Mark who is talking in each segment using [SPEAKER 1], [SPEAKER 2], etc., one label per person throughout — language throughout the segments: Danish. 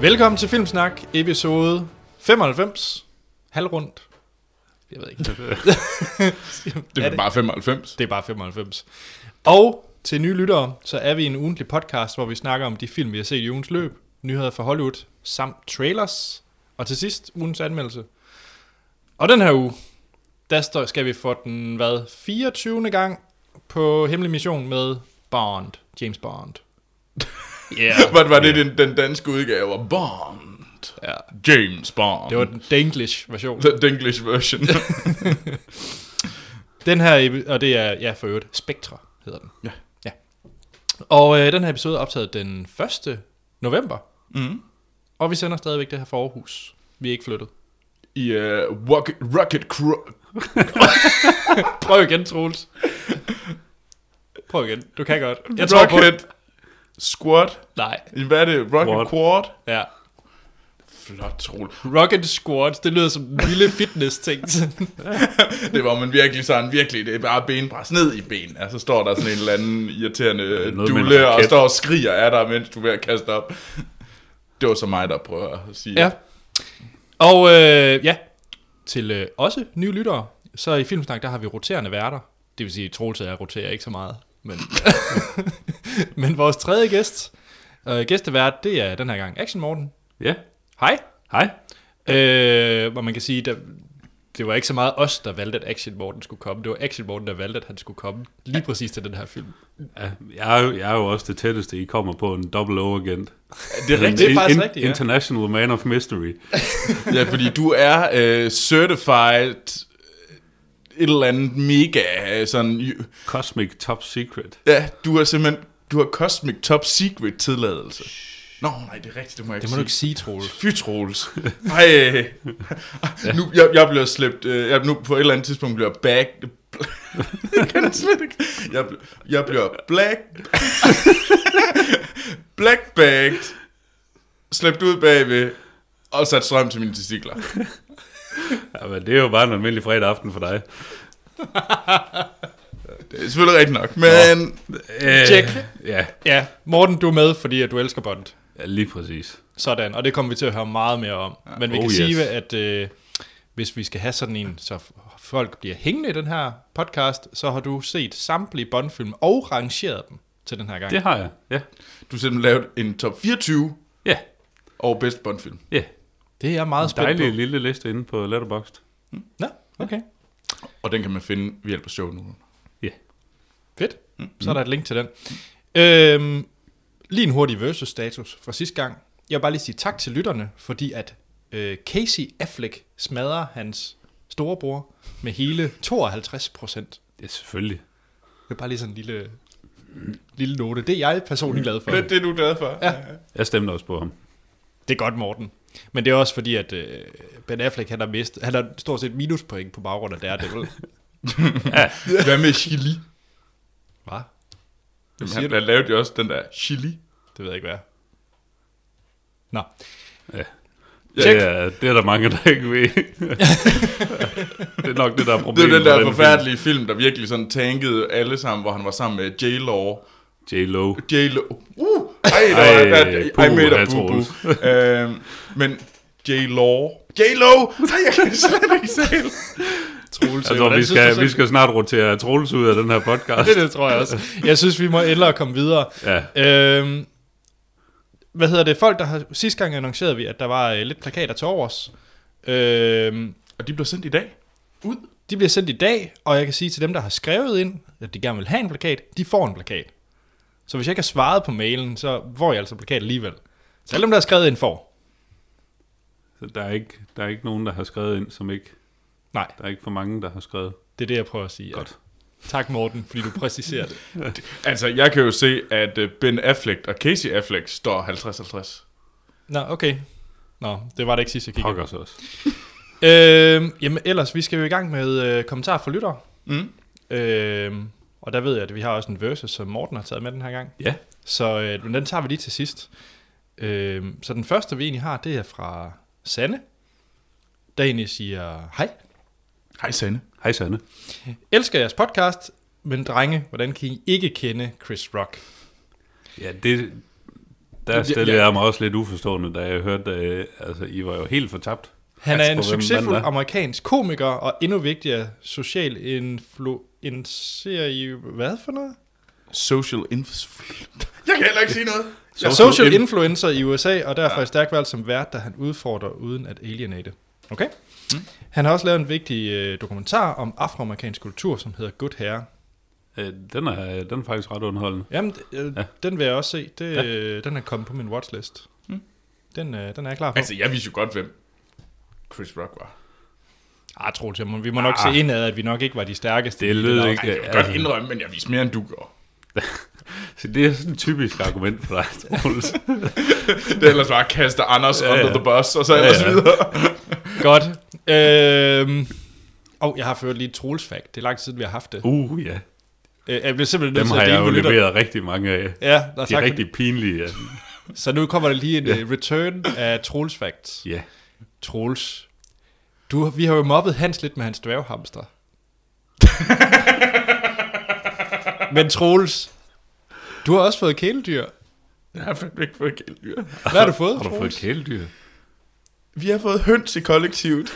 [SPEAKER 1] Velkommen til Filmsnak, episode 95, halvrundt. Jeg ved ikke.
[SPEAKER 2] Det er,
[SPEAKER 1] Er
[SPEAKER 2] vel bare 95.
[SPEAKER 1] Det er bare 95. Og til nye lyttere, så er vi en ugentlig podcast, hvor vi snakker om de film, vi har set i ugens løb, nyheder fra Hollywood, samt trailers, og til sidst ugens anmeldelse. Og den her uge, der står- skal vi for den, hvad, 24. gang på Hemmelig Mission med Bond, James Bond.
[SPEAKER 2] Yeah. Var, var det den, den danske udgave af Bond?
[SPEAKER 1] Ja.
[SPEAKER 2] James Bond.
[SPEAKER 1] Det var den English version.
[SPEAKER 2] The, the English version.
[SPEAKER 1] Den her, epi- og det er, ja for øvrigt, Spectra hedder den.
[SPEAKER 2] Ja.
[SPEAKER 1] ja. Og øh, den her episode er optaget den 1. november,
[SPEAKER 2] mm.
[SPEAKER 1] og vi sender stadigvæk det her fra Aarhus. Vi er ikke flyttet.
[SPEAKER 2] I uh, rocket, rocket Crew.
[SPEAKER 1] Prøv igen, Troels. Prøv igen, du kan godt. Jeg tror på
[SPEAKER 2] rocket Squad.
[SPEAKER 1] Nej,
[SPEAKER 2] Hvad er det? Rocket Quad?
[SPEAKER 3] Quad.
[SPEAKER 1] ja.
[SPEAKER 2] Flot, Troel.
[SPEAKER 1] Rocket Squad, det lyder som en lille fitness-ting.
[SPEAKER 2] Det var man virkelig sådan, virkelig, det er bare benpres ned i ben. Og så står der sådan en eller anden irriterende
[SPEAKER 3] med en
[SPEAKER 2] dule og
[SPEAKER 3] raket.
[SPEAKER 2] står og skriger af dig, mens du er ved at kaste op. Det var så mig, der prøver at sige.
[SPEAKER 1] ja. Og øh, ja, til øh, også nye lyttere, så i Filmsnak, der har vi roterende værter. Det vil sige, Troels og jeg roterer ikke så meget. Men, men vores tredje gæst, øh, gæstevært, det er den her gang Action Morten.
[SPEAKER 3] Ja,
[SPEAKER 1] Hej.
[SPEAKER 3] hej.
[SPEAKER 1] Øh, hvor man kan sige, der, det var ikke så meget os, der valgte, at Action Morten skulle komme. Det var Action Morten, der valgte, at han skulle komme lige præcis til den her film.
[SPEAKER 3] Ja, Jeg er, jo, jeg er jo også det tætteste, I kommer på en double O-agent.
[SPEAKER 2] Det er rigtigt.
[SPEAKER 1] Det er faktisk rigtigt, ja.
[SPEAKER 3] International Man of Mystery.
[SPEAKER 2] Ja, fordi du er øh, certified øh, et eller andet mega øh, sådan... ju-
[SPEAKER 3] Cosmic Top Secret.
[SPEAKER 2] Ja, du er simpelthen... Du har Cosmic Top Secret tilladelse. Nå, nej, det er rigtigt, det må jeg ikke
[SPEAKER 1] Det må du ikke
[SPEAKER 2] sige.
[SPEAKER 1] sige, Troels.
[SPEAKER 2] Fy Troels. Ej. øh, Nu, jeg, jeg bliver slæbt... Øh, jeg, nu på et eller andet tidspunkt bliver jeg back... jeg kan det slet ikke. Jeg, bl- jeg bliver black... Blackbagged. Slæbt ud bagved. Og sat strøm til mine testikler.
[SPEAKER 3] Ja, men det er jo bare en almindelig fredag aften for dig.
[SPEAKER 2] Det er Øh, selvfølgelig rigtigt nok, men...
[SPEAKER 3] Øh,
[SPEAKER 1] Check.
[SPEAKER 3] Ja,
[SPEAKER 1] Ja, Morten, du er med, fordi at du elsker Bond.
[SPEAKER 3] ja, lige præcis.
[SPEAKER 1] Sådan, og det kommer vi til at høre meget mere om. Ja. Men vi
[SPEAKER 3] Oh,
[SPEAKER 1] kan
[SPEAKER 3] yes.
[SPEAKER 1] sige, at øh, hvis vi skal have sådan en, så f- folk bliver hængende i den her podcast, så har du set samtlige Bond-film og rangeret dem til den her gang.
[SPEAKER 3] Det har jeg, ja.
[SPEAKER 2] Du har simpelthen lavet en top 24
[SPEAKER 3] Ja,
[SPEAKER 2] over bedst Bond-film.
[SPEAKER 3] ja.
[SPEAKER 1] Det er jeg meget spændt
[SPEAKER 3] Dejlig
[SPEAKER 1] på.
[SPEAKER 3] lille liste inde på Letterboxd.
[SPEAKER 1] Nå, okay.
[SPEAKER 2] Og den kan man finde ved hjælp af show nu.
[SPEAKER 3] Ja.
[SPEAKER 1] Fedt. Mm. Så er der et link til den. Øhm, lige en hurtig versus status fra sidste gang. Jeg vil bare lige sige tak til lytterne, fordi at øh, Casey Affleck smadrer hans storebror med hele 52 procent.
[SPEAKER 3] Ja, selvfølgelig.
[SPEAKER 1] Det er bare lige sådan en lille, lille note. Det er jeg personligt glad for.
[SPEAKER 2] Det, det er du glad for. Ja.
[SPEAKER 3] Jeg stemte også på ham.
[SPEAKER 1] Det er godt, Morten. Men det er også fordi, at øh, Ben Affleck, han har, mist, han har stort set minuspoint på baggrund af Daredevil.
[SPEAKER 2] Hvad med chili?
[SPEAKER 1] Hvad?
[SPEAKER 2] Jamen,
[SPEAKER 1] siger
[SPEAKER 2] han,
[SPEAKER 1] du?
[SPEAKER 2] han lavede jo også den der chili.
[SPEAKER 1] Det ved jeg ikke, hvad er. Nå.
[SPEAKER 3] Ja,
[SPEAKER 1] Check.
[SPEAKER 3] ja, det er der mange, der ikke ved. det er nok det, der er
[SPEAKER 2] Det
[SPEAKER 3] problemet.
[SPEAKER 2] er den der
[SPEAKER 3] med film.
[SPEAKER 2] forfærdelige film, der virkelig sådan tankede alle sammen, hvor han var sammen med J-Law.
[SPEAKER 3] J-Lo.
[SPEAKER 2] J-Lo. Uh! Ej, der, var- der, der,
[SPEAKER 3] puha,
[SPEAKER 2] I made a boo-boo.
[SPEAKER 3] Troels.
[SPEAKER 2] øhm, men J-Law. J-Lo! Nej, jeg kan slet ikke se det. Altså,
[SPEAKER 1] Troels,
[SPEAKER 3] Jeg tror,
[SPEAKER 1] hvordan
[SPEAKER 3] Altså, vi
[SPEAKER 1] synes du
[SPEAKER 3] skal,
[SPEAKER 1] så-
[SPEAKER 3] vi skal snart rotere Troels ud af den her podcast.
[SPEAKER 1] det, det tror jeg også. Jeg synes, vi må ellere komme videre.
[SPEAKER 3] Ja,
[SPEAKER 1] Øhm, hvad hedder det? Folk, der har... Sidste gang annoncerede vi, at der var øh, lidt plakater til overs. Øhm,
[SPEAKER 2] Og de blev sendt i dag. Ud.
[SPEAKER 1] de bliver sendt i dag, og jeg kan sige til dem, der har skrevet ind, at de gerne vil have en plakat, de får en plakat. Så hvis jeg ikke har svaret på mailen, så får jeg altså plakat alligevel. Så alle dem, der har skrevet ind, får.
[SPEAKER 3] så der er, ikke, der er ikke nogen, der har skrevet ind, som ikke...
[SPEAKER 1] Nej,
[SPEAKER 3] Der er ikke for mange, der har skrevet.
[SPEAKER 1] det er det, jeg prøver at sige.
[SPEAKER 3] Godt.
[SPEAKER 1] Tak, Morten, fordi du præciserer det.
[SPEAKER 2] Altså, jeg kan jo se, at øh, Ben Affleck og Casey Affleck står 50-50.
[SPEAKER 1] Nå, okay. Nå, det var det ikke sidst, jeg kiggede.
[SPEAKER 3] Pokkers også.
[SPEAKER 1] Øhm, jamen ellers, vi skal jo i gang med øh, kommentarer fra lyttere.
[SPEAKER 2] Mm.
[SPEAKER 1] Øhm, og der ved jeg, at vi har også en versus, som Morten har taget med den her gang.
[SPEAKER 3] Ja.
[SPEAKER 1] Så øh, men den tager vi lige til sidst. Øhm, så den første, vi egentlig har, det er fra Sanne, der egentlig siger, Hej,
[SPEAKER 2] Hej, Sanne.
[SPEAKER 3] Hej Sanne.
[SPEAKER 1] elsker jeres podcast, men drenge, hvordan kan I ikke kende Chris Rock?
[SPEAKER 3] Ja, det, Der stillede jeg mig også lidt uforstående, da jeg hørte, øh, altså I var jo helt fortabt.
[SPEAKER 1] Han er
[SPEAKER 3] Pas
[SPEAKER 1] en
[SPEAKER 3] på, hvem
[SPEAKER 1] succesfuld
[SPEAKER 3] manden er.
[SPEAKER 1] amerikansk komiker, og endnu vigtigere, social influencer... Hvad for noget?
[SPEAKER 2] Social influencer. Jeg kan heller ikke sige noget.
[SPEAKER 1] Social, social influencer i USA, og derfor ja. er stærkt valgt som vært, da han udfordrer uden at alienate. Okay? Mm. Han har også lavet en vigtig øh, dokumentar om afroamerikansk kultur, som hedder Good Hair.
[SPEAKER 3] Øh, den, er, den er faktisk ret underholdende.
[SPEAKER 1] Jamen, d- øh, ja.
[SPEAKER 3] Ja.
[SPEAKER 1] den vil jeg også se. Det,
[SPEAKER 3] Ja.
[SPEAKER 1] øh, Den er kommet på min watchlist.
[SPEAKER 2] Mm.
[SPEAKER 1] Den, øh, den er jeg klar på. Altså,
[SPEAKER 2] Altså, jeg vidste jo godt, hvem Chris Rock var.
[SPEAKER 1] ah, Troels, jeg må- vi må nok
[SPEAKER 3] Ah.
[SPEAKER 1] se indad, at vi nok ikke var de stærkeste.
[SPEAKER 3] Det
[SPEAKER 1] i
[SPEAKER 3] lød
[SPEAKER 1] der.
[SPEAKER 3] ikke-
[SPEAKER 2] Ej, jeg vil
[SPEAKER 3] altså-
[SPEAKER 2] godt indrømme, men jeg vidste mere, end du gjorde.
[SPEAKER 3] Så det er sådan et typisk argument for dig, Troels.
[SPEAKER 2] Det er ellers bare at kaste Anders ja,
[SPEAKER 3] Ja,
[SPEAKER 2] ja.
[SPEAKER 3] ja.
[SPEAKER 2] under the bus, og så
[SPEAKER 3] Ja,
[SPEAKER 2] ellers ja,
[SPEAKER 3] ja.
[SPEAKER 2] ja. videre.
[SPEAKER 1] Godt. Øhm, og jeg har ført lige et Troels fact. Det er lang tid siden, vi har haft det.
[SPEAKER 3] Uh, ja.
[SPEAKER 1] Øh, jeg bliver simpelthen nødt
[SPEAKER 3] Dem
[SPEAKER 1] til at
[SPEAKER 3] har jeg
[SPEAKER 1] dele
[SPEAKER 3] jo
[SPEAKER 1] med lytter.
[SPEAKER 3] leveret rigtig mange af.
[SPEAKER 1] Ja, der er
[SPEAKER 3] De er
[SPEAKER 1] tak rigtig...
[SPEAKER 3] rigtig pinlige. Ja.
[SPEAKER 1] Så nu kommer der lige en ja. return af Troels facts.
[SPEAKER 3] ja.
[SPEAKER 1] Troels, du, vi har jo mobbet Hans lidt med hans dværghamster. Men Troels, du har også fået kæledyr.
[SPEAKER 2] Jeg har fandme ikke fået kæledyr.
[SPEAKER 1] Hvad har du fået,
[SPEAKER 3] Har du fået
[SPEAKER 1] Troels?
[SPEAKER 3] kæledyr?
[SPEAKER 2] Vi har fået høns i kollektivet.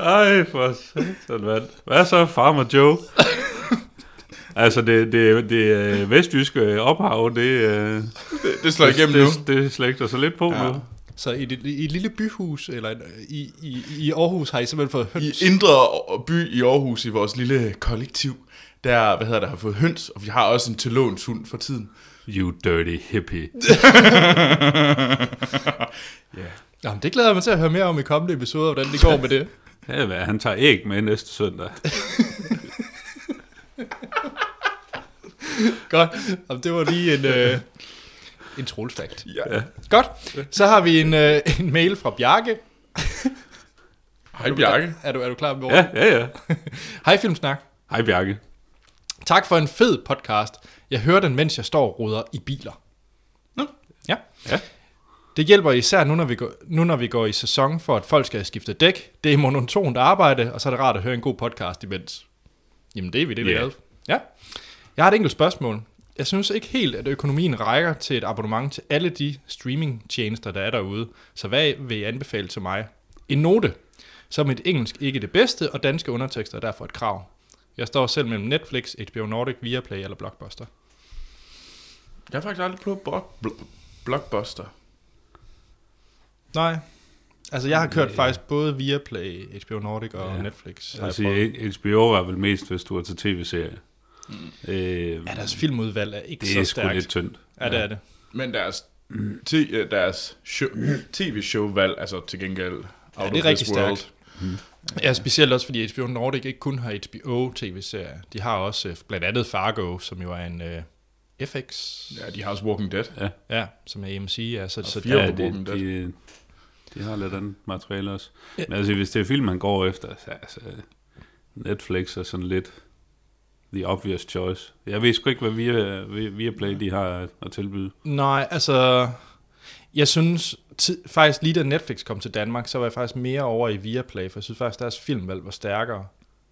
[SPEAKER 3] Ej, for satan, mand. Hvad så, Farmer Joe? altså, det, det, det øh, vestjyske ophav, det, øh,
[SPEAKER 2] Det, det slår igennem nu.
[SPEAKER 3] det, det slægter sig lidt på ja. nu.
[SPEAKER 1] Så i et, i et lille byhus, eller en- i, i, i Aarhus, har I simpelthen fået høns.
[SPEAKER 2] I indre by i Aarhus, i vores lille kollektiv, der, hvad hedder det, har fået høns, og vi har også en hund for tiden.
[SPEAKER 3] You dirty hippie.
[SPEAKER 1] Jamen, det glæder jeg mig til at høre mere om i kommende episoder, hvordan det går med det.
[SPEAKER 3] Ja, hvad, han tager æg med næste søndag.
[SPEAKER 1] Godt. Jamen, det var lige en, øh, en Troels fact.
[SPEAKER 2] Ja. ja.
[SPEAKER 1] Godt. Så har vi en, øh, en mail fra Bjarke.
[SPEAKER 2] Hej Bjarke.
[SPEAKER 1] Er du, er du klar med
[SPEAKER 3] Ja, ja, ja.
[SPEAKER 1] Hej Filmsnak.
[SPEAKER 3] Hej, Bjarke.
[SPEAKER 1] Tak for en fed podcast. Jeg hører den, mens jeg står og ruder i biler. Nå. Ja.
[SPEAKER 3] Ja.
[SPEAKER 1] Det hjælper især nu når, vi går, nu, når vi går i sæson for, at folk skal skifte dæk. Det er monotont arbejde, og så er det rart at høre en god podcast imens. Jamen, det er vi, det er vi
[SPEAKER 3] Ja.
[SPEAKER 1] glade for. Ja. Jeg har et enkelt spørgsmål. Jeg synes ikke helt, at økonomien rækker til et abonnement til alle de streamingtjenester, der er derude. Så hvad vil I anbefale til mig? En note. Som et engelsk ikke det bedste, og danske undertekster er derfor et krav. Jeg står selv mellem Netflix, HBO Nordic, Viaplay eller Blockbuster.
[SPEAKER 2] Jeg har faktisk aldrig prøvet blok- bl- Blockbuster.
[SPEAKER 1] Nej. Altså, jeg har kørt faktisk både Viaplay, HBO Nordic og ja. Netflix. Har jeg
[SPEAKER 3] Altså,
[SPEAKER 1] prøvet.
[SPEAKER 3] HBO er vel mest, hvis du er til tv-serie. Mm. Øh,
[SPEAKER 1] Ja, deres filmudvalg er ikke
[SPEAKER 3] det er
[SPEAKER 1] så
[SPEAKER 3] sgu
[SPEAKER 1] stærkt.
[SPEAKER 3] lidt tyndt.
[SPEAKER 1] Ja, det er det.
[SPEAKER 2] Men deres, t- øh, deres show- tv-show-valg, altså til gengæld, out
[SPEAKER 1] Ja,
[SPEAKER 2] of
[SPEAKER 1] det er
[SPEAKER 2] this
[SPEAKER 1] rigtig
[SPEAKER 2] world.
[SPEAKER 1] stærkt. Ja, specielt også fordi HBO Nordic ikke kun har HBO-tv-serier. De har også øh, blandt andet Fargo, som jo er en øh, FX,
[SPEAKER 2] Ja, de har også Walking Dead.
[SPEAKER 1] ja, som er AMC. Ja, så, så
[SPEAKER 2] fire-
[SPEAKER 1] der,
[SPEAKER 3] Ja,
[SPEAKER 2] på Walking
[SPEAKER 3] det,
[SPEAKER 2] Dead.
[SPEAKER 3] de, de har lidt andet materiale også. Ja. Men altså, hvis det er film, man går efter, så altså, Netflix er sådan lidt the obvious choice. Jeg ved sgu ikke, hvad via, via, Viaplay de har at tilbyde.
[SPEAKER 1] nej, altså... Jeg synes ti- faktisk lige da Netflix kom til Danmark, så var jeg faktisk mere over i Viaplay, for jeg synes faktisk, deres filmvalg var stærkere.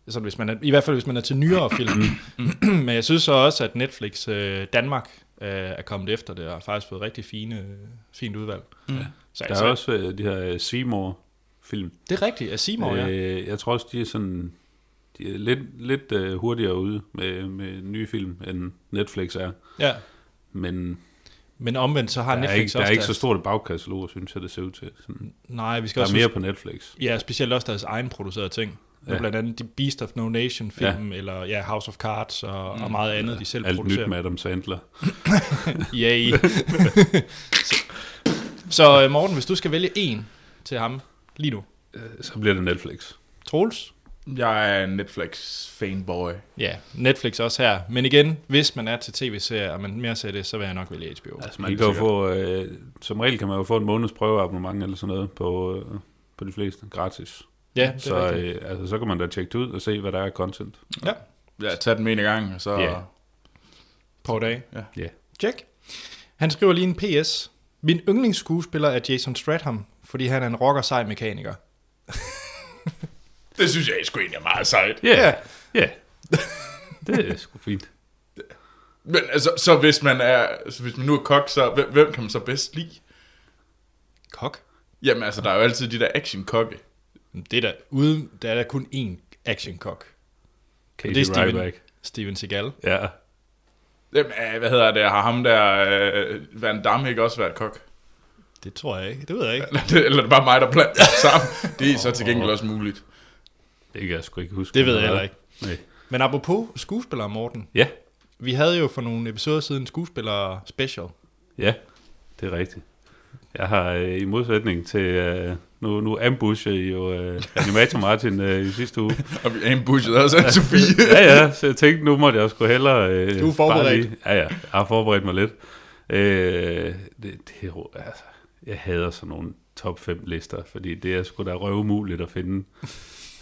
[SPEAKER 1] Så hvis man er, I hvert fald hvis man er til nyere film. Men jeg synes så også, at Netflix øh, Danmark øh, er kommet efter det, og har faktisk fået rigtig fine, øh, fint udvalg.
[SPEAKER 2] Mm.
[SPEAKER 1] Så, altså,
[SPEAKER 3] Der er også øh, de her øh, Seymour-film.
[SPEAKER 1] Det er rigtigt, at Simon, ja.
[SPEAKER 3] Øh, jeg tror også, de er sådan de er lidt, lidt øh, hurtigere ude med, med nye film, end Netflix er.
[SPEAKER 1] ja.
[SPEAKER 3] Men
[SPEAKER 1] Men omvendt, så har
[SPEAKER 3] der er,
[SPEAKER 1] Netflix
[SPEAKER 3] ikke, der
[SPEAKER 1] også
[SPEAKER 3] er ikke så
[SPEAKER 1] deres-
[SPEAKER 3] stort et bagkatalog, synes jeg, det ser ud til. Sådan,
[SPEAKER 1] Nej, vi skal
[SPEAKER 3] der er
[SPEAKER 1] også...
[SPEAKER 3] mere på Netflix.
[SPEAKER 1] Ja, specielt også deres egen producerede ting. Ja.
[SPEAKER 3] Ja.
[SPEAKER 1] Blandt andet de Beast of No Nation film, ja. eller ja, House of Cards og, mm. og meget andet, de selv
[SPEAKER 3] Alt
[SPEAKER 1] producerer.
[SPEAKER 3] nyt med Adam Sandler.
[SPEAKER 1] Yay. Så- så øh, Morten, hvis du skal vælge en til ham lige nu.
[SPEAKER 3] Øh, Så bliver det Netflix.
[SPEAKER 1] Troels?
[SPEAKER 2] Jeg er en Netflix-fanboy.
[SPEAKER 1] Ja, Netflix også her. Men igen, hvis man er til tv-serier, og man mere ser det, så vil jeg nok vælge HBO.
[SPEAKER 3] Altså, man
[SPEAKER 2] Helt
[SPEAKER 3] kan jo
[SPEAKER 2] sikkert.
[SPEAKER 3] få, øh, som regel kan man jo få en måneds prøveabonnement eller sådan noget på, øh, på de fleste, gratis.
[SPEAKER 1] Ja, det er
[SPEAKER 3] Så,
[SPEAKER 1] rigtigt.
[SPEAKER 3] øh, altså, så kan man da tjekke det ud og se, hvad der er af content.
[SPEAKER 1] Ja,
[SPEAKER 2] Ja, tag den med en gang, og så...
[SPEAKER 3] Ja.
[SPEAKER 1] på dag.
[SPEAKER 3] øh, Ja.
[SPEAKER 1] Check. Han skriver lige en PS. Min yndlingsskuespiller er Jason Stratham, fordi han er en rocker sej mekaniker.
[SPEAKER 2] Det synes jeg sgu egentlig er meget sejt.
[SPEAKER 3] Ja, ja. Det er sgu fint.
[SPEAKER 2] Men altså, så hvis man er, så hvis man nu er kok, så hvem, hvem kan man så bedst lide?
[SPEAKER 1] Kok?
[SPEAKER 2] Jamen altså, der er jo altid de der action-kokke.
[SPEAKER 1] Men Det er der, uden, der er der kun én actionkok.
[SPEAKER 3] Casey
[SPEAKER 1] det er Steven.
[SPEAKER 3] Ryback.
[SPEAKER 1] Steven Seagal.
[SPEAKER 3] Ja.
[SPEAKER 2] Jamen, øh, hvad hedder det, har ham der, øh, Van Damme ikke også været kok?
[SPEAKER 1] Det tror jeg ikke. Det ved jeg ikke.
[SPEAKER 2] Eller, det, eller er det bare mig, der blander det sammen? Det er så til gengæld også muligt.
[SPEAKER 3] Det kan jeg sgu ikke huske.
[SPEAKER 1] Det ved jeg
[SPEAKER 3] hvad
[SPEAKER 1] heller
[SPEAKER 3] er.
[SPEAKER 1] ikke.
[SPEAKER 3] Nej.
[SPEAKER 1] Men apropos skuespillere, Morten.
[SPEAKER 3] Ja,
[SPEAKER 1] Vi havde jo for nogle episoder siden skuespillere special.
[SPEAKER 3] ja, det er rigtigt. Jeg har øh, i modsætning til... Øh, nu, nu ambusher I jo øh, Animator Martin øh, i sidste uge.
[SPEAKER 2] Og vi ambushede også en Sofie.
[SPEAKER 3] ja, ja, så jeg tænkte, nu måtte jeg sgu hellere... Øh,
[SPEAKER 1] Du er forberedt.
[SPEAKER 3] bare lige- Ja, ja, jeg har forberedt mig lidt. Øh, det, det, er jo- altså, jeg hader sådan nogle top 5 lister, fordi det er sgu da røvumuligt at finde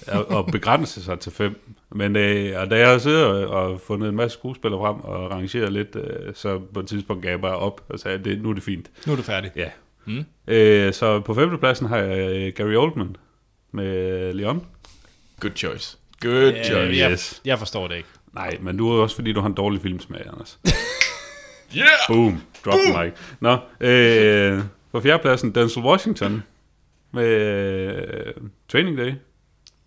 [SPEAKER 3] og og begrænse sig til fem. Men øh, og da jeg sidder og og fundet en masse skuespillere frem og rangerer lidt, øh, så på et tidspunkt gav jeg bare op og sagde, at det, nu er det fint.
[SPEAKER 1] Nu er du færdig.
[SPEAKER 3] Ja.
[SPEAKER 1] Mm.
[SPEAKER 3] Øh, så på femtepladsen har jeg øh, Gary Oldman med Leon.
[SPEAKER 2] Good choice. Good
[SPEAKER 1] Ja,
[SPEAKER 2] choice.
[SPEAKER 1] Øh, jeg,
[SPEAKER 3] yes.
[SPEAKER 1] jeg forstår det ikke.
[SPEAKER 3] Nej, men du er også fordi, du har en dårlig filmsmag, Anders.
[SPEAKER 2] Yeah!
[SPEAKER 3] Boom. Drop the mic. Nå, øh, på fjerdepladsen, Denzel Washington med øh, Training Day.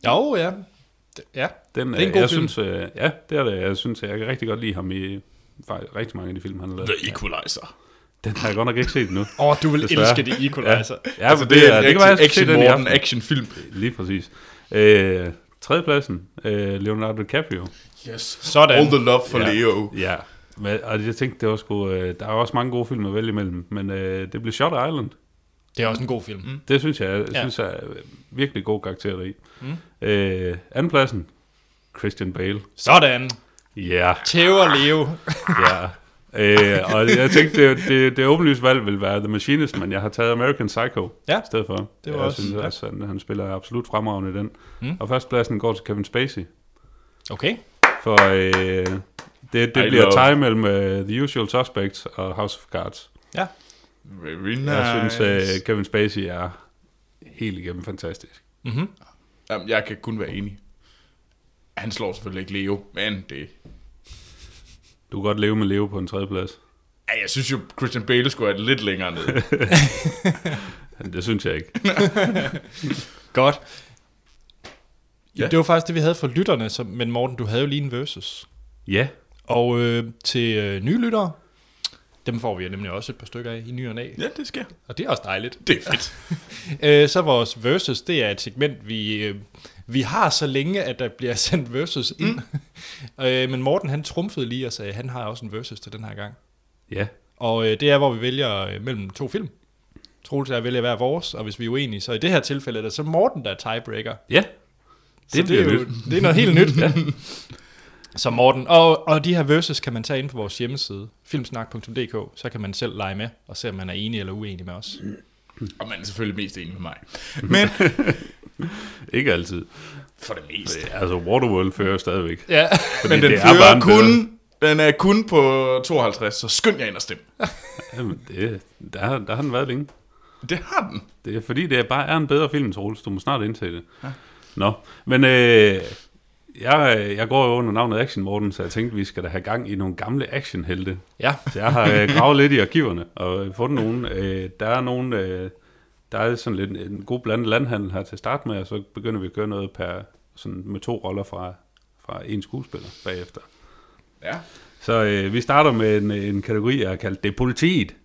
[SPEAKER 1] Jo, ja. D- Ja,
[SPEAKER 3] Den,
[SPEAKER 1] Det er en
[SPEAKER 3] øh,
[SPEAKER 1] god
[SPEAKER 3] jeg
[SPEAKER 1] film.
[SPEAKER 3] Synes, øh, ja, det er det. Jeg synes, jeg kan rigtig godt lide ham i faktisk, rigtig mange af de film, han har lavet.
[SPEAKER 2] The Equalizer.
[SPEAKER 3] Den har jeg godt nok ikke set endnu.
[SPEAKER 1] E- Åh, oh, du vil
[SPEAKER 3] Desværre.
[SPEAKER 1] elske det Equalizer. ja.
[SPEAKER 3] Ja, altså, det, det, er, det kan være, jeg skal se
[SPEAKER 2] action,
[SPEAKER 3] den i
[SPEAKER 2] action,
[SPEAKER 3] aften.
[SPEAKER 2] action film.
[SPEAKER 3] Lige præcis. Øh, tredjepladsen, øh, Leonardo DiCaprio.
[SPEAKER 2] Yes.
[SPEAKER 1] Sådan.
[SPEAKER 2] All the love for
[SPEAKER 3] Ja.
[SPEAKER 2] Leo.
[SPEAKER 3] Ja, men, og jeg tænkte, det var sgu, øh, der er også mange gode film at vælge imellem, men øh, det blev Shot Island.
[SPEAKER 1] Det er også en god film. Mm.
[SPEAKER 3] Det synes jeg, jeg
[SPEAKER 1] Ja.
[SPEAKER 3] ja. synes jeg er virkelig god karakter deri. Mm. Øh, andenpladsen, Christian Bale.
[SPEAKER 1] Sådan.
[SPEAKER 3] Ja,
[SPEAKER 1] Theo og Leo.
[SPEAKER 3] ja. Øh, og jeg tænkte, det, det, det åbenlyse valg vil være The Machinist, men jeg har taget American Psycho
[SPEAKER 1] Ja,
[SPEAKER 3] i stedet for.
[SPEAKER 1] det var
[SPEAKER 3] jeg
[SPEAKER 1] også-
[SPEAKER 3] synes
[SPEAKER 1] ja.
[SPEAKER 3] også, han, han spiller absolut fremragende i den.
[SPEAKER 1] Mm.
[SPEAKER 3] Mm. Og førstepladsen går til Kevin Spacey.
[SPEAKER 1] Okay.
[SPEAKER 3] For øh, det, det
[SPEAKER 2] I
[SPEAKER 3] bliver
[SPEAKER 2] love-
[SPEAKER 3] time mellem uh, The Usual Suspects og House of Cards.
[SPEAKER 1] Ja.
[SPEAKER 2] Very nice.
[SPEAKER 3] Jeg synes, øh, Kevin Spacey er helt igennem fantastisk.
[SPEAKER 1] Mm-hmm.
[SPEAKER 2] Jamen, jeg kan kun være enig. Han slår selvfølgelig ikke Leo, men det...
[SPEAKER 3] Du kan godt leve med Leo på en tredjeplads.
[SPEAKER 2] Ja, jeg synes jo, Christian Bale skulle være lidt længere ned.
[SPEAKER 3] Men Det synes jeg ikke.
[SPEAKER 1] Godt. Ja.
[SPEAKER 2] Ja.
[SPEAKER 1] Det var faktisk det, vi havde for lytterne, så, men Morten, du havde jo lige en versus.
[SPEAKER 3] Ja,
[SPEAKER 1] Og øh, til øh, nye lyttere, dem får vi nemlig også et par stykker af i ny og næ,
[SPEAKER 2] ja, det sker.
[SPEAKER 1] og det er også dejligt.
[SPEAKER 2] Det er fedt.
[SPEAKER 1] Øh, så vores versus, det er et segment, vi, øh, vi har så længe, at der bliver sendt versus ind. Mm. øh, men Morten, han trumfede lige og sagde, han har også en versus til den her gang.
[SPEAKER 3] ja.
[SPEAKER 1] Og øh, det er, hvor vi vælger øh, mellem to film. Troels og jeg vælger hver vores, og hvis vi er uenige, så i det her tilfælde er det så Morten, der er tiebreaker.
[SPEAKER 3] Ja,
[SPEAKER 1] Så det, det, er
[SPEAKER 3] bliver
[SPEAKER 1] jo, det er noget helt nyt. ja. Så Morten, og, og de her verses kan man tage ind på vores hjemmeside, filmsnak.dk, så kan man selv lege med og se, om man er enig eller uenig med os.
[SPEAKER 2] Og man er selvfølgelig mest enig med mig. Men
[SPEAKER 3] ikke altid.
[SPEAKER 2] for det meste.
[SPEAKER 3] Altså, Waterworld fører stadigvæk.
[SPEAKER 1] Ja,
[SPEAKER 2] Men den
[SPEAKER 3] det er bare
[SPEAKER 2] fører
[SPEAKER 3] en
[SPEAKER 2] kun... Den er kun på 52, så skynd jer ind og stem.
[SPEAKER 3] Jamen, det, der, har- der har den været længe.
[SPEAKER 2] Det har den.
[SPEAKER 3] Det er fordi, det bare er en bedre film, Troels. Du må snart indse det. Ja. Nå, men øh, jeg, jeg går jo under navnet Action Morten, så jeg tænkte, vi skal da have gang i nogle gamle actionhelte.
[SPEAKER 1] ja.
[SPEAKER 3] Så jeg har øh, gravet lidt i arkiverne og øh, fundet nogle. Øh, der er nogle, øh, der er sådan lidt en- en god blandet landhandel her til start med, og så begynder vi at gøre noget per, sådan med to roller fra, fra en skuespiller bagefter.
[SPEAKER 2] Ja.
[SPEAKER 3] Så øh, vi starter med en, en kategori, jeg har kaldt Det er politiet.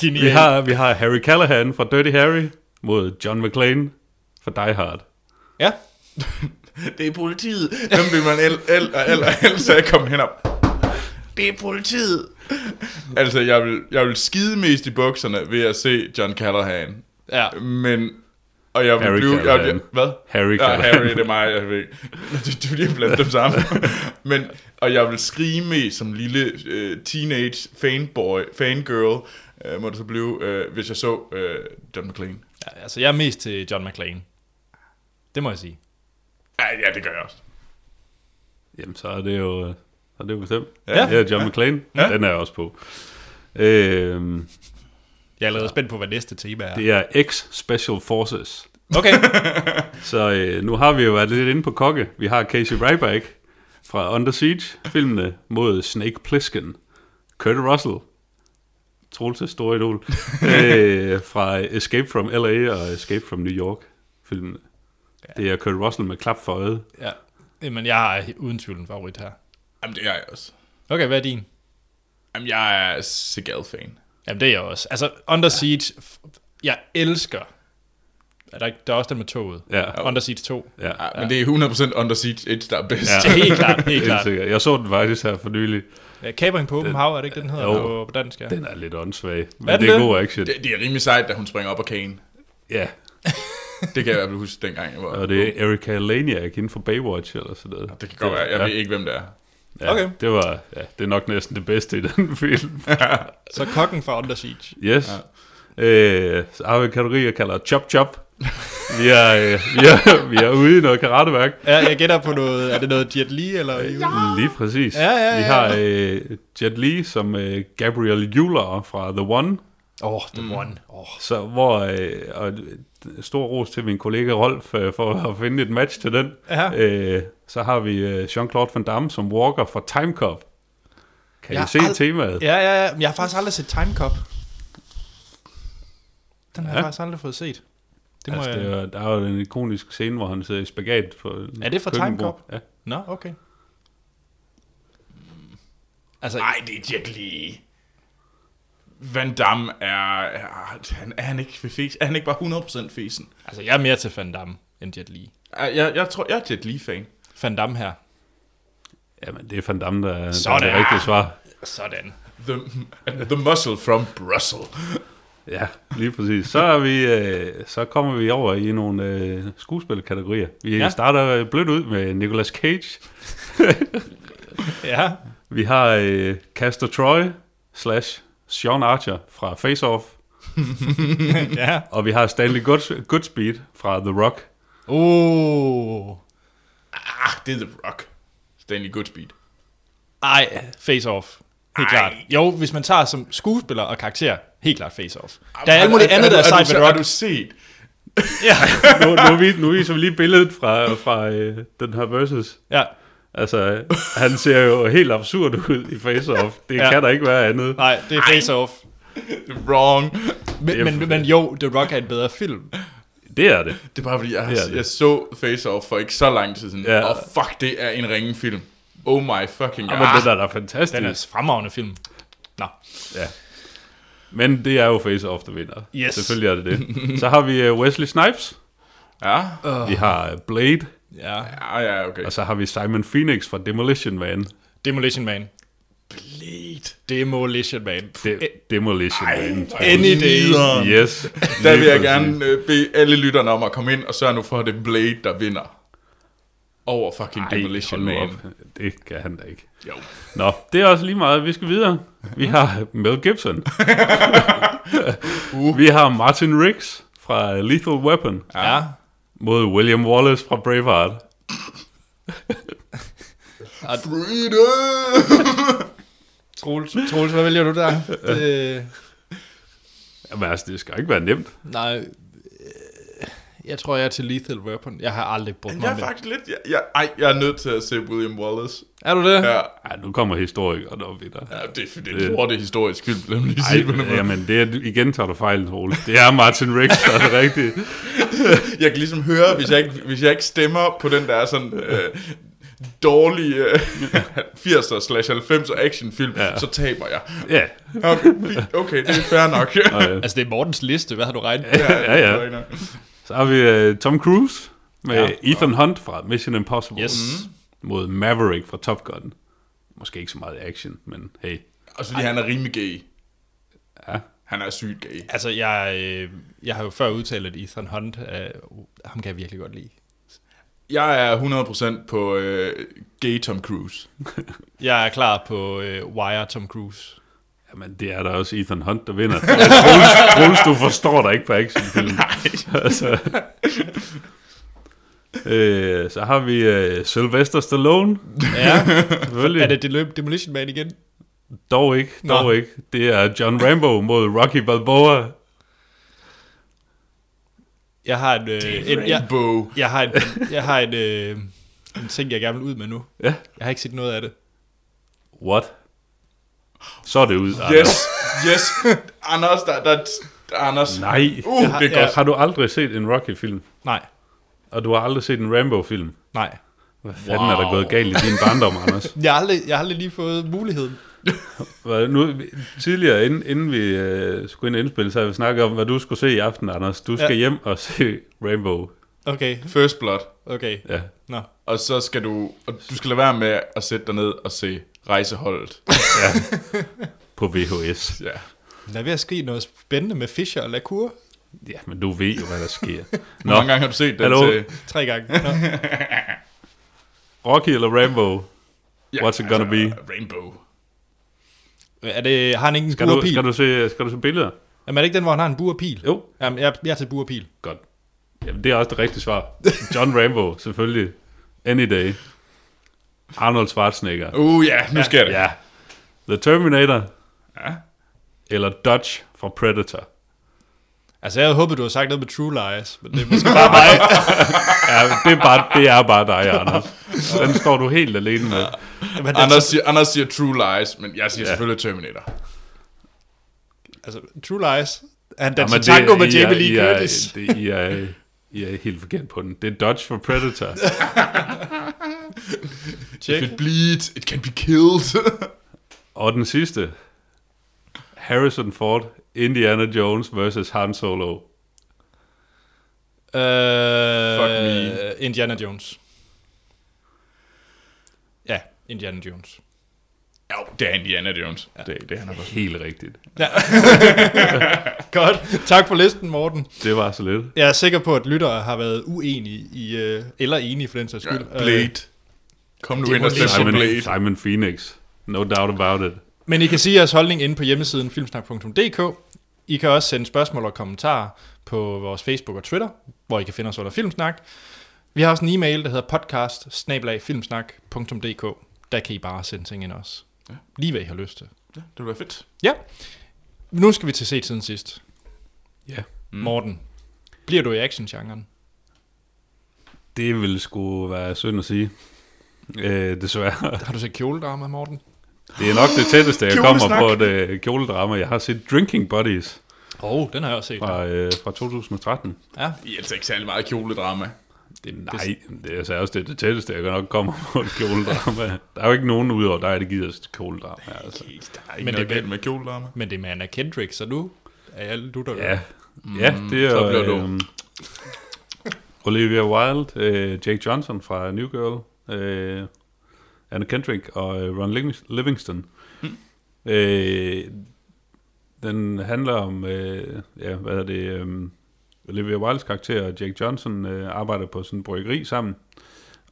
[SPEAKER 1] Genial.
[SPEAKER 3] Vi har, vi har Harry Callahan fra Dirty Harry mod John McClane fra Die Hard.
[SPEAKER 1] Ja,
[SPEAKER 2] Det er politiet. Dem vil man el, el, og el, og el, så jeg kom hen op. Det er politiet. Altså, jeg vil, jeg vil skide mest i bukserne ved at se John Callahan.
[SPEAKER 1] ja.
[SPEAKER 2] Men... Og jeg vil
[SPEAKER 3] Harry
[SPEAKER 2] blive... Jeg,
[SPEAKER 3] Callahan.
[SPEAKER 2] vil- hvad?
[SPEAKER 3] Harry
[SPEAKER 2] Ja,
[SPEAKER 3] Callahan.
[SPEAKER 2] Harry, det er mig, jeg ved. ikke. Det er fordi, jeg blandt dem sammen. Men, og jeg vil skrige med som lille øh, teenage fanboy, fangirl, øh, må det så blive, øh, hvis jeg så øh, John McClane.
[SPEAKER 1] Ja, Altså, jeg er mest til John McClane. Det må jeg sige.
[SPEAKER 2] Ja, ja, det gør jeg også.
[SPEAKER 3] Jamen, så er det jo, øh, så er det jo bestemt.
[SPEAKER 1] Ja.
[SPEAKER 3] Ja, ja John ja. McClane, ja. den er jeg også på. Øhm,
[SPEAKER 1] Jeg er allerede spændt på, hvad næste tema er.
[SPEAKER 3] det er X Special Forces.
[SPEAKER 1] Okay,
[SPEAKER 3] Så øh, nu har vi jo været lidt inde på kokke. Vi har Casey Ryback fra Under Siege-filmene mod Snake Plissken, Kurt Russell, Troels' store idol, øh, fra Escape from L.A. og Escape from New York-filmene. Ja. Det er Kurt Russell med klap for øjet.
[SPEAKER 1] Ja. Jamen, jeg er uden tvivl en favorit her.
[SPEAKER 2] Jamen, det er jeg også.
[SPEAKER 1] Okay, hvad er din?
[SPEAKER 2] Jamen, jeg er Seagal-fan.
[SPEAKER 1] Jamen, det er jeg også. Altså, Under Siege, f- jeg elsker. Er der, ikke, der er også den med toget.
[SPEAKER 3] Ja,
[SPEAKER 1] Under Siege 2.
[SPEAKER 3] ja.
[SPEAKER 2] Ja, men det er 100% Under Siege 1, der er bedst.
[SPEAKER 3] Ja.
[SPEAKER 2] Ja.
[SPEAKER 1] Det er helt klart, helt klart.
[SPEAKER 3] sikkert. Jeg så den faktisk her for nylig.
[SPEAKER 1] Ja, Cabring Øh, på åben hav, er det ikke det, den hedder
[SPEAKER 3] Jo.
[SPEAKER 1] på, på dansk? Ja.
[SPEAKER 3] Den er lidt åndssvag, men
[SPEAKER 1] Er den
[SPEAKER 3] det er
[SPEAKER 1] det?
[SPEAKER 3] god action.
[SPEAKER 2] Det, det, er rimelig sejt, da hun springer op af kagen.
[SPEAKER 3] Ja,
[SPEAKER 2] Det kan jeg i hvert fald huske dengang, jeg var...
[SPEAKER 3] og det er Erika Laniak inden for Baywatch eller sådan noget.
[SPEAKER 2] det kan godt være. Jeg ved ikke, hvem det er.
[SPEAKER 3] Ja,
[SPEAKER 1] Okay.
[SPEAKER 3] Det var, ja, det er nok næsten det bedste i den film.
[SPEAKER 1] Så kokken fra Under Siege.
[SPEAKER 3] Yes. Ja. Øh, så har vi en kategori, jeg kalder Chop Chop. Vi er, øh, vi er, vi er ude i noget karateværk.
[SPEAKER 1] Ja, jeg gætter på noget, er det noget Jet Li, eller? Ja.
[SPEAKER 3] Lige præcis.
[SPEAKER 1] Ja, ja, ja.
[SPEAKER 3] Vi har øh, Jet Li som øh, Gabriel Euler fra The One.
[SPEAKER 1] Åh, oh, The One. Oh.
[SPEAKER 3] Så hvor, øh, og stor ros til min kollega Rolf øh, for at finde et match til den.
[SPEAKER 1] Ja.
[SPEAKER 3] Øh, så har vi øh, Jean-Claude Van Damme som Walker fra Time Cop. Kan
[SPEAKER 1] Jeg
[SPEAKER 3] I se
[SPEAKER 1] har ald-
[SPEAKER 3] temaet?
[SPEAKER 1] Ja, ja, ja. Men Jeg har faktisk aldrig set Time Cop. Den har ja. jeg
[SPEAKER 3] Ja.
[SPEAKER 1] faktisk aldrig fået set. Det må
[SPEAKER 3] altså,
[SPEAKER 1] jeg...
[SPEAKER 3] det er, jo- der er jo den ikoniske scene, hvor han sidder i spagat på en
[SPEAKER 1] Er det fra Time
[SPEAKER 3] køkkenbord.
[SPEAKER 1] Cop?
[SPEAKER 3] Ja.
[SPEAKER 1] Nå, okay. Altså,
[SPEAKER 2] Nej, det er Jet Li. Van Damme er... er han, er, han ikke fes, er han ikke bare 100% fesen?
[SPEAKER 1] altså, jeg er mere til Van Damme end Jet Li.
[SPEAKER 2] Er- Jeg, jeg tror, jeg er Jet Li-fan.
[SPEAKER 1] Van Damme her.
[SPEAKER 3] Jamen, det er Van Damme, der, der er
[SPEAKER 1] Sådan.
[SPEAKER 3] det rigtige svar.
[SPEAKER 1] Sådan.
[SPEAKER 2] The, the muscle from Brussels.
[SPEAKER 3] Ja, lige præcis. Så, er vi, øh, så kommer vi over i nogle øh, skuespilkategorier. Vi
[SPEAKER 1] Ja.
[SPEAKER 3] ja. starter øh, blødt ud med Nicolas Cage.
[SPEAKER 1] Ja.
[SPEAKER 3] Vi har øh, Caster Troy slash Sean Archer fra Face Off.
[SPEAKER 1] ja.
[SPEAKER 3] Og vi har Stanley Goods- Goodspeed fra The Rock.
[SPEAKER 1] Uh.
[SPEAKER 2] Ah, det er The Rock. Stanley Goodspeed.
[SPEAKER 1] Ej, face off. Helt
[SPEAKER 2] Ej.
[SPEAKER 1] klart. Jo, hvis man tager som skuespiller og karakter, helt klart face off. Der er
[SPEAKER 2] Har-
[SPEAKER 1] alt muligt
[SPEAKER 2] har-
[SPEAKER 1] andet, der er
[SPEAKER 2] har- har
[SPEAKER 1] sejt
[SPEAKER 2] du-
[SPEAKER 1] ved
[SPEAKER 2] Har
[SPEAKER 1] Rock.
[SPEAKER 2] du set?
[SPEAKER 1] Ja.
[SPEAKER 3] Nu, nu, vi, nu viser vi lige billedet fra, fra øh, den her versus.
[SPEAKER 1] ja.
[SPEAKER 3] Altså, øh, han ser jo helt absurd ud i Face Off. Det
[SPEAKER 1] Ja.
[SPEAKER 3] ja. kan der ikke være andet.
[SPEAKER 1] Nej, det er face off.
[SPEAKER 2] Wrong.
[SPEAKER 1] Men,
[SPEAKER 3] Det er
[SPEAKER 1] men,
[SPEAKER 3] for-
[SPEAKER 1] men jo, The Rock er en bedre film.
[SPEAKER 3] Det er det.
[SPEAKER 2] Det er bare fordi, jeg, har,
[SPEAKER 3] Det er det.
[SPEAKER 2] jeg så Face Off for ikke så lang tid siden.
[SPEAKER 3] Ja.
[SPEAKER 2] Og fuck, det er en ringe film. Oh my fucking god.
[SPEAKER 3] Jamen, den er da fantastisk.
[SPEAKER 1] Den er fremragende film. Nå.
[SPEAKER 3] Ja. Men det er jo Face Off, der vinder.
[SPEAKER 1] Yes.
[SPEAKER 3] Selvfølgelig er det det. Så har vi øh, Wesley Snipes,
[SPEAKER 2] Ja,
[SPEAKER 3] vi har øh, Blade,
[SPEAKER 1] Ja.
[SPEAKER 2] ja, ja okay.
[SPEAKER 3] og så har vi Simon Phoenix fra Demolition Man.
[SPEAKER 1] Demolition Man.
[SPEAKER 2] Blade.
[SPEAKER 1] Demolition Man.
[SPEAKER 3] De- Demolition Man.
[SPEAKER 1] Any day.
[SPEAKER 3] Yes.
[SPEAKER 2] Der
[SPEAKER 3] lige
[SPEAKER 2] vil jeg
[SPEAKER 3] præcis.
[SPEAKER 2] gerne øh, bede alle lytterne om at komme ind og sørge nu for, at det er Blade, der vinder. Over fucking
[SPEAKER 3] Ej,
[SPEAKER 2] Demolition
[SPEAKER 3] hold nu
[SPEAKER 2] Man.
[SPEAKER 3] op. Det kan han da ikke.
[SPEAKER 2] Jo.
[SPEAKER 3] Nå, det er også lige meget. Vi skal videre. Vi har Mel Gibson.
[SPEAKER 2] Uh.
[SPEAKER 3] Vi har Martin Riggs fra øh, Lethal Weapon
[SPEAKER 1] Ja.
[SPEAKER 3] mod William Wallace fra Braveheart.
[SPEAKER 2] Freedom!
[SPEAKER 1] Troels, Troels, hvad vælger du der? Det,
[SPEAKER 3] Jamen altså, det skal ikke være nemt.
[SPEAKER 1] nej. øh, Jeg tror, jeg er til Lethal Weapon. Jeg har aldrig brugt mig
[SPEAKER 2] Jeg er
[SPEAKER 1] med.
[SPEAKER 2] faktisk lidt... Jeg, jeg, ej, jeg er nødt til at se William Wallace.
[SPEAKER 1] Er du det?
[SPEAKER 2] Ja,
[SPEAKER 3] Ej, nu kommer historikeren op i dig.
[SPEAKER 2] ja det, det, det, det, det er historisk skyld, lad mig lige sige. på den
[SPEAKER 3] Ej,
[SPEAKER 2] måde.
[SPEAKER 3] jamen, det er, igen tager du fejl, Troels. Det er Martin Riggs, der er det rigtige.
[SPEAKER 2] Jeg kan ligesom høre, hvis jeg ikke, hvis jeg ikke stemmer på den der sådan øh, dårlige øh, 80'er slash 90'er actionfilm, ja.
[SPEAKER 3] Ja.
[SPEAKER 2] så taber jeg.
[SPEAKER 3] Ja,
[SPEAKER 2] Okay, fint. okay, det er fair nok.
[SPEAKER 3] og, øh,
[SPEAKER 1] Altså, det er Mortens liste. Hvad har du regnet?
[SPEAKER 3] ja,
[SPEAKER 2] det er
[SPEAKER 3] ja.
[SPEAKER 2] rigtig nok.
[SPEAKER 3] Så har vi uh, Tom Cruise med
[SPEAKER 1] Ja.
[SPEAKER 3] Ethan Hunt fra Mission Impossible Mm-hmm.
[SPEAKER 1] Yes.
[SPEAKER 3] mod Maverick fra Top Gun. Måske ikke så meget action, men hey.
[SPEAKER 2] Også fordi han er rimelig gay.
[SPEAKER 3] Ja.
[SPEAKER 2] Han er sygt gay.
[SPEAKER 1] Altså, jeg, øh, jeg har jo før udtalt, at Ethan Hunt, øh, ham kan jeg virkelig godt lide.
[SPEAKER 2] Jeg er 100% på øh, gay Tom Cruise.
[SPEAKER 1] Jeg er klar på øh, Wire Tom Cruise.
[SPEAKER 3] Jamen, det er der også Ethan Hunt, der vinder. Troels, Troels, du forstår dig ikke på actionfilm. Nej. altså. øh, så har vi øh, Sylvester Stallone.
[SPEAKER 1] Ja.
[SPEAKER 3] Selvfølgelig.
[SPEAKER 1] er det, det løb Demolition Man igen?
[SPEAKER 3] Dog ikke, dog
[SPEAKER 1] Nå.
[SPEAKER 3] ikke. Det er John Rambo mod Rocky Balboa.
[SPEAKER 1] Jeg har en... Øh, en jeg,
[SPEAKER 2] Rainbow.
[SPEAKER 1] jeg har en... Jeg har en øh, en ting, jeg gerne vil ud med nu.
[SPEAKER 3] Ja.
[SPEAKER 1] Jeg har ikke set noget af det.
[SPEAKER 3] What? Så er det ud,
[SPEAKER 2] Yes,
[SPEAKER 3] Anders.
[SPEAKER 2] yes. Anders, der, der, der Anders.
[SPEAKER 3] Nej.
[SPEAKER 2] Uh, det er
[SPEAKER 3] Ja.
[SPEAKER 2] godt.
[SPEAKER 3] Har du aldrig set en Rocky-film?
[SPEAKER 1] Nej,
[SPEAKER 3] Og du har aldrig set en Rambo-film?
[SPEAKER 1] nej.
[SPEAKER 3] Hvad fanden er der
[SPEAKER 2] Wow.
[SPEAKER 3] gået galt i din barndom, Anders?
[SPEAKER 1] Jeg har aldrig, jeg har aldrig lige fået muligheden.
[SPEAKER 3] Hvad- Nu, tidligere, inden, inden vi øh, skulle ind og indspille, så havde vi snakket om, hvad du skulle se i aften, Anders. Du skal
[SPEAKER 1] Ja.
[SPEAKER 3] ja. hjem og se Rainbow.
[SPEAKER 1] Okay,
[SPEAKER 2] First Blood.
[SPEAKER 1] okay.
[SPEAKER 3] Ja.
[SPEAKER 1] Nå.
[SPEAKER 2] Og så skal du, og du skal lade være med at sætte dig ned og se rejseholdet.
[SPEAKER 3] ja. På VHS.
[SPEAKER 2] Ja.
[SPEAKER 1] Der er ved at ske noget spændende med Fischer og Lacour.
[SPEAKER 3] Ja, men du ved jo, hvad der sker.
[SPEAKER 2] Hvor mange gange har du set den
[SPEAKER 3] Hallo?
[SPEAKER 2] til?
[SPEAKER 1] Tre gange. Nå.
[SPEAKER 3] Rocky eller Rambo? What's it gonna
[SPEAKER 2] be? altså, Rainbow.
[SPEAKER 1] Er det, har han ikke en
[SPEAKER 3] Skal du,
[SPEAKER 1] buerpil?
[SPEAKER 3] skal, du se, skal du se billeder?
[SPEAKER 1] Jamen, er det ikke den, hvor han har en buerpil?
[SPEAKER 3] Jo,
[SPEAKER 1] Jamen, jeg, jeg er til buerpil.
[SPEAKER 3] godt. Jamen, det er også det rigtige svar. John Rambo, selvfølgelig. Any day. Arnold Schwarzenegger.
[SPEAKER 2] Uh ja, nu sker det.
[SPEAKER 3] Ja. The Terminator
[SPEAKER 2] Ja.
[SPEAKER 3] eller Dodge fra Predator.
[SPEAKER 1] Altså, jeg havde håbet, du havde sagt noget med True Lies, men det er måske bare mig.
[SPEAKER 3] Ja, det er bare, det er bare dig, Anders. Den står du helt alene med.
[SPEAKER 1] Jamen, det,
[SPEAKER 2] Anders, siger, Anders siger True Lies, men jeg siger
[SPEAKER 3] Ja.
[SPEAKER 2] selvfølgelig Terminator.
[SPEAKER 1] Altså, True Lies. Han danser
[SPEAKER 3] Jamen,
[SPEAKER 1] ja, tango med
[SPEAKER 3] I er-
[SPEAKER 1] Jamie Lee
[SPEAKER 3] I er-
[SPEAKER 1] Curtis.
[SPEAKER 3] det- I er, I er helt forkert på den. Det er Dodge for Predator.
[SPEAKER 2] If
[SPEAKER 1] Check.
[SPEAKER 2] it bleeds, it can be killed.
[SPEAKER 3] Og den sidste. Harrison Ford, Indiana Jones versus Han Solo.
[SPEAKER 1] Øh,
[SPEAKER 2] Fuck me.
[SPEAKER 1] Indiana Jones. Ja, Indiana Jones.
[SPEAKER 2] Ja, det er Indiana Jones. Ja. Det, det er han også.
[SPEAKER 3] Helt rigtigt.
[SPEAKER 1] Ja. Godt. Tak for listen, Morten.
[SPEAKER 3] Det var så lidt.
[SPEAKER 1] Jeg er sikker på, at lyttere har været uenige i, øh, eller enige for den sags skyld. Øh,
[SPEAKER 2] Ja, Blade. Kom nu ind og stem på
[SPEAKER 3] Simon,
[SPEAKER 2] Blade.
[SPEAKER 3] Simon Phoenix. No doubt about it.
[SPEAKER 1] Men I kan sige jeres holdning inde på hjemmesiden filmsnak.dk. I kan også sende spørgsmål og kommentarer på vores Facebook og Twitter, hvor I kan finde os under Filmsnak. Vi har også en e-mail, der hedder podcast Der kan I bare sende ting ind også.
[SPEAKER 2] Ja.
[SPEAKER 1] Lige hvad I har lyst til.
[SPEAKER 2] Ja, det ville være fedt.
[SPEAKER 1] Ja, nu skal vi til set siden sidst.
[SPEAKER 3] Ja.
[SPEAKER 1] Mm. Morten, bliver du i actiongenren?
[SPEAKER 3] Det ville sgu være synd at sige. Øh, desværre.
[SPEAKER 1] Har du set kjoledrama, Morten?
[SPEAKER 3] Det er nok det tætteste, jeg
[SPEAKER 2] Kjolesnak.
[SPEAKER 3] kommer på et øh, kjoledrama. Jeg har set Drinking Buddies
[SPEAKER 1] Åh, oh, den har jeg også set.
[SPEAKER 3] fra, øh, fra 2013.
[SPEAKER 1] Ja.
[SPEAKER 2] I er altså ikke særlig meget kjoledrama.
[SPEAKER 3] Det, nej, det er altså også det, det tætteste, jeg nok kommer på et kjoledrama. Der er jo ikke nogen udover dig, der gider et kjoledrama. Altså.
[SPEAKER 2] Der er
[SPEAKER 1] Men
[SPEAKER 2] ikke men
[SPEAKER 1] det er
[SPEAKER 2] noget galt
[SPEAKER 1] vel-
[SPEAKER 2] med kjoledrama.
[SPEAKER 1] Men det er med Anna Kendrick, så nu er jeg lutter.
[SPEAKER 3] Ja. ja, det er
[SPEAKER 2] Mm, så
[SPEAKER 3] jo,
[SPEAKER 2] bliver du.
[SPEAKER 3] øhm, Olivia Wilde, øh, Jake Johnson fra New Girl, øh, Anna Kendrick og øh, Ron Livings- Livingston.
[SPEAKER 2] Mm.
[SPEAKER 3] Øh, den handler om, øh, ja, hvad er det, øh, Olivia Wildes karakter og Jake Johnson øh, arbejder på sådan en bryggeri sammen,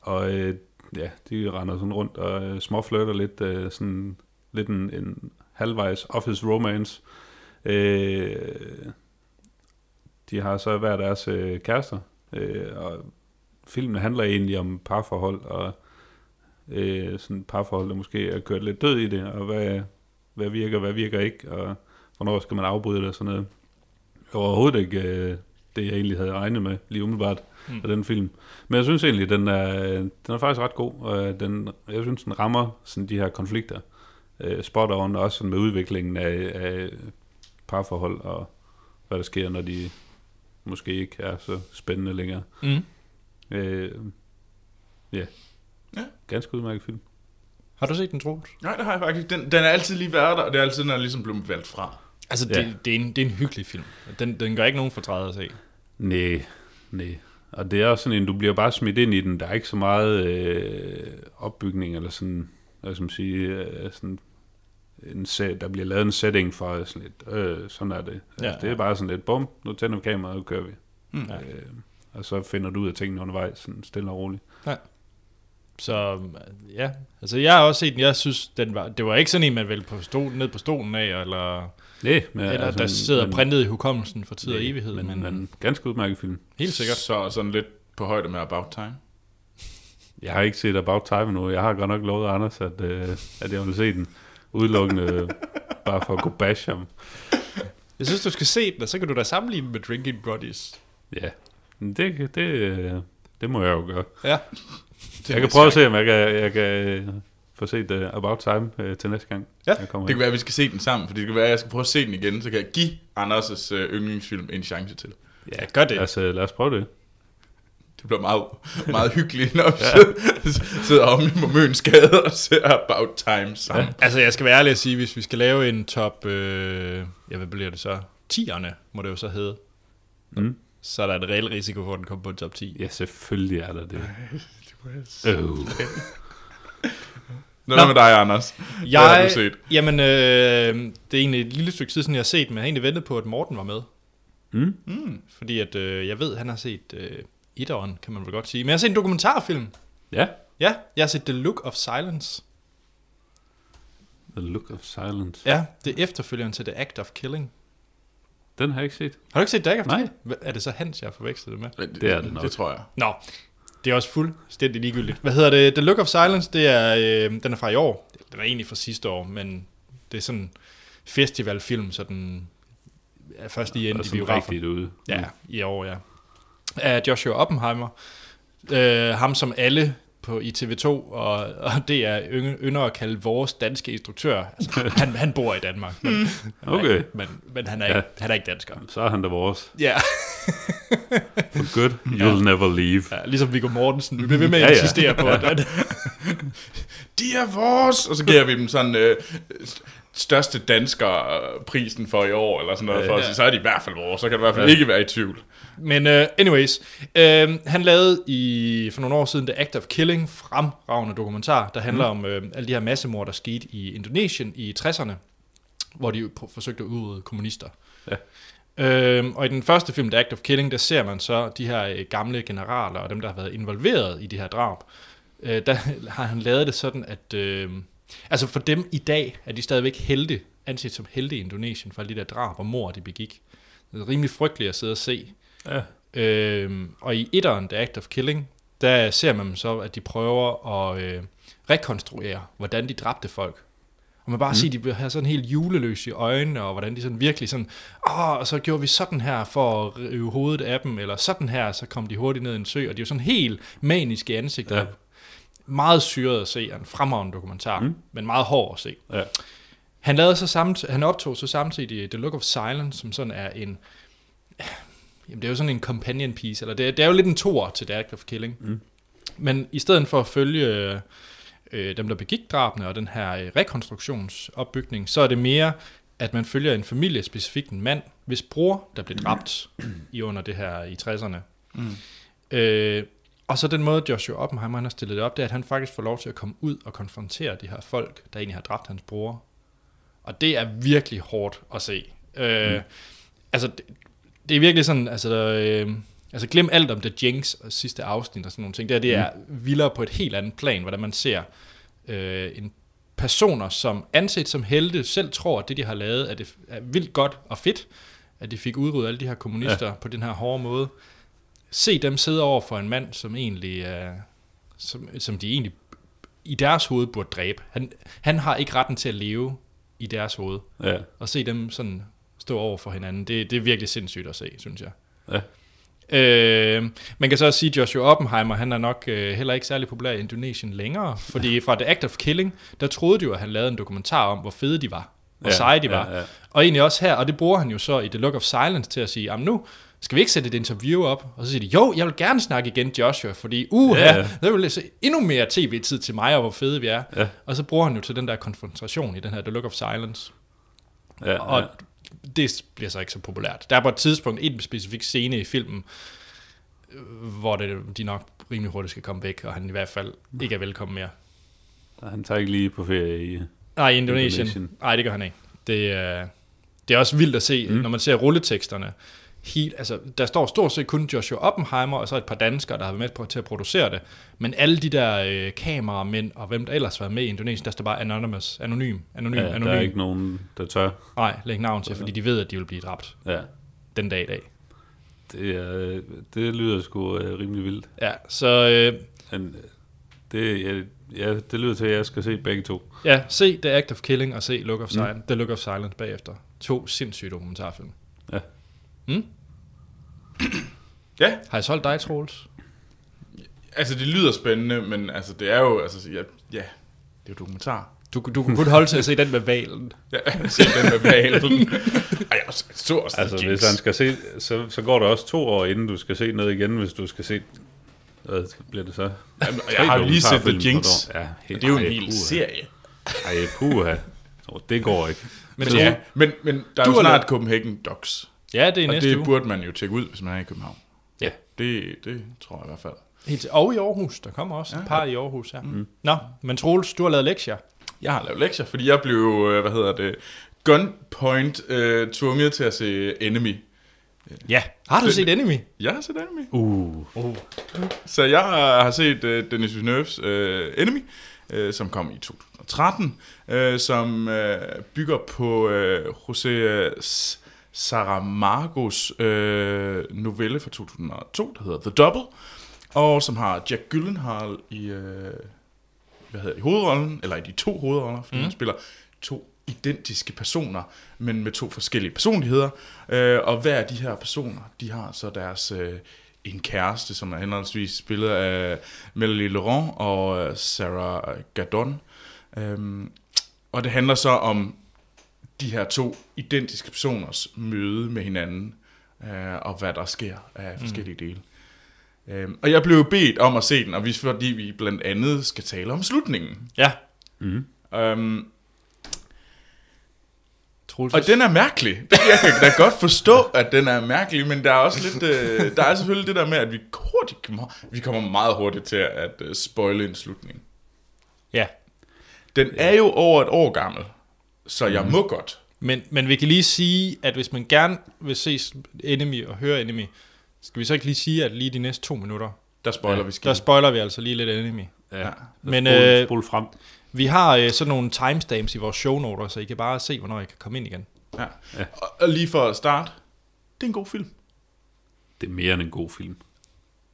[SPEAKER 3] og øh, ja, de render sådan rundt og øh, småflirter lidt, øh, sådan lidt en, en halvvejs office romance. Øh, de har så hver deres øh, kærester, øh, og filmen handler egentlig om parforhold, og øh, sådan parforhold, der måske er kørt lidt død i det, og hvad, hvad virker, hvad virker ikke, og hvornår skal man afbryde det og sådan noget. Overhovedet ikke øh, det, jeg egentlig havde regnet med lige umiddelbart
[SPEAKER 1] Mm.
[SPEAKER 3] mm. af den film. Men jeg synes egentlig, den er, den er faktisk ret god, og øh, den, jeg synes, den rammer sådan de her konflikter øh, spot on, også sådan med udviklingen af, af parforhold og hvad der sker, når de måske ikke er så spændende længere.
[SPEAKER 1] Mm.
[SPEAKER 3] Øh, ja.
[SPEAKER 2] Ja.
[SPEAKER 3] Ganske udmærket film.
[SPEAKER 1] Har du set den, Troels?
[SPEAKER 2] Nej, det har jeg faktisk. Den, den er altid lige været der, og det er altid, den er ligesom blevet valgt fra.
[SPEAKER 1] Altså, det,
[SPEAKER 3] Ja.
[SPEAKER 1] det, er en, det er en hyggelig film. Den, den gør ikke nogen fortræde at se.
[SPEAKER 3] Nej, nej. Og det er også sådan en, du bliver bare smidt ind i den. Der er ikke så meget øh, opbygning eller sådan, hvad skal man sige, øh, sådan en set, der bliver lavet en setting for sådan lidt, øh, sådan er det. Altså,
[SPEAKER 1] Ja,
[SPEAKER 3] det er
[SPEAKER 1] ja.
[SPEAKER 3] bare sådan lidt, bum, nu tænder vi kameraet, og kører vi.
[SPEAKER 2] Mm.
[SPEAKER 1] Ja.
[SPEAKER 3] Øh, og så finder du ud af tingene undervejs, sådan stille og roligt.
[SPEAKER 1] Så ja, altså jeg har også set den. Jeg synes, den var, det var ikke sådan en, man vælte på stolen, ned på stolen af, eller,
[SPEAKER 3] Nej, men,
[SPEAKER 1] ja, eller
[SPEAKER 3] altså,
[SPEAKER 1] der sidder
[SPEAKER 3] men-
[SPEAKER 1] printet i hukommelsen for tid og
[SPEAKER 3] næ,
[SPEAKER 1] evighed.
[SPEAKER 3] Men, men, men ganske udmærket film.
[SPEAKER 1] helt sikkert.
[SPEAKER 2] Så sådan lidt på højde med About Time.
[SPEAKER 3] Jeg har ikke set About Time nu. Jeg har godt nok lovet Anders, at, øh, at jeg vil se den udelukkende, øh, bare for at kunne bash ham.
[SPEAKER 1] Jeg synes, du skal se den, og så kan du da sammenligne den med Drinking Buddies.
[SPEAKER 3] Ja, Men det, det, øh, det må jeg jo gøre.
[SPEAKER 1] Ja.
[SPEAKER 3] Jeg kan prøve at se, om jeg kan, jeg kan øh, få set uh, About Time uh, til næste gang.
[SPEAKER 1] Ja,
[SPEAKER 3] jeg kommer
[SPEAKER 2] Det
[SPEAKER 3] det
[SPEAKER 2] kan være, at vi skal se den sammen, for det kan være, at jeg skal prøve at se den igen, så kan jeg give Anders' øh, yndlingsfilm en chance til.
[SPEAKER 1] Ja, gør det.
[SPEAKER 3] Lad os, øh, lad os prøve det.
[SPEAKER 2] Det bliver meget, meget hyggeligt, når vi ja. sidder om i Mønsgade og ser About Time sammen. Ja.
[SPEAKER 1] Altså, jeg skal være ærlig og sige, hvis vi skal lave en top... Øh, ja, hvad bliver det så? 10'erne, må det jo så hedde.
[SPEAKER 3] Mm.
[SPEAKER 1] Så er der en reel risiko for, at den kommer på en top 10.
[SPEAKER 3] Ja, selvfølgelig er der det.
[SPEAKER 2] Yes.
[SPEAKER 3] Øh.
[SPEAKER 2] Nå, Nå, med dig, Anders. Hvad har du set?
[SPEAKER 1] Jamen, øh, det er egentlig et lille stykke tid siden, jeg har set, men jeg har egentlig ventet på, at Morten var med.
[SPEAKER 3] Mm.
[SPEAKER 2] Mm.
[SPEAKER 1] Fordi at, øh, jeg ved, at han har set øh, etteren, kan man vel godt sige. Men jeg har set en dokumentarfilm.
[SPEAKER 3] Ja,
[SPEAKER 1] Ja, jeg har set The Look of Silence.
[SPEAKER 3] The Look of Silence.
[SPEAKER 1] Ja, det er efterfølgeren til The Act of Killing.
[SPEAKER 3] Den har jeg ikke set.
[SPEAKER 1] Har du ikke set The Act of
[SPEAKER 3] Nej.
[SPEAKER 1] Hva- Er det så Hans, jeg har forvekslet det med?
[SPEAKER 3] Det er det nok.
[SPEAKER 2] Øh, Det tror jeg.
[SPEAKER 1] Nå, det er også fuldstændig ligegyldigt. Hvad hedder det? The Look of Silence, det er, øh, den er fra i år. Den er egentlig fra sidste år, men det er sådan en festivalfilm, så den er først lige
[SPEAKER 3] Den er
[SPEAKER 1] inde i
[SPEAKER 3] sådan
[SPEAKER 1] biografen.
[SPEAKER 3] rigtigt ude.
[SPEAKER 1] Ja, i år, ja. Af Joshua Oppenheimer. Øh, ham som alle på i TV2, og, og det er ynder at kalde vores danske instruktør. Altså, han, han bor i Danmark, men,
[SPEAKER 3] Okay.
[SPEAKER 1] men, men han, er ikke, han er ikke dansker.
[SPEAKER 3] Mm. Så er han da vores.
[SPEAKER 1] Ja.
[SPEAKER 3] For good, you'll never leave.
[SPEAKER 1] ja, ligesom Viggo Mortensen. Vi bliver ved med at
[SPEAKER 3] Ja, ja.
[SPEAKER 1] insistere på, at, at
[SPEAKER 2] De er vores! Og så giver vi dem sådan øh, st- største danskerprisen for i år, eller sådan noget, for at sige, så er de i hvert fald vores, så kan du i hvert fald ikke være i tvivl.
[SPEAKER 1] Men uh, anyways, uh, han lavede i, for nogle år siden The Act of Killing, fremragende dokumentar, der handler mm. om uh, alle de her massemord, der skete i Indonesien i 60'erne, hvor de pr- forsøgte at udrydde kommunister.
[SPEAKER 3] Ja.
[SPEAKER 1] Øhm, og i den første film, The Act of Killing, der ser man så de her øh, gamle generaler og dem, der har været involveret i de her drab. Øh, der har han lavet det sådan, at øh, altså for dem i dag er de stadigvæk helte, anset som helte i Indonesien for alle de der drab og mor, de begik. Det er rimelig frygteligt at sidde og se.
[SPEAKER 3] Ja.
[SPEAKER 1] Øhm, og i etteren, The Act of Killing, der ser man dem så, at de prøver at øh, rekonstruere, hvordan de dræbte folk. Og man bare mm. siger, at de har sådan helt juleløse i øjnene, og hvordan de sådan virkelig sådan, åh, og så gjorde vi sådan her for at rive hovedet af dem, eller sådan her, så kom de hurtigt ned i en sø, og de er jo sådan helt maniske ansigter. Ja.
[SPEAKER 3] Ja.
[SPEAKER 1] Meget syret at se, og en fremragende dokumentar, mm. men meget hård at se.
[SPEAKER 3] Ja.
[SPEAKER 1] Han, lavede så samt, han optog så samtidig The Look of Silence, som sådan er en... Jamen, det er jo sådan en companion piece, eller det er, det er jo lidt en tor til The Act of Killing. Mm. Men i stedet for at følge øh, øh, dem, der begik drabene, og den her øh, rekonstruktionsopbygning, så er det mere, at man følger en familie, specifikt en mand, hvis bror, der blev dræbt i under det her i 60'erne. Mm. Øh, og så den måde, Joshua Oppenheimer han har stillet det op, det er, at han faktisk får lov til at komme ud og konfrontere de her folk, der egentlig har dræbt hans bror, og det er virkelig hårdt at se. Øh, mm. Altså, det, det er virkelig sådan, altså, øh, altså glem alt om The Jinx og sidste afsnit og sådan nogle ting. Det, her, det er vildere på et helt andet plan, hvordan man ser øh, en personer, som anset som helte, selv tror, at det, de har lavet, er, det, er vildt godt og fedt, at de fik udryddet alle de her kommunister ja. på den her hårde måde. Se dem sidde over for en mand, som egentlig, øh, som, som de egentlig i deres hoved burde dræbe. Han, han har ikke retten til at leve i deres hoved.
[SPEAKER 3] Ja.
[SPEAKER 1] Og se dem sådan stå over for hinanden, det, det er virkelig sindssygt at se, synes jeg.
[SPEAKER 3] Ja.
[SPEAKER 1] Øh, man kan så også sige, at Joshua Oppenheimer, han er nok øh, heller ikke særlig populær i Indonesien længere, fordi fra The Act of Killing, der troede de jo, at han lavede en dokumentar om, hvor fede de var, hvor
[SPEAKER 3] Ja,
[SPEAKER 1] seje de
[SPEAKER 3] ja,
[SPEAKER 1] var.
[SPEAKER 3] ja.
[SPEAKER 1] Og egentlig også her, og det bruger han jo så i The Look of Silence til at sige, jamen nu skal vi ikke sætte et interview op? Og så siger de, jo, jeg vil gerne snakke igen, Joshua, fordi uha,
[SPEAKER 3] Ja,
[SPEAKER 1] yeah.
[SPEAKER 3] ja.
[SPEAKER 1] der vil jeg se endnu mere tv-tid til mig, og hvor fede vi er.
[SPEAKER 3] Ja.
[SPEAKER 1] Og så bruger han jo til den der konfrontation i den her The Look of Silence.
[SPEAKER 3] Ja.
[SPEAKER 1] Og
[SPEAKER 3] ja.
[SPEAKER 1] det bliver så ikke så populært. Der er på et tidspunkt en specifik scene i filmen, øh, hvor det, de nok rimelig hurtigt skal komme væk, og han i hvert fald ikke er velkommen mere.
[SPEAKER 3] Han tager ikke lige på ferie i...
[SPEAKER 1] Nej, i Indonesien.
[SPEAKER 3] Indonesien.
[SPEAKER 1] Nej, det gør han ikke. Det, øh, det er også vildt at se, mm. når man ser rulleteksterne. Helt, altså, der står stort set kun Joshua Oppenheimer, og så et par danskere, der har været med på, til at producere det. Men alle de der øh, kameramænd, og hvem der ellers har været med i Indonesien, der står bare anonymous, anonym, anonym,
[SPEAKER 3] Ja,
[SPEAKER 1] ja,
[SPEAKER 3] der er
[SPEAKER 1] anonym.
[SPEAKER 3] ikke nogen, der tør.
[SPEAKER 1] Nej, læg navn til, fordi de ved, at de vil blive dræbt
[SPEAKER 3] Ja.
[SPEAKER 1] den dag i dag.
[SPEAKER 3] Det, er, øh, det lyder sgu øh, rimelig vildt.
[SPEAKER 1] Ja, så øh,
[SPEAKER 3] Men øh, det, jeg, ja, det lyder til, at jeg skal se begge to.
[SPEAKER 1] Ja, se The Act of Killing og se Look of Silence, mm. The Look of Silence bagefter. To sindssyge dokumentarfilm.
[SPEAKER 3] Ja.
[SPEAKER 1] Mm?
[SPEAKER 2] Ja.
[SPEAKER 1] Har jeg solgt dig, Troels?
[SPEAKER 2] Altså, det lyder spændende, men altså, det er jo, altså, ja, ja det er jo dokumentar.
[SPEAKER 1] Du, du kunne kun holde til at se den med valen.
[SPEAKER 2] Ja, se den med valen. Ej, jeg så også
[SPEAKER 3] Altså,
[SPEAKER 2] Jinx.
[SPEAKER 3] hvis han skal se, så, så går der også to år, inden du skal se noget igen, hvis du skal se... Hvad bliver det så?
[SPEAKER 2] Jamen,
[SPEAKER 3] Tre
[SPEAKER 2] jeg har jo lige set The
[SPEAKER 3] dokumentarfilm på
[SPEAKER 2] Jinx.
[SPEAKER 3] et år. Ja,
[SPEAKER 2] Men
[SPEAKER 3] helt,
[SPEAKER 2] det er jo
[SPEAKER 3] ej,
[SPEAKER 2] en hel
[SPEAKER 3] puha.
[SPEAKER 2] serie.
[SPEAKER 3] Ej, puha. Nå, det går ikke.
[SPEAKER 1] Men,
[SPEAKER 2] Men, ja, men, men der er jo
[SPEAKER 1] Du har
[SPEAKER 2] snart
[SPEAKER 1] lavet-
[SPEAKER 2] Copenhagen Docs.
[SPEAKER 1] ja, det er
[SPEAKER 2] Og
[SPEAKER 1] næste
[SPEAKER 2] det
[SPEAKER 1] uge.
[SPEAKER 2] burde man jo tjekke ud, hvis man er i København.
[SPEAKER 3] Ja.
[SPEAKER 2] Det, det tror jeg i hvert fald.
[SPEAKER 1] Helt, til- og i Aarhus. Der kommer også ja. et par i Aarhus her. Mm. Nå, men Troels, du har lavet lektier.
[SPEAKER 2] Jeg har lavet lektier, fordi jeg blev, øh, hvad hedder det, gunpoint øh, tvunget til at se Enemy.
[SPEAKER 1] Ja. Har du
[SPEAKER 2] Det-
[SPEAKER 1] set Enemy?
[SPEAKER 2] Jeg har set Enemy.
[SPEAKER 3] Uh.
[SPEAKER 2] Så jeg har set øh, Dennis Villeneuve's øh, Enemy, øh, som kom i 2013, øh, som øh, bygger på øh, José øh, S- Saramagos øh, novelle fra 2002, der hedder The Double, og som har Jack Gyllenhaal i, øh, hvad hedder det, i hovedrollen, eller i de to hovedroller, fordi mm. han spiller to identiske personer, men med to forskellige personligheder. Øh, og hver af de her personer, de har så deres øh, en kæreste, som er henholdsvis spillet af Melanie Laurent og øh, Sarah Gadon. Øhm, og det handler så om de her to identiske personers møde med hinanden, øh, og hvad der sker af forskellige mm. dele. Øhm, og jeg blev bedt om at se den, og vi, fordi vi blandt andet skal tale om slutningen.
[SPEAKER 1] Ja.
[SPEAKER 2] Øhm,
[SPEAKER 1] Troels.
[SPEAKER 2] og den er mærkelig. Jeg kan da godt forstå, at den er mærkelig, men der er også lidt... Øh, der er selvfølgelig det der med, at vi hurtigt kommer, vi kommer meget hurtigt til at øh, spoile en slutning.
[SPEAKER 1] Ja.
[SPEAKER 2] Den er jo over et år gammel, så jeg må godt.
[SPEAKER 1] Men, men vi kan lige sige, at hvis man gerne vil se Enemy og høre Enemy, skal vi så ikke lige sige, at lige de næste to minutter,
[SPEAKER 2] Der spoiler
[SPEAKER 3] Ja.
[SPEAKER 1] der
[SPEAKER 2] vi skidt.
[SPEAKER 1] spoiler vi altså lige lidt Enemy.
[SPEAKER 3] Ja.
[SPEAKER 1] Men,
[SPEAKER 3] Men, spol,
[SPEAKER 1] øh,
[SPEAKER 3] øh, spol frem.
[SPEAKER 1] Vi har øh, sådan nogle timestamps i vores shownoter, så I kan bare se, hvornår jeg kan komme ind igen.
[SPEAKER 2] Ja.
[SPEAKER 3] Ja.
[SPEAKER 2] Og, og lige for at starte, det er en god film.
[SPEAKER 3] Det er mere end en god film.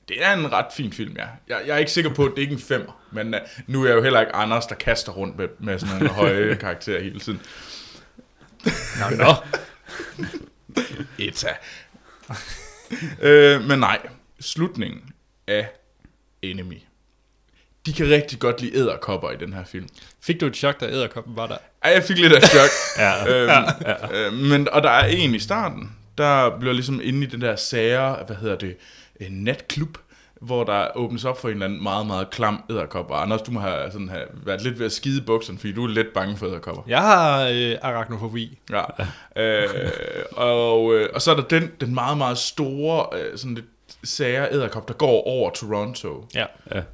[SPEAKER 2] Det er en ret fin film, ja. Jeg, jeg er ikke sikker på, at det ikke er en femmer, men uh, nu er jeg jo heller ikke Anders, der kaster rundt med, med sådan nogle høje karakterer hele tiden.
[SPEAKER 1] Nå, nå.
[SPEAKER 2] Eta. øh, men nej, slutningen af Enemy. De kan rigtig godt lide æderkopper i den her film.
[SPEAKER 1] Fik du et chok, da æderkoppen var der?
[SPEAKER 2] Ej, jeg fik lidt af chok.
[SPEAKER 3] Ja.
[SPEAKER 2] øhm, ja. øh, men, og der er en i starten, der bliver ligesom inde i den der sager, hvad hedder det, en natklub, hvor der åbnes op for en eller anden meget, meget klam æderkop. Og Anders, du må have, sådan have været lidt ved at skide i bukserne, fordi du er lidt bange for æderkopper.
[SPEAKER 1] Jeg har øh, arachnofobi.
[SPEAKER 2] Ja. Øh, og, øh, og så er der den, den meget, meget store øh, sådan lidt sager æderkop, der går over Toronto.
[SPEAKER 1] Ja.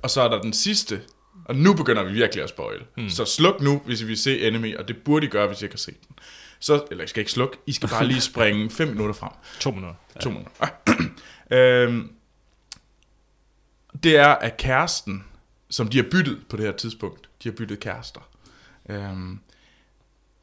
[SPEAKER 2] Og så er der den sidste, og nu begynder vi virkelig at spoil. Mm. Så sluk nu, hvis I vil se Enemy, og det burde I gøre, hvis I ikke har set den. Så, eller I skal ikke slukke, I skal bare lige springe 5 minutter frem.
[SPEAKER 1] To minutter.
[SPEAKER 2] To minutter. øhm, det er, at kæresten, som de har byttet på det her tidspunkt, de har byttet kærester, øhm,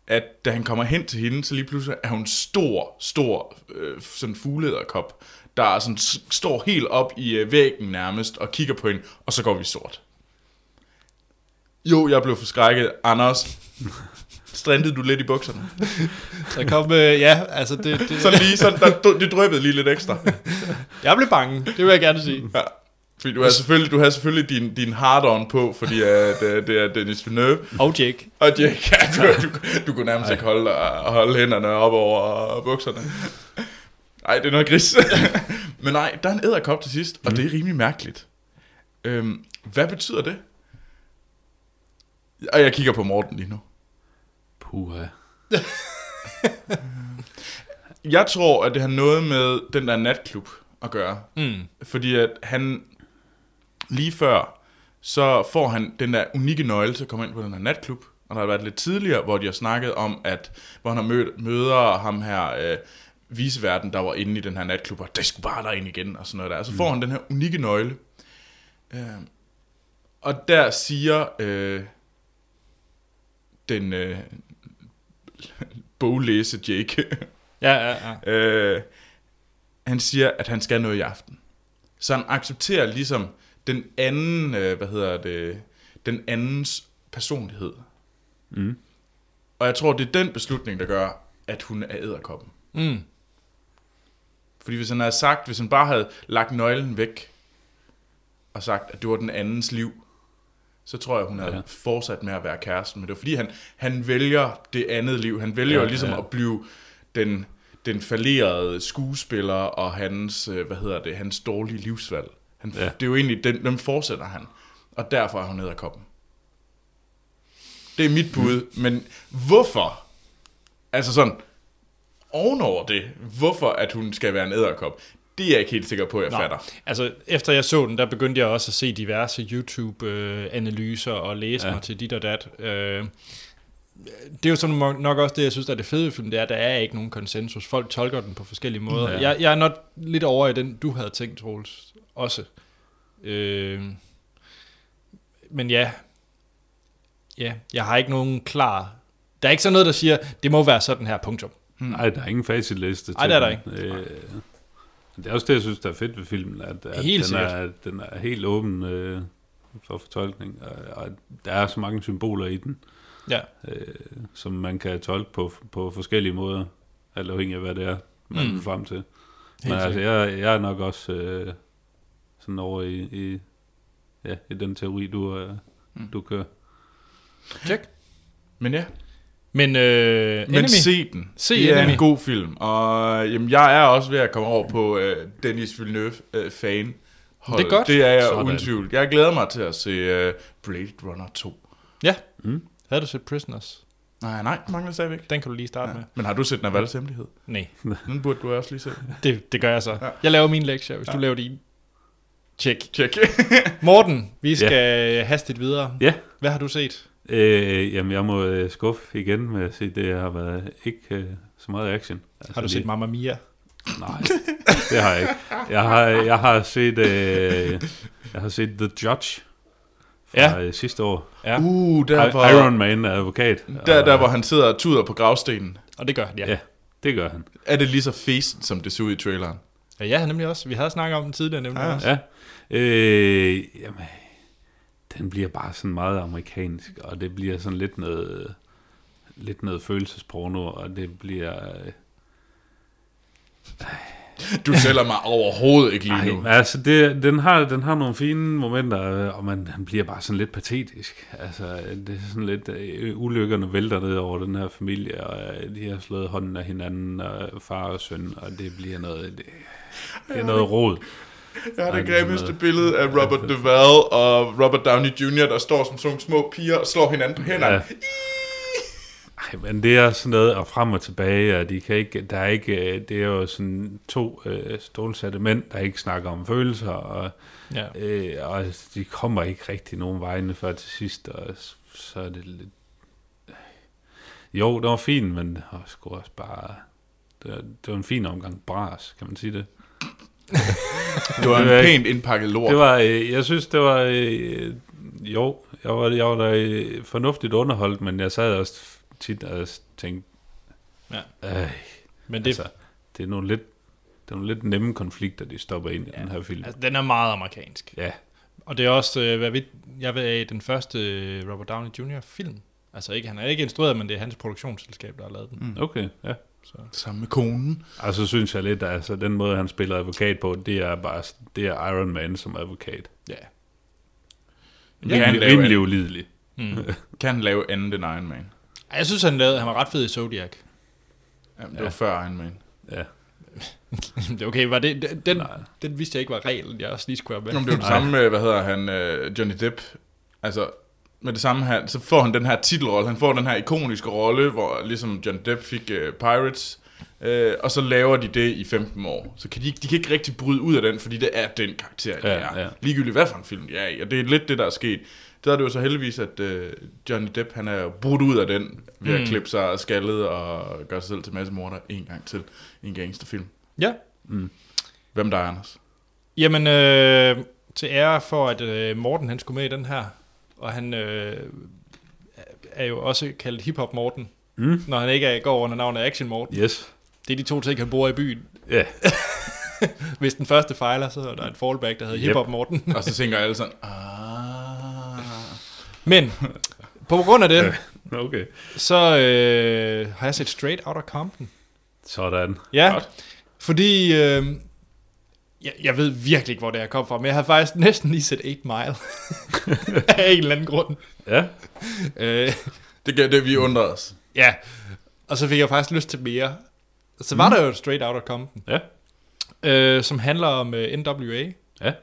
[SPEAKER 2] at da han kommer hen til hende, så lige pludselig er hun stor, stor øh, sådan fuglederkop, der er sådan, s- står helt op i øh, væggen nærmest og kigger på hende, og så går vi sort. Jo, jeg blev forskrækket. Anders, strandede du lidt i bukserne?
[SPEAKER 1] Så kom, øh, ja, altså det, det,
[SPEAKER 2] Så lige sådan, der, det drøbede lige lidt ekstra.
[SPEAKER 1] jeg blev bange, det vil jeg gerne sige.
[SPEAKER 2] Ja. Fordi du har selvfølgelig, du har selvfølgelig din, din hard-on på, fordi at, øh, det er Dennis Villeneuve.
[SPEAKER 1] Og Jake.
[SPEAKER 2] Og Jake, ja, du, du, du kunne nærmest ikke holde, dig- holde hænderne op over bukserne. Nej, det er noget gris. Men nej, der er en æderkop til sidst, og det er rimelig mærkeligt. Øhm, hvad betyder det? Og jeg kigger på Morten lige nu.
[SPEAKER 3] Puha.
[SPEAKER 2] Jeg tror, at det har noget med den der natklub at gøre.
[SPEAKER 1] Mm.
[SPEAKER 2] Fordi at han lige før, så får han den der unikke nøgle til at komme ind på den her natklub. Og der har været lidt tidligere, hvor de har snakket om, at hvor han har mødt, møder ham her øh, viseverden, der var inde i den her natklub, og det skulle bare derind igen, og sådan noget der. Og så får han den her unikke nøgle. Øh, og der siger øh, den øh, boglæse Jake,
[SPEAKER 1] Ja, ja, ja.
[SPEAKER 2] Øh, han siger, at han skal noget i aften. Så han accepterer ligesom den anden, øh, hvad hedder det, den andens personlighed.
[SPEAKER 3] Mm.
[SPEAKER 2] Og jeg tror, det er den beslutning, der gør, at hun er æderkoppen.
[SPEAKER 1] Mm.
[SPEAKER 2] Fordi hvis han havde sagt, hvis han bare havde lagt nøglen væk, og sagt, at det var den andens liv, så tror jeg, hun havde
[SPEAKER 3] Ja.
[SPEAKER 2] ja. fortsat med at være kæresten. Men det var fordi, han, han vælger det andet liv. Han vælger
[SPEAKER 3] Ja,
[SPEAKER 2] ja, ligesom
[SPEAKER 3] ja.
[SPEAKER 2] ja. at blive den, den falderede skuespiller og hans, øh, hvad hedder det, hans dårlige livsvalg. Han,
[SPEAKER 3] Ja.
[SPEAKER 2] ja. Det er jo egentlig, den, dem fortsætter han. Og derfor er hun nede af koppen. Det er mit bud, men hvorfor? Altså sådan, ovenover det, hvorfor at hun skal være en æderkop, det er jeg ikke helt sikker på, jeg Nå. fatter.
[SPEAKER 1] Altså, efter jeg så den, der begyndte jeg også at se diverse YouTube-analyser og læse
[SPEAKER 3] Ja.
[SPEAKER 1] ja. mig til dit og dat. Øh, det er jo sådan nok- nok også det, jeg synes, der er det fede ved filmen, det er, at der er ikke nogen konsensus. Folk tolker den på forskellige måder.
[SPEAKER 3] Ja.
[SPEAKER 1] Ja. Jeg, jeg er nok lidt over i den, du havde tænkt, Troels, også. Øh, men ja, ja, jeg har ikke nogen klar... Der er ikke sådan noget, der siger, det må være sådan her, punktum.
[SPEAKER 2] Hmm.
[SPEAKER 3] Nej, der er ingen facitliste
[SPEAKER 1] Ej, det er der
[SPEAKER 3] ikke. Øh, det er også det, jeg synes, der er fedt ved filmen, at, at
[SPEAKER 1] Helt
[SPEAKER 3] den, er, den er helt åben øh, for fortolkning, og, og der er så mange symboler i den,
[SPEAKER 1] Ja.
[SPEAKER 3] øh, som man kan tolke på, på forskellige måder, alt afhængig af, hvad det er, man mm.
[SPEAKER 1] Mm.
[SPEAKER 3] er frem til. Men
[SPEAKER 1] Helt
[SPEAKER 3] altså, jeg, jeg er nok også øh, sådan over i, i, ja, i den teori, du, øh,
[SPEAKER 2] Mm.
[SPEAKER 3] du kører.
[SPEAKER 1] Check.
[SPEAKER 2] Men ja,
[SPEAKER 1] Men, øh,
[SPEAKER 2] Men
[SPEAKER 1] Enemy-
[SPEAKER 2] se den.
[SPEAKER 1] Se
[SPEAKER 2] det er
[SPEAKER 1] Enemy.
[SPEAKER 2] en god film. Og jamen, jeg er også ved at komme over på øh, Dennis Villeneuve-fan.
[SPEAKER 1] Det er godt.
[SPEAKER 2] Det er jeg
[SPEAKER 3] Sådan.
[SPEAKER 2] uden tvivl. Jeg glæder mig til at se øh, Blade Runner 2.
[SPEAKER 1] Ja.
[SPEAKER 3] Mm.
[SPEAKER 1] Mm. Havde du set Prisoners?
[SPEAKER 2] Nej, nej, den mangler stadigvæk.
[SPEAKER 1] Den kan du lige starte ja. med.
[SPEAKER 2] Men har du set Navals hemmelighed?
[SPEAKER 1] Nej,
[SPEAKER 2] Den burde du også lige se.
[SPEAKER 1] det, det gør jeg så.
[SPEAKER 2] Ja.
[SPEAKER 1] Ja. Jeg laver min lektie, hvis ja.
[SPEAKER 2] Ja.
[SPEAKER 1] du laver din. Tjek.
[SPEAKER 2] Tjek.
[SPEAKER 1] Morten, vi skal ja. hastigt videre.
[SPEAKER 3] Ja.
[SPEAKER 1] Hvad har du set?
[SPEAKER 3] Øh, jamen, jeg må øh, skuffe igen med at sige, at det har været ikke øh, så meget action. Altså,
[SPEAKER 1] Har du set Mamma Mia?
[SPEAKER 3] Nej, det har jeg ikke. Jeg har, jeg har set, øh, jeg har set The Judge fra
[SPEAKER 1] Ja.
[SPEAKER 3] ja. sidste år.
[SPEAKER 1] Ja.
[SPEAKER 2] Uh, der
[SPEAKER 3] Derfor,
[SPEAKER 2] hvor,
[SPEAKER 3] Iron Man er advokat.
[SPEAKER 2] der,
[SPEAKER 3] og
[SPEAKER 2] der, hvor han sidder og tuder på gravstenen.
[SPEAKER 1] Og det gør han, ja.
[SPEAKER 3] Ja.
[SPEAKER 1] ja.
[SPEAKER 3] Det gør han.
[SPEAKER 2] Er det lige så fesen, som det ser ud i traileren?
[SPEAKER 1] Ja, jeg havde nemlig også. Vi havde snakket om den tidligere nemlig
[SPEAKER 2] Ja.
[SPEAKER 1] ja. også.
[SPEAKER 3] Ja. Øh, jamen, den bliver bare sådan meget amerikansk, og det bliver sådan lidt noget, lidt noget følelsesporno, og det bliver... Øh,
[SPEAKER 2] Du sælger mig overhovedet ikke lige
[SPEAKER 3] Ej,
[SPEAKER 2] nu.
[SPEAKER 3] men altså, det, den, har, den har nogle fine momenter, øh, og man den bliver bare sådan lidt patetisk. Altså, øh, det er sådan lidt, øh, ulykkerne vælter ned over den her familie, og øh, de har slået hånden af hinanden, og øh, far og søn, og det bliver noget, det, det er noget råd.
[SPEAKER 2] Jeg har det
[SPEAKER 3] Ej, det er
[SPEAKER 2] grimmeste
[SPEAKER 3] noget.
[SPEAKER 2] billede af Robert Duvall og Robert Downey Jr., der står som sådan nogle små piger og slår hinanden på hænderne.
[SPEAKER 3] Ja. Ej, men det er sådan noget, og frem og tilbage, og de kan ikke, der er ikke, øh, det er jo sådan to øh, stålsatte mænd, der ikke snakker om følelser, og
[SPEAKER 1] Ja.
[SPEAKER 3] Øh, og de kommer ikke rigtig nogen vegne før til sidst, og s- så er det lidt... Jo, det var fint, men det var sgu også bare... Det var, det var en fin omgang bras, kan man sige det.
[SPEAKER 2] Det var en
[SPEAKER 3] Det var ikke-
[SPEAKER 2] pænt indpakket lort.
[SPEAKER 3] Det var, øh, jeg synes, det var... Øh, jo, jeg var, jeg var da øh, fornuftigt underholdt, men jeg sad også tit og tænkte...
[SPEAKER 1] Ja.
[SPEAKER 3] Øh,
[SPEAKER 1] Men det,
[SPEAKER 3] altså, det er nogle lidt, det er nogle lidt nemme konflikter, de stopper ind i ja, den her film.
[SPEAKER 1] altså, den er meget amerikansk.
[SPEAKER 3] Ja,
[SPEAKER 1] Og det er også, øh, hvad ved, jeg ved af, den første øh, Robert Downey Jr. film. Altså ikke, han er ikke instrueret, men det er hans produktionsselskab, der har lavet den.
[SPEAKER 2] Mm.
[SPEAKER 3] okay, ja.
[SPEAKER 1] Så.
[SPEAKER 2] Sammen med konen.
[SPEAKER 3] Og så synes jeg lidt, at altså, den måde, han spiller advokat på, det er bare det er Iron Man som advokat.
[SPEAKER 1] Ja.
[SPEAKER 2] Ja, han
[SPEAKER 3] Rimelig,
[SPEAKER 2] laver
[SPEAKER 3] rimelig ulidelig.
[SPEAKER 1] Mm.
[SPEAKER 2] Kan han lave andet end Iron Man?
[SPEAKER 1] Ej, Jeg synes, han, lavede, han var ret fed i Zodiac.
[SPEAKER 2] Jamen, det
[SPEAKER 3] Ja.
[SPEAKER 2] var før Iron Man.
[SPEAKER 3] Ja.
[SPEAKER 1] Det er okay, var det, den- den,
[SPEAKER 3] Nej.
[SPEAKER 1] den vidste jeg ikke var reglen, jeg også lige skulle have med.
[SPEAKER 2] Nå, men det var det
[SPEAKER 3] Ej.
[SPEAKER 2] samme med, hvad hedder han, øh, Johnny Depp. Altså, med det samme her, så får han den her titelrolle. Han får den her ikoniske rolle, hvor ligesom Johnny Depp fik øh, Pirates. Øh, og så laver de det i 15 år. Så kan de, ikke- de kan ikke rigtig bryde ud af den, fordi det er den karakter, de
[SPEAKER 3] Ja,
[SPEAKER 2] er.
[SPEAKER 3] ja.
[SPEAKER 2] Ligegyldigt hvad for en film de er i. Og det er lidt det, der er sket. Der er det jo så heldigvis, at øh, Johnny Depp, han er jo brudt ud af den, ved
[SPEAKER 1] Mm.
[SPEAKER 2] at klippe sig skaldet og gøre sig selv til masse morder en gang til i en gangsterfilm.
[SPEAKER 1] Ja.
[SPEAKER 3] Mm.
[SPEAKER 2] Hvem der er, Anders?
[SPEAKER 1] Jamen, øh, til ære for, at øh, Morten han skulle med i den her, og han øh, er jo også kaldt hiphop Morten,
[SPEAKER 3] Mm.
[SPEAKER 1] når han ikke er, går under navnet Action Morten.
[SPEAKER 3] Yes.
[SPEAKER 1] Det er de to ting, han bruger i byen.
[SPEAKER 3] Ja.
[SPEAKER 1] Hvis den første fejler, så er der et fallback, der hedder
[SPEAKER 3] Yep.
[SPEAKER 1] yep. hiphop Morten.
[SPEAKER 2] Og så tænker alle sådan, ah...
[SPEAKER 1] Men på grund af det,
[SPEAKER 3] Ja. Okay.
[SPEAKER 1] så øh, har jeg set Straight Outta Compton.
[SPEAKER 3] Sådan.
[SPEAKER 1] Ja,
[SPEAKER 2] Godt.
[SPEAKER 1] fordi øh, Jeg, jeg ved virkelig ikke, hvor det er kommet fra, men jeg har faktisk næsten lige set 8 Mile. af en eller anden grund.
[SPEAKER 3] Ja,
[SPEAKER 1] Øh,
[SPEAKER 2] Det gør det, vi undrer os.
[SPEAKER 1] ja, og så fik jeg faktisk lyst til mere. Så var mm. der jo Straight Outta Compton,
[SPEAKER 3] ja,
[SPEAKER 1] øh, som handler om øh, NWA.
[SPEAKER 3] ja,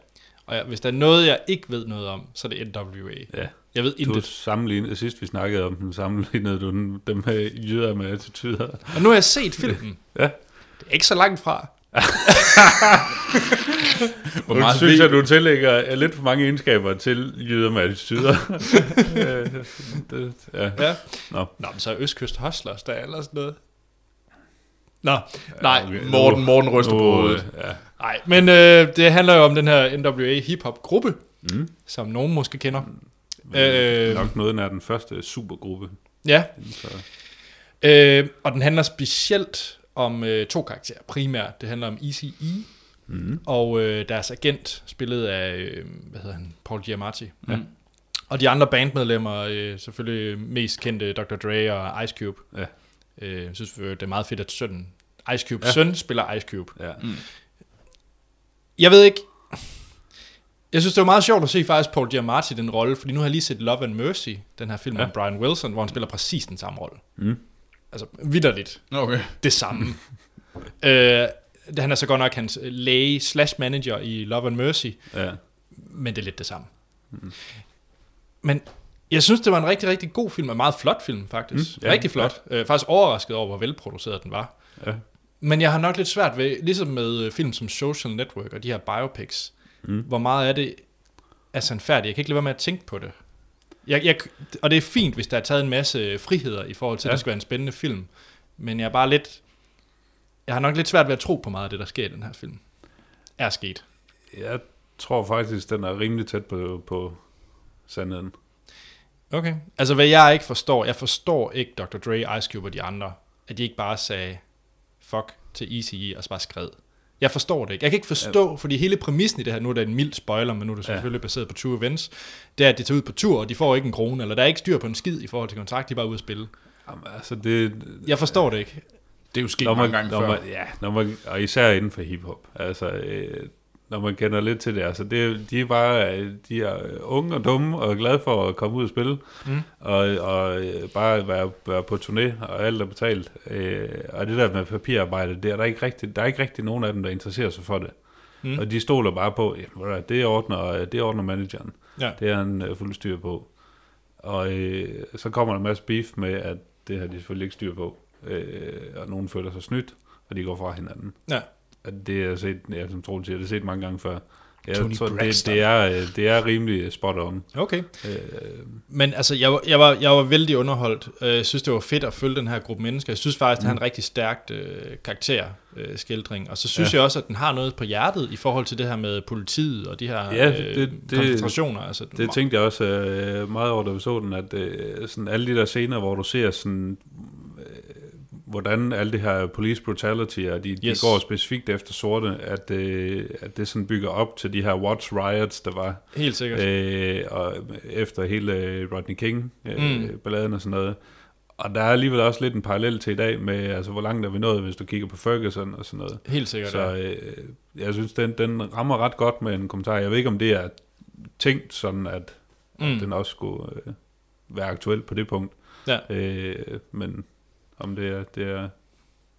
[SPEAKER 1] Og jeg, hvis der er noget, jeg ikke ved noget om, så er det NWA.
[SPEAKER 3] ja.
[SPEAKER 1] Jeg ved
[SPEAKER 3] Du
[SPEAKER 1] intet.
[SPEAKER 3] sammenlignede, sidst vi snakkede om den, sammenlignede du den- dem med jøder med attityder.
[SPEAKER 1] Og nu har jeg set filmen.
[SPEAKER 3] Ja.
[SPEAKER 1] Det er ikke så langt fra.
[SPEAKER 3] Hvor
[SPEAKER 2] meget
[SPEAKER 3] meget synes
[SPEAKER 2] ved-
[SPEAKER 3] jeg, du tillægger øh, lidt for mange egenskaber til jøder med attityder. Øh, det, ja.
[SPEAKER 1] Ja.
[SPEAKER 3] Nå.
[SPEAKER 1] Nå, men så er Østkyst Hustlers der eller sådan noget. Nå, nej,
[SPEAKER 3] okay.
[SPEAKER 2] Morten, Morten ryster på
[SPEAKER 3] Nu, øh,
[SPEAKER 2] hovedet.
[SPEAKER 3] ja.
[SPEAKER 1] nej. Men øh, det handler jo om den her NWA hip-hop-gruppe,
[SPEAKER 3] Mm.
[SPEAKER 1] som nogen måske kender.
[SPEAKER 3] Øh,
[SPEAKER 1] Øh,
[SPEAKER 3] nok noget nær den første supergruppe.
[SPEAKER 1] Ja,
[SPEAKER 3] Så,
[SPEAKER 1] øh, og den handler specielt om øh, to karakterer primært. Det handler om E ECE
[SPEAKER 3] mm.
[SPEAKER 1] og øh, deres agent, spillet af, øh, hvad hedder han, Paul Giamatti.
[SPEAKER 2] Ja.
[SPEAKER 1] Og de andre bandmedlemmer, øh, selvfølgelig mest kendte Dr. Dre og Ice Cube.
[SPEAKER 3] Ja.
[SPEAKER 1] Øh, jeg synes, øh, det er meget fedt, at sønnen, Ice Cube, ja.
[SPEAKER 3] Ja.
[SPEAKER 1] søn spiller Ice Cube.
[SPEAKER 3] ja.
[SPEAKER 1] Jeg ved ikke. Jeg synes, det var meget sjovt at se faktisk Paul Giamatti i den rolle, fordi nu har jeg lige set Love and Mercy, den her film ja.
[SPEAKER 3] Ja.
[SPEAKER 1] om Brian Wilson, hvor han spiller præcis den samme rolle.
[SPEAKER 3] Mm.
[SPEAKER 1] Altså vidderligt
[SPEAKER 2] Nå, Okay.
[SPEAKER 1] det samme. øh, han er så godt nok hans øh, læge slash manager i Love and Mercy,
[SPEAKER 3] ja.
[SPEAKER 1] men det er lidt det samme. Mm. Men jeg synes, det var en rigtig, rigtig god film, og en meget flot film faktisk. Mm,
[SPEAKER 3] Mm, ja,
[SPEAKER 1] rigtig flot. Øh, faktisk overrasket over, hvor velproduceret den var.
[SPEAKER 3] Ja.
[SPEAKER 1] Men jeg har nok lidt svært ved, ligesom med øh, film som Social Network og de her biopics, mm.
[SPEAKER 3] Mm.
[SPEAKER 1] hvor meget af det er sandfærdigt. Jeg kan ikke lade være med at tænke på det. Jeg, jeg, og det er fint, hvis der er taget en masse friheder i forhold til, ja. at
[SPEAKER 3] Ja.
[SPEAKER 1] det skal være en spændende film. Men jeg er bare lidt... Jeg har nok lidt svært ved at tro på meget af det, der sker i den her film. Er sket.
[SPEAKER 3] Jeg tror faktisk, den er rimelig tæt på, på sandheden.
[SPEAKER 1] Okay. Altså, hvad jeg ikke forstår, jeg forstår ikke Dr. Dre, Ice Cube og de andre, at de ikke bare sagde fuck til ECE og så bare skred. Jeg forstår det ikke. Jeg kan ikke forstå, ja. fordi hele præmissen i det her, nu er det en mild spoiler, men nu er det
[SPEAKER 3] Ja.
[SPEAKER 1] selvfølgelig ja. baseret på True Events, det er, at de tager ud på tur, og de får ikke en krone, eller der er ikke styr på en skid i forhold til kontrakt, de er bare ude at spille.
[SPEAKER 3] Jamen, altså det,
[SPEAKER 1] Jeg forstår det ikke.
[SPEAKER 2] Det er jo sket
[SPEAKER 3] når man,
[SPEAKER 2] mange gange
[SPEAKER 3] når
[SPEAKER 2] før.
[SPEAKER 3] Man, ja, når man, og især inden for hiphop. Altså, øh, når man kender lidt til det. Altså, det de er bare øh, de er øh, unge og dumme og glade for at komme ud og spille.
[SPEAKER 1] Mm.
[SPEAKER 3] Og, og øh, bare være, være på turné, og alt er betalt. Øh, og det der med papirarbejde, det er der, ikke rigtig, der er ikke rigtig nogen af dem, der interesserer sig for det.
[SPEAKER 1] Mm.
[SPEAKER 3] Mm. Og de stoler bare på, "Jamen, ved du hvad, det ordner, det ordner manageren.
[SPEAKER 1] Ja.
[SPEAKER 3] Det er han øh, fuld styr på. Og øh, så kommer der en masse beef med, at det har de selvfølgelig ikke styr på. Øh, og nogen føler sig snydt, og de går fra hinanden.
[SPEAKER 1] Ja.
[SPEAKER 3] Og det har jeg set, ja, som Troels siger, det har jeg set mange gange før. Jeg
[SPEAKER 1] Tony
[SPEAKER 3] tror, det,
[SPEAKER 1] Braxton.
[SPEAKER 3] det, er, øh, det er rimelig spot on.
[SPEAKER 1] Okay.
[SPEAKER 3] Øh,
[SPEAKER 1] Men altså, jeg, var- jeg, var, jeg var vældig underholdt. Øh, Jeg synes, det var fedt at følge den her gruppe mennesker. Jeg synes faktisk, mm. det har en rigtig stærk øh, karakterskildring. og så synes ja.
[SPEAKER 3] Ja.
[SPEAKER 1] jeg også, at den har noget på hjertet i forhold til det her med politiet og de her
[SPEAKER 3] Ja,
[SPEAKER 1] øh,
[SPEAKER 3] det- det-
[SPEAKER 1] koncentrationer. Altså,
[SPEAKER 3] det tænkte jeg også øh, meget over, da vi så den, at øh, sådan alle de der scener, hvor du ser sådan, øh, hvordan alle det her police brutality, og de,
[SPEAKER 1] Yes.
[SPEAKER 3] yes. de går specifikt efter sorte, at, øh, at det sådan bygger op til de her watch riots, der var
[SPEAKER 1] Helt sikkert.
[SPEAKER 3] øh, og efter hele øh, Rodney King-balladen øh,
[SPEAKER 1] Mm.
[SPEAKER 3] balladen og sådan noget. Og der er alligevel også lidt en parallel til i dag med, altså hvor langt er vi nået, hvis du kigger på Ferguson og sådan noget.
[SPEAKER 1] Helt sikkert.
[SPEAKER 3] Så
[SPEAKER 1] Så,
[SPEAKER 3] øh, jeg synes, den, den rammer ret godt med en kommentar. Jeg ved ikke, om det er tænkt sådan, at mm.
[SPEAKER 1] mm.
[SPEAKER 3] den også skulle øh, være aktuel på det punkt.
[SPEAKER 1] Ja.
[SPEAKER 3] Øh, men om det er, det, er,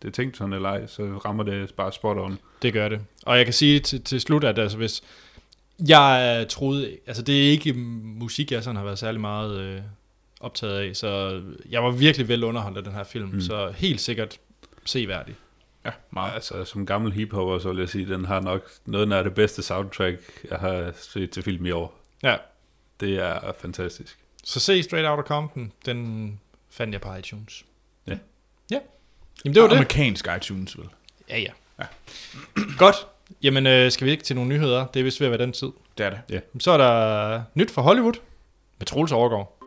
[SPEAKER 3] det er tænkt sådan eller ej, så rammer det bare spot on.
[SPEAKER 1] Det gør det. Og jeg kan sige til, til slut, at altså, hvis jeg øh, troede... Altså, det er ikke musik, jeg sådan har været særlig meget øh, optaget af, så jeg var virkelig vel underholdt af den her film. Mm.
[SPEAKER 3] Mm.
[SPEAKER 1] Så helt sikkert seværdig.
[SPEAKER 2] Ja, meget.
[SPEAKER 3] Altså, som gammel hiphopper, så vil jeg sige, den har nok noget af det bedste soundtrack, jeg har set til film i år.
[SPEAKER 1] Ja.
[SPEAKER 3] Det er fantastisk.
[SPEAKER 1] Så se Straight Outta Compton, den fandt jeg på iTunes.
[SPEAKER 3] Ja.
[SPEAKER 1] Ja. Jamen det var det.
[SPEAKER 2] Amerikansk iTunes, vel?
[SPEAKER 1] Ja, ja.
[SPEAKER 2] Ja.
[SPEAKER 1] Godt. Jamen øh, skal vi ikke til nogle nyheder? Det er vist ved at være den tid.
[SPEAKER 2] Det er det.
[SPEAKER 1] Så er der nyt fra Hollywood med Troels Overgaard.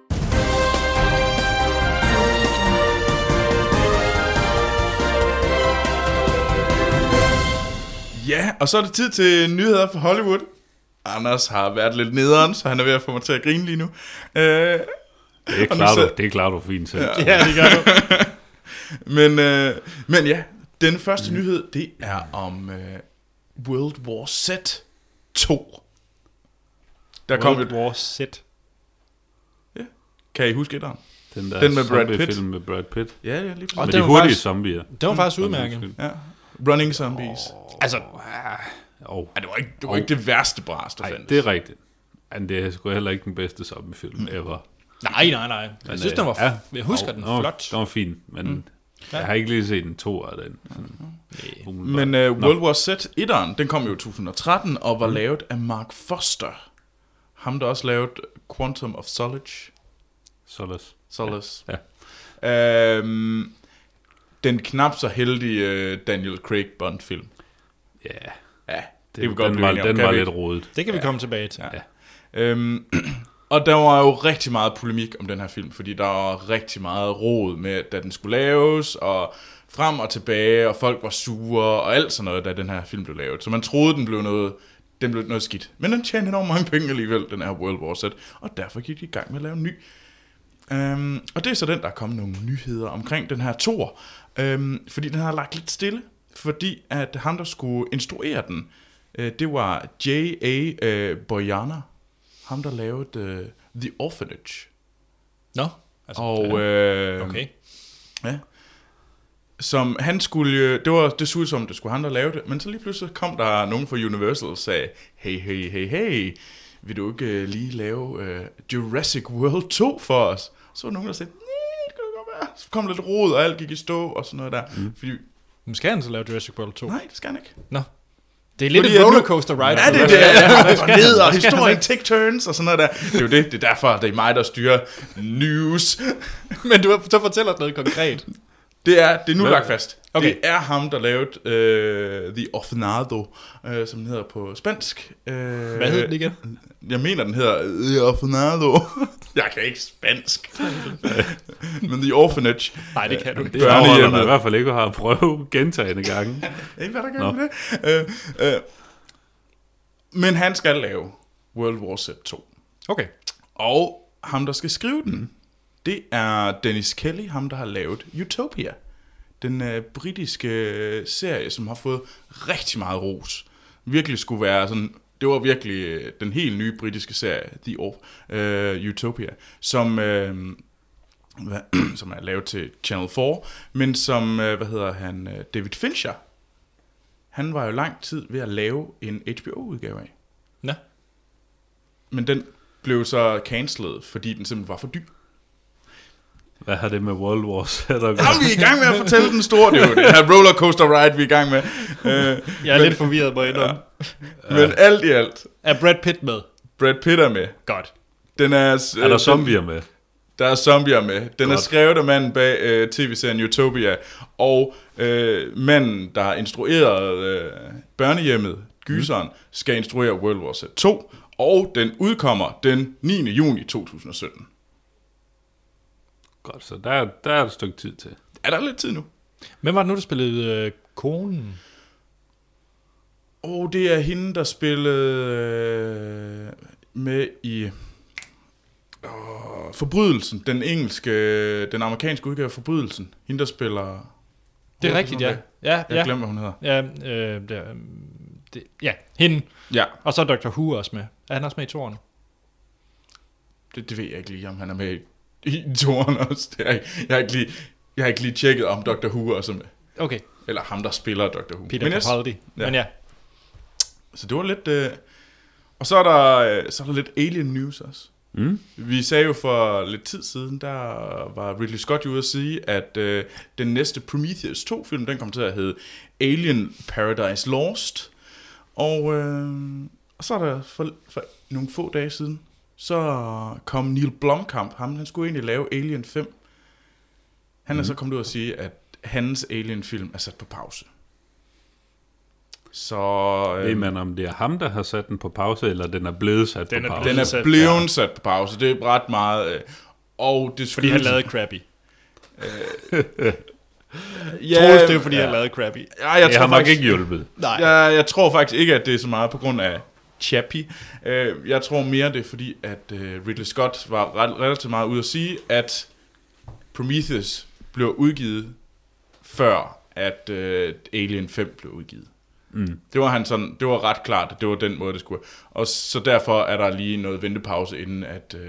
[SPEAKER 2] Ja, og så er det tid til nyheder fra Hollywood. Anders har været lidt nederen, så han er ved at få mig til at grine lige nu. Øh,
[SPEAKER 3] Det
[SPEAKER 2] Og nu klarer
[SPEAKER 3] klarer
[SPEAKER 2] du- sidder-
[SPEAKER 3] du, det klarer du fint selv. Ja.
[SPEAKER 1] Ja, det gør du.
[SPEAKER 2] men, øh, men ja, den første mm. nyhed, det er om øh, World War Z 2. Der kom
[SPEAKER 1] World
[SPEAKER 2] et...
[SPEAKER 1] War Z.
[SPEAKER 2] Kan I huske etteren?
[SPEAKER 3] Den der
[SPEAKER 2] Den med Brad Pitt.
[SPEAKER 3] film med Brad Pitt.
[SPEAKER 2] Ja, ja, lige
[SPEAKER 1] Og
[SPEAKER 3] Og
[SPEAKER 1] den
[SPEAKER 3] med de
[SPEAKER 1] var faktisk-
[SPEAKER 3] hurtige faktisk... zombier.
[SPEAKER 1] Den var faktisk udmærket.
[SPEAKER 3] Undskyld.
[SPEAKER 2] Ja. Running Zombies. Oh.
[SPEAKER 1] Altså,
[SPEAKER 3] Åh,
[SPEAKER 2] Ja, det var ikke det, var ikke det værste bras, der
[SPEAKER 3] nej,
[SPEAKER 2] fandtes.
[SPEAKER 3] det er rigtigt. Men det er sgu heller ikke den bedste zombiefilm ever.
[SPEAKER 1] nej, nej, nej. Jeg synes,
[SPEAKER 3] øh,
[SPEAKER 1] den var...
[SPEAKER 3] ja.
[SPEAKER 1] F- jeg husker
[SPEAKER 3] Åh,
[SPEAKER 1] den
[SPEAKER 3] var-
[SPEAKER 1] flot.
[SPEAKER 3] Den var fin, men mm.
[SPEAKER 1] Ja.
[SPEAKER 3] jeg har ikke lige set en to af den. Sådan,
[SPEAKER 1] Mm-hmm.
[SPEAKER 3] umiddelbart.
[SPEAKER 2] Men uh, World War Z 1'eren, den kom jo i 2013 og var mm. lavet af Mark Foster. Ham, der også lavede Quantum of Solace.
[SPEAKER 3] Solas.
[SPEAKER 2] Solace.
[SPEAKER 3] Ja.
[SPEAKER 2] Ja. Øhm, den knap så heldige øh, Daniel Craig Bond-film.
[SPEAKER 3] Ja,
[SPEAKER 2] Ja, det,
[SPEAKER 3] det,
[SPEAKER 2] kan vi godt
[SPEAKER 3] den,
[SPEAKER 2] blive
[SPEAKER 3] var,
[SPEAKER 2] enige om,
[SPEAKER 3] den
[SPEAKER 2] kan
[SPEAKER 3] var
[SPEAKER 2] vi
[SPEAKER 3] lidt
[SPEAKER 2] ikke?
[SPEAKER 3] rodet.
[SPEAKER 1] Det kan vi komme tilbage til.
[SPEAKER 2] Øhm, og der var jo rigtig meget polemik om den her film, fordi der var rigtig meget rod med, da den skulle laves, og frem og tilbage, og folk var sure, og alt sådan noget, da den her film blev lavet. Så man troede, den blev noget, den blev noget skidt. Men den tjente enormt mange penge alligevel, den her World War Z, og derfor gik de i gang med at lave en ny. Øhm, og det er så den, der er kommet nogle nyheder omkring den her tor, øhm, fordi den har lagt lidt stille, fordi at ham, der skulle instruere den, øh, det var J.A. Øh, Boyana, ham, der lavede øh, The Orphanage.
[SPEAKER 1] Nå, altså,
[SPEAKER 2] Og, øh,
[SPEAKER 1] okay.
[SPEAKER 2] Ja. Som han skulle, øh, det var det så ud som, det skulle han, der lave det, men så lige pludselig kom der nogen fra Universal og sagde, hey, hey, hey, hey, vil du ikke øh, lige lave øh, Jurassic World 2 for os? Så var der nogen, der sagde, nej, det kan det godt være. Så kom lidt rod, og alt gik i stå, og sådan noget der. Mm. Fordi,
[SPEAKER 1] Men skal han så lave Jurassic World 2?
[SPEAKER 2] nej, det skal han ikke.
[SPEAKER 1] Nå. Det er lidt
[SPEAKER 2] Fordi
[SPEAKER 1] en
[SPEAKER 2] at nu-
[SPEAKER 1] rollercoaster ride.
[SPEAKER 2] Ja, det er det. Ja, og ned, og historien take turns, og sådan noget der. Det er jo det, det er derfor, det er mig, der styrer news.
[SPEAKER 1] Men du så fortæller os noget konkret.
[SPEAKER 2] Det er, det er nu
[SPEAKER 3] Hvad?
[SPEAKER 2] lagt fast. Okay.
[SPEAKER 1] Okay.
[SPEAKER 2] Det er ham, der lavede øh, The Orfenado, øh, som den hedder på spansk. Øh,
[SPEAKER 1] Hvad hed den igen?
[SPEAKER 2] Jeg mener, den hedder The Orfenado. jeg kan ikke spansk. Men The Orphanage.
[SPEAKER 1] Nej, det kan du
[SPEAKER 3] Det
[SPEAKER 1] ikke.
[SPEAKER 2] Børnehjemmet.
[SPEAKER 3] er der i hvert fald ikke har prøvet gentagende gange.
[SPEAKER 2] Hey, hvad er der gør
[SPEAKER 3] Nå.
[SPEAKER 2] med det? Øh, øh, men han skal lave World War Z 2.
[SPEAKER 1] Okay.
[SPEAKER 2] Og ham, der skal skrive den, det er Dennis Kelly, ham, der har lavet Utopia. Den øh, britiske øh, serie, som har fået rigtig meget ros. Virkelig skulle være sådan... Det var virkelig øh, den helt nye britiske serie, The Orf, øh, Utopia, som... Øh, hvad- som er lavet til Channel 4, men som, øh, hvad hedder han, øh, David Fincher, han var jo lang tid ved at lave en HBO-udgave af.
[SPEAKER 1] Nå.
[SPEAKER 2] Men den blev så cancelled, fordi den simpelthen var for dyb.
[SPEAKER 3] Hvad har det med World War Z at gøre?
[SPEAKER 2] Nå, vi er i gang med at fortælle den store, det er jo det her rollercoaster ride, vi er i gang med. Øh,
[SPEAKER 1] Jeg er lidt forvirret på et
[SPEAKER 2] men alt i alt,
[SPEAKER 1] Er Brad Pitt med?
[SPEAKER 2] Brad Pitt er med.
[SPEAKER 1] Godt.
[SPEAKER 2] Den er,
[SPEAKER 3] Er der
[SPEAKER 2] øh,
[SPEAKER 3] zombier med?
[SPEAKER 2] Der er zombier med. Den Godt. er
[SPEAKER 3] Godt.
[SPEAKER 2] skrevet af manden bag øh, tv-serien Utopia, og øh, manden, der har instrueret øh, børnehjemmet, Gyseren, mm. skal instruere World War Z 2, og den udkommer den 9. juni 2017.
[SPEAKER 3] Godt, så der, er- der er et stykke tid til.
[SPEAKER 2] Er der lidt tid nu?
[SPEAKER 1] Hvem var det nu, der spillede øh, konen?
[SPEAKER 2] Åh, oh, det er hende, der spillede øh, med i oh, Forbrydelsen, den engelske, den amerikanske udgave af Forbrydelsen. Hende, der spiller...
[SPEAKER 1] Det er rigtigt, ja. Ja,
[SPEAKER 2] Jeg
[SPEAKER 1] ja.
[SPEAKER 2] glemmer, hvad hun hedder.
[SPEAKER 1] Ja, øh, det, er, øhm, det, ja, hende.
[SPEAKER 2] Ja,
[SPEAKER 1] Og så er Dr. Who også med. Er han også med i toren?
[SPEAKER 2] det, det ved jeg ikke lige, om han er med i, i toren også. Det er, jeg, ikke- jeg, har ikke lige, jeg har ikke lige tjekket, om Dr. Who også er med.
[SPEAKER 1] Okay,
[SPEAKER 2] Eller ham, der spiller Dr. Who.
[SPEAKER 1] Peter
[SPEAKER 2] Men jeg-
[SPEAKER 1] Capaldi.
[SPEAKER 2] ja.
[SPEAKER 1] Men ja,
[SPEAKER 2] Så det var lidt... Øh, og så er, der, øh, så er der lidt alien news også.
[SPEAKER 3] Mm?
[SPEAKER 2] Vi sagde jo for lidt tid siden, der var Ridley Scott jo ude at sige, at øh, den næste Prometheus 2-film, den kom til at hedde Alien Paradise Lost. Og, øh, og så er der for, for nogle få dage siden, så kom Neil Blomkamp, ham han skulle egentlig lave Alien 5. Han er
[SPEAKER 1] Mhm.
[SPEAKER 2] så kommet ud og sige, at hans Alien-film er sat på pause. Så øh,
[SPEAKER 3] Ved man, om det er ham, der har sat den på pause, eller den er blevet sat
[SPEAKER 1] Den
[SPEAKER 3] på
[SPEAKER 1] er
[SPEAKER 3] pause?
[SPEAKER 2] den er
[SPEAKER 1] sat-
[SPEAKER 2] blevet sat på pause. Det er ret meget... Øh, og det
[SPEAKER 1] fordi han
[SPEAKER 2] skyldes-
[SPEAKER 1] lavede Krabby.
[SPEAKER 2] Ja,
[SPEAKER 1] Troels, det er fordi, han lavede Krabby.
[SPEAKER 2] Ja, jeg,
[SPEAKER 3] Det
[SPEAKER 2] tror
[SPEAKER 3] har nok
[SPEAKER 2] faktisk,
[SPEAKER 3] ikke
[SPEAKER 2] ikke
[SPEAKER 3] hjulpet.
[SPEAKER 1] Nej.
[SPEAKER 2] jeg, jeg tror faktisk ikke, at det er så meget på grund af Chappie. Øh, jeg tror mere, det er fordi, at øh, Ridley Scott var ret, relativt meget ude at sige, at Prometheus blev udgivet før, at øh, Alien 5 blev udgivet.
[SPEAKER 3] Mm.
[SPEAKER 2] Det var, han sådan, det var ret klart, at det var den måde, det skulle Og så derfor er der lige noget ventepause, inden at øh,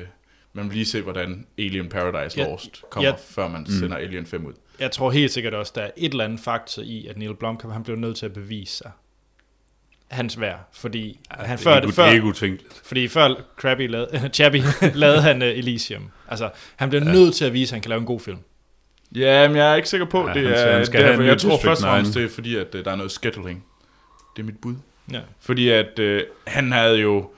[SPEAKER 2] man vil lige se, hvordan Alien Paradise
[SPEAKER 1] Ja,
[SPEAKER 2] Lost kommer,
[SPEAKER 1] ja. Mm.
[SPEAKER 2] før man sender Alien 5 ud.
[SPEAKER 1] Jeg tror helt sikkert også, der er et eller andet faktor i, at Neil Blomkamp han blev nødt til at bevise sig. Hans værd. Fordi, ja, han,
[SPEAKER 3] det
[SPEAKER 1] før,
[SPEAKER 3] er
[SPEAKER 1] før,
[SPEAKER 3] ikke utænkeligt.
[SPEAKER 1] fordi før Krabby lavede, Chabby lavede han uh, Elysium. Altså, han blev ja. nødt til at vise, at han kan lave en god film.
[SPEAKER 2] Ja, men jeg er ikke sikker på,
[SPEAKER 3] Ja,
[SPEAKER 2] ja,
[SPEAKER 3] han
[SPEAKER 2] det
[SPEAKER 3] siger,
[SPEAKER 2] er
[SPEAKER 3] han skal
[SPEAKER 2] skal derfor.
[SPEAKER 3] have en
[SPEAKER 2] Jeg
[SPEAKER 3] ny
[SPEAKER 2] tror
[SPEAKER 3] District
[SPEAKER 2] først og fremmest,
[SPEAKER 3] 9.
[SPEAKER 2] det er fordi, at øh, der er noget scheduling. Det er mit bud.
[SPEAKER 1] Ja.
[SPEAKER 2] Fordi at øh, han havde jo...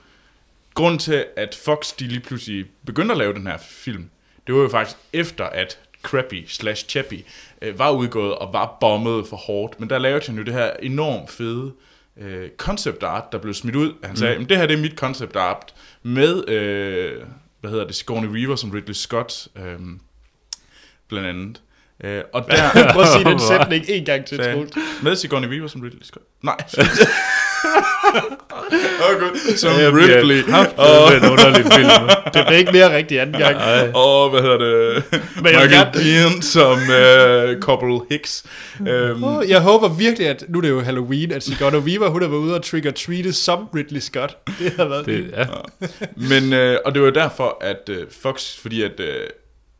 [SPEAKER 2] Grund til, at Fox de lige pludselig begyndte at lave den her film, det var jo faktisk efter, at Crappy slash Chappy øh, var udgået og var bommet for hårdt. Men der lavede han jo det her enormt fede øh, concept art, der blev smidt ud. Han sagde, mm. det her det er mit concept art med, øh, hvad hedder det, Sigourney Weaver som Ridley Scott, øh, blandt andet. Øh, og der,
[SPEAKER 1] Prøv at sige den sætning en gang til,
[SPEAKER 2] Sagde-
[SPEAKER 1] Troels.
[SPEAKER 2] Med Sigourney Weaver som Ridley Scott. Nej. oh, God. Som
[SPEAKER 3] Jeg bliver
[SPEAKER 2] Ripley.
[SPEAKER 3] haft
[SPEAKER 2] Og,
[SPEAKER 3] med en underlig film.
[SPEAKER 1] Det blev ikke mere rigtig anden gang.
[SPEAKER 2] og hvad hedder det?
[SPEAKER 1] vil
[SPEAKER 2] Michael
[SPEAKER 1] gerne-
[SPEAKER 2] Biehn som uh, Corporal Hicks. Um,
[SPEAKER 1] Åh, Jeg håber virkelig, at nu er det jo Halloween, at Sigourney Weaver, hun har været ude og trick-or-treate som Ridley Scott. Det har været
[SPEAKER 3] Det, ja.
[SPEAKER 2] men, øh, og det var derfor, at øh, Fox, fordi at øh,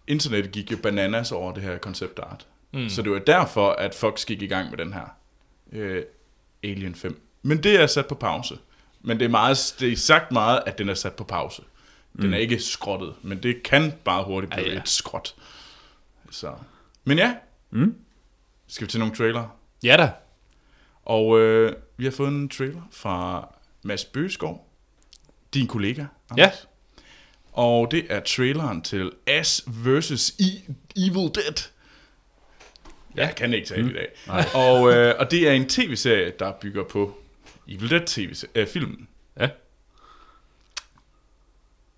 [SPEAKER 2] internet gik jo bananas over det her koncept art. Mm. Så det var derfor, at Fox gik i gang med den her øh, Alien 5. Men det er sat på pause. Men det er, meget, det er sagt meget, at den er sat på pause. Den mm. er ikke skrottet, men det kan bare hurtigt blive
[SPEAKER 1] Ah,
[SPEAKER 2] ah,
[SPEAKER 1] ja.
[SPEAKER 2] ja. et skrot. Så. Men ja,
[SPEAKER 3] Mm.
[SPEAKER 2] skal vi til nogle trailer.
[SPEAKER 1] Ja da.
[SPEAKER 2] Og øh, vi har fået en trailer fra Mads Bøgeskov, din kollega.
[SPEAKER 1] Ja.
[SPEAKER 2] Og det er traileren til Ash vs. E- Evil Dead. Ja. Jeg kan ikke tale mm. i dag. Og, øh, og det er en tv-serie, der bygger på Evil Dead øh, tv-filmen.
[SPEAKER 3] ja.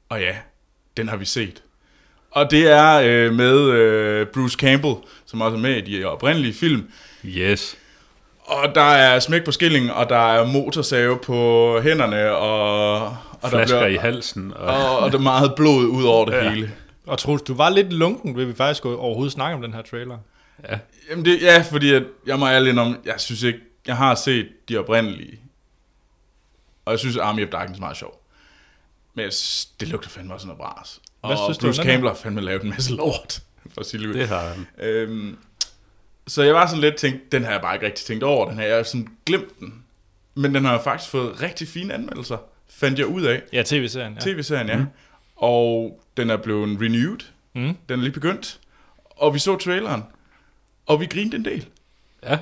[SPEAKER 2] Og ja, den har vi set. Og det er øh, med øh, Bruce Campbell, som også er med i de oprindelige film.
[SPEAKER 3] Yes.
[SPEAKER 2] Og der er smæk på skillingen, og der er motorsave på hænderne, og, og der
[SPEAKER 3] Flasker
[SPEAKER 2] bliver,
[SPEAKER 3] i halsen. Og,
[SPEAKER 2] og, og der er meget blod ud over det ja. hele.
[SPEAKER 1] Og Troels, du var lidt lunken, vil vi faktisk overhovedet snakke om den her trailer.
[SPEAKER 3] ja.
[SPEAKER 2] Jamen det, ja, fordi at, jeg må ærlig om, jeg synes ikke, jeg har set de oprindelige. Og jeg synes, Army of Darkness er meget sjov. Men jeg synes, det lugter fandme også noget bras.
[SPEAKER 1] Hvad
[SPEAKER 2] Hvad og
[SPEAKER 1] synes du om
[SPEAKER 2] Bruce
[SPEAKER 1] den her?
[SPEAKER 2] Campbell har fandme lavet en masse lort. For at sige det
[SPEAKER 3] Det
[SPEAKER 2] ud.
[SPEAKER 3] har han.
[SPEAKER 2] Øhm, så jeg var sådan lidt tænkt, den har jeg bare ikke rigtig tænkt over, den her, jeg har sådan glemt den. Men den har jo faktisk fået rigtig fine anmeldelser, fandt jeg ud af.
[SPEAKER 1] Ja, Mhm. tv-serien. Ja.
[SPEAKER 2] TV-serien, ja. Mm. Og den er blevet renewed,
[SPEAKER 1] Mm.
[SPEAKER 2] den er lige begyndt. Og vi så traileren, og vi grinede en del.
[SPEAKER 3] Ja.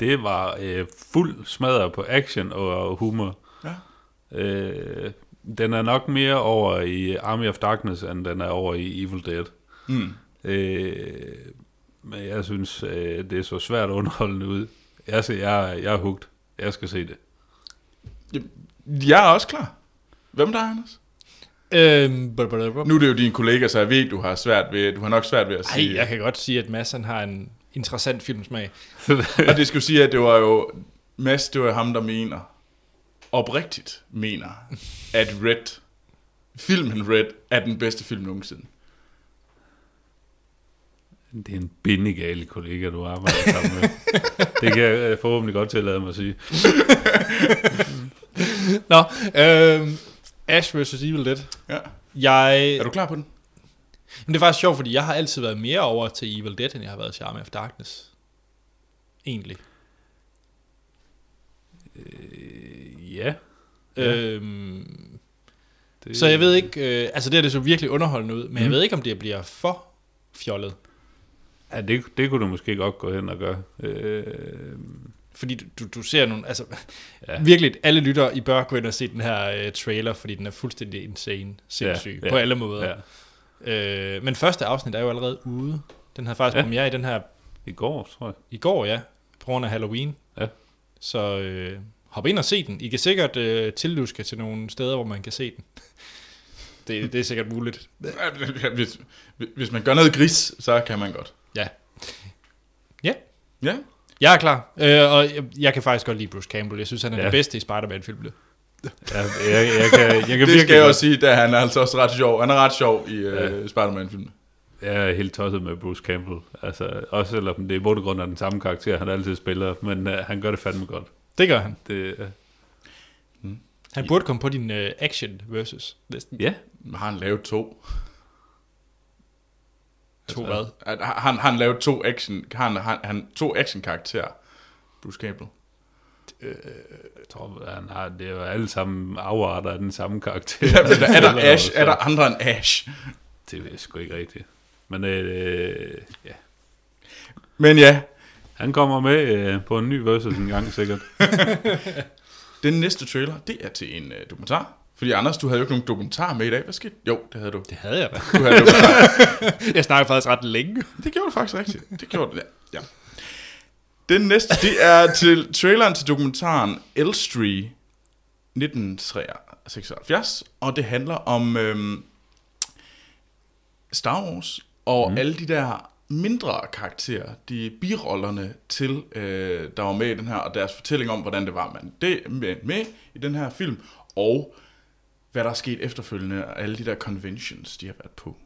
[SPEAKER 3] Det var øh, fuld smadret på action og humor.
[SPEAKER 2] Ja.
[SPEAKER 3] Øh, den er nok mere over i Army of Darkness, end den er over i Evil Dead.
[SPEAKER 1] Mhm.
[SPEAKER 2] Mm.
[SPEAKER 3] Øh, men jeg synes, øh, det er så svært underholdende ud. Jeg, ser, jeg, jeg er hugt. Jeg skal se det.
[SPEAKER 2] Jeg er også klar. Hvem der er, Anders?
[SPEAKER 1] Øhm, blah, blah, blah.
[SPEAKER 2] Nu er det jo dine kollegaer, så jeg ved, du har svært ved, du har nok svært ved at sige. øh,
[SPEAKER 1] Ej, jeg kan godt sige, at Mads han har en interessant filmsmag.
[SPEAKER 2] Og det skulle sige, at det var jo... Mads, det var ham, der mener, oprigtigt mener, at Red, filmen Red, er den bedste film nogensinde.
[SPEAKER 3] Det er en bindegal kollega, du arbejder sammen med. Det kan jeg øh, forhåbentlig godt tillade mig at sige.
[SPEAKER 1] Nå, øhm, Ash vs. Evil Dead.
[SPEAKER 2] Ja.
[SPEAKER 1] Jeg...
[SPEAKER 2] Er du klar på den?
[SPEAKER 1] Men det er faktisk sjovt, fordi jeg har altid været mere over til Evil Dead, end jeg har været til Army of Darkness. Egentlig.
[SPEAKER 3] Øh, Ja.
[SPEAKER 1] Ja. Øhm,
[SPEAKER 3] Det,
[SPEAKER 1] så jeg ved ikke... Øh, altså, det er det så virkelig underholdende ud, men mm. jeg
[SPEAKER 3] Mm.
[SPEAKER 1] ved ikke, om det bliver for fjollet.
[SPEAKER 3] Ja, det, det kunne du måske godt gå hen og gøre. Øh,
[SPEAKER 1] Fordi du- du, du ser nogle... Altså, ja.
[SPEAKER 3] Ja.
[SPEAKER 1] virkelig, alle lyttere, I bør gå ind og se den her øh, trailer, fordi den er fuldstændig insane, sindssyg, ja,
[SPEAKER 3] ja,
[SPEAKER 1] ja, på alle måder.
[SPEAKER 3] ja.
[SPEAKER 1] Øh, men første afsnit er jo allerede ude. Den havde faktisk ja.
[SPEAKER 3] Ja.
[SPEAKER 1] premiere i den her
[SPEAKER 3] I går, tror jeg.
[SPEAKER 1] i går, ja. På grund af Halloween.
[SPEAKER 3] Ja.
[SPEAKER 1] Så øh, hop ind og se den. I kan sikkert øh, tilluske til nogle steder, hvor man kan se den. det, det er sikkert muligt.
[SPEAKER 2] Hvis, hvis man gør noget gris, så kan man godt.
[SPEAKER 1] Ja.
[SPEAKER 2] Ja,
[SPEAKER 1] Jeg er klar. Øh, og jeg, jeg kan faktisk godt lide Bruce Campbell. Jeg synes, han er ja.
[SPEAKER 3] Ja.
[SPEAKER 1] den bedste i Spider-Man-filmene.
[SPEAKER 3] Ja, jeg, jeg kan, jeg kan
[SPEAKER 2] det skal
[SPEAKER 3] virkelig
[SPEAKER 2] jeg
[SPEAKER 3] godt-
[SPEAKER 2] også sige, da han er altså også ret sjov. Han er ret sjov i
[SPEAKER 3] Ja.
[SPEAKER 2] øh, Spider-Man-filmen.
[SPEAKER 3] Jeg er helt tosset med Bruce Campbell. Altså, også selvom det i bund og grund er den samme karakter, øh, han altid spiller, men uh, han gør det fandme godt.
[SPEAKER 1] Det gør han.
[SPEAKER 3] Det, øh,
[SPEAKER 1] Han burde komme på din uh, action versus listen.
[SPEAKER 3] ja,
[SPEAKER 2] Har han lavet to?
[SPEAKER 1] To hvad?
[SPEAKER 2] At- Har han, har han lavet to action, har han, har han to action karakterer? Bruce Campbell.
[SPEAKER 3] jeg tror, han har, det er jo alle sammen afarter af den samme karakter.
[SPEAKER 2] Ja, men der, er der
[SPEAKER 3] Eller
[SPEAKER 2] Ash?
[SPEAKER 3] noget,
[SPEAKER 2] Er der
[SPEAKER 3] så-
[SPEAKER 2] andre end Ash?
[SPEAKER 3] Det ved jeg sgu ikke rigtigt. Men øh, ja.
[SPEAKER 2] Men ja,
[SPEAKER 3] han kommer med øh, på en ny versus en gang sikkert.
[SPEAKER 2] den næste trailer, det er til en øh, dokumentar. Fordi Anders, du havde jo ikke nogen dokumentar med i dag. Hvad skete? Jo, det havde du.
[SPEAKER 1] Det havde jeg da.
[SPEAKER 2] Du havde dokumentar.
[SPEAKER 1] Jeg snakkede faktisk ret længe.
[SPEAKER 2] Det gjorde du faktisk rigtigt. Det gjorde du, ja. ja. Den næste, det er til traileren til dokumentaren Elstree 1976, og det handler om øhm, Star Wars og mm. alle de der mindre karakterer, de birollerne til, øh, der var med i den her, og deres fortælling om, hvordan det var, man det med, med i den her film, og hvad der er sket efterfølgende, og alle de der conventions, de har været på.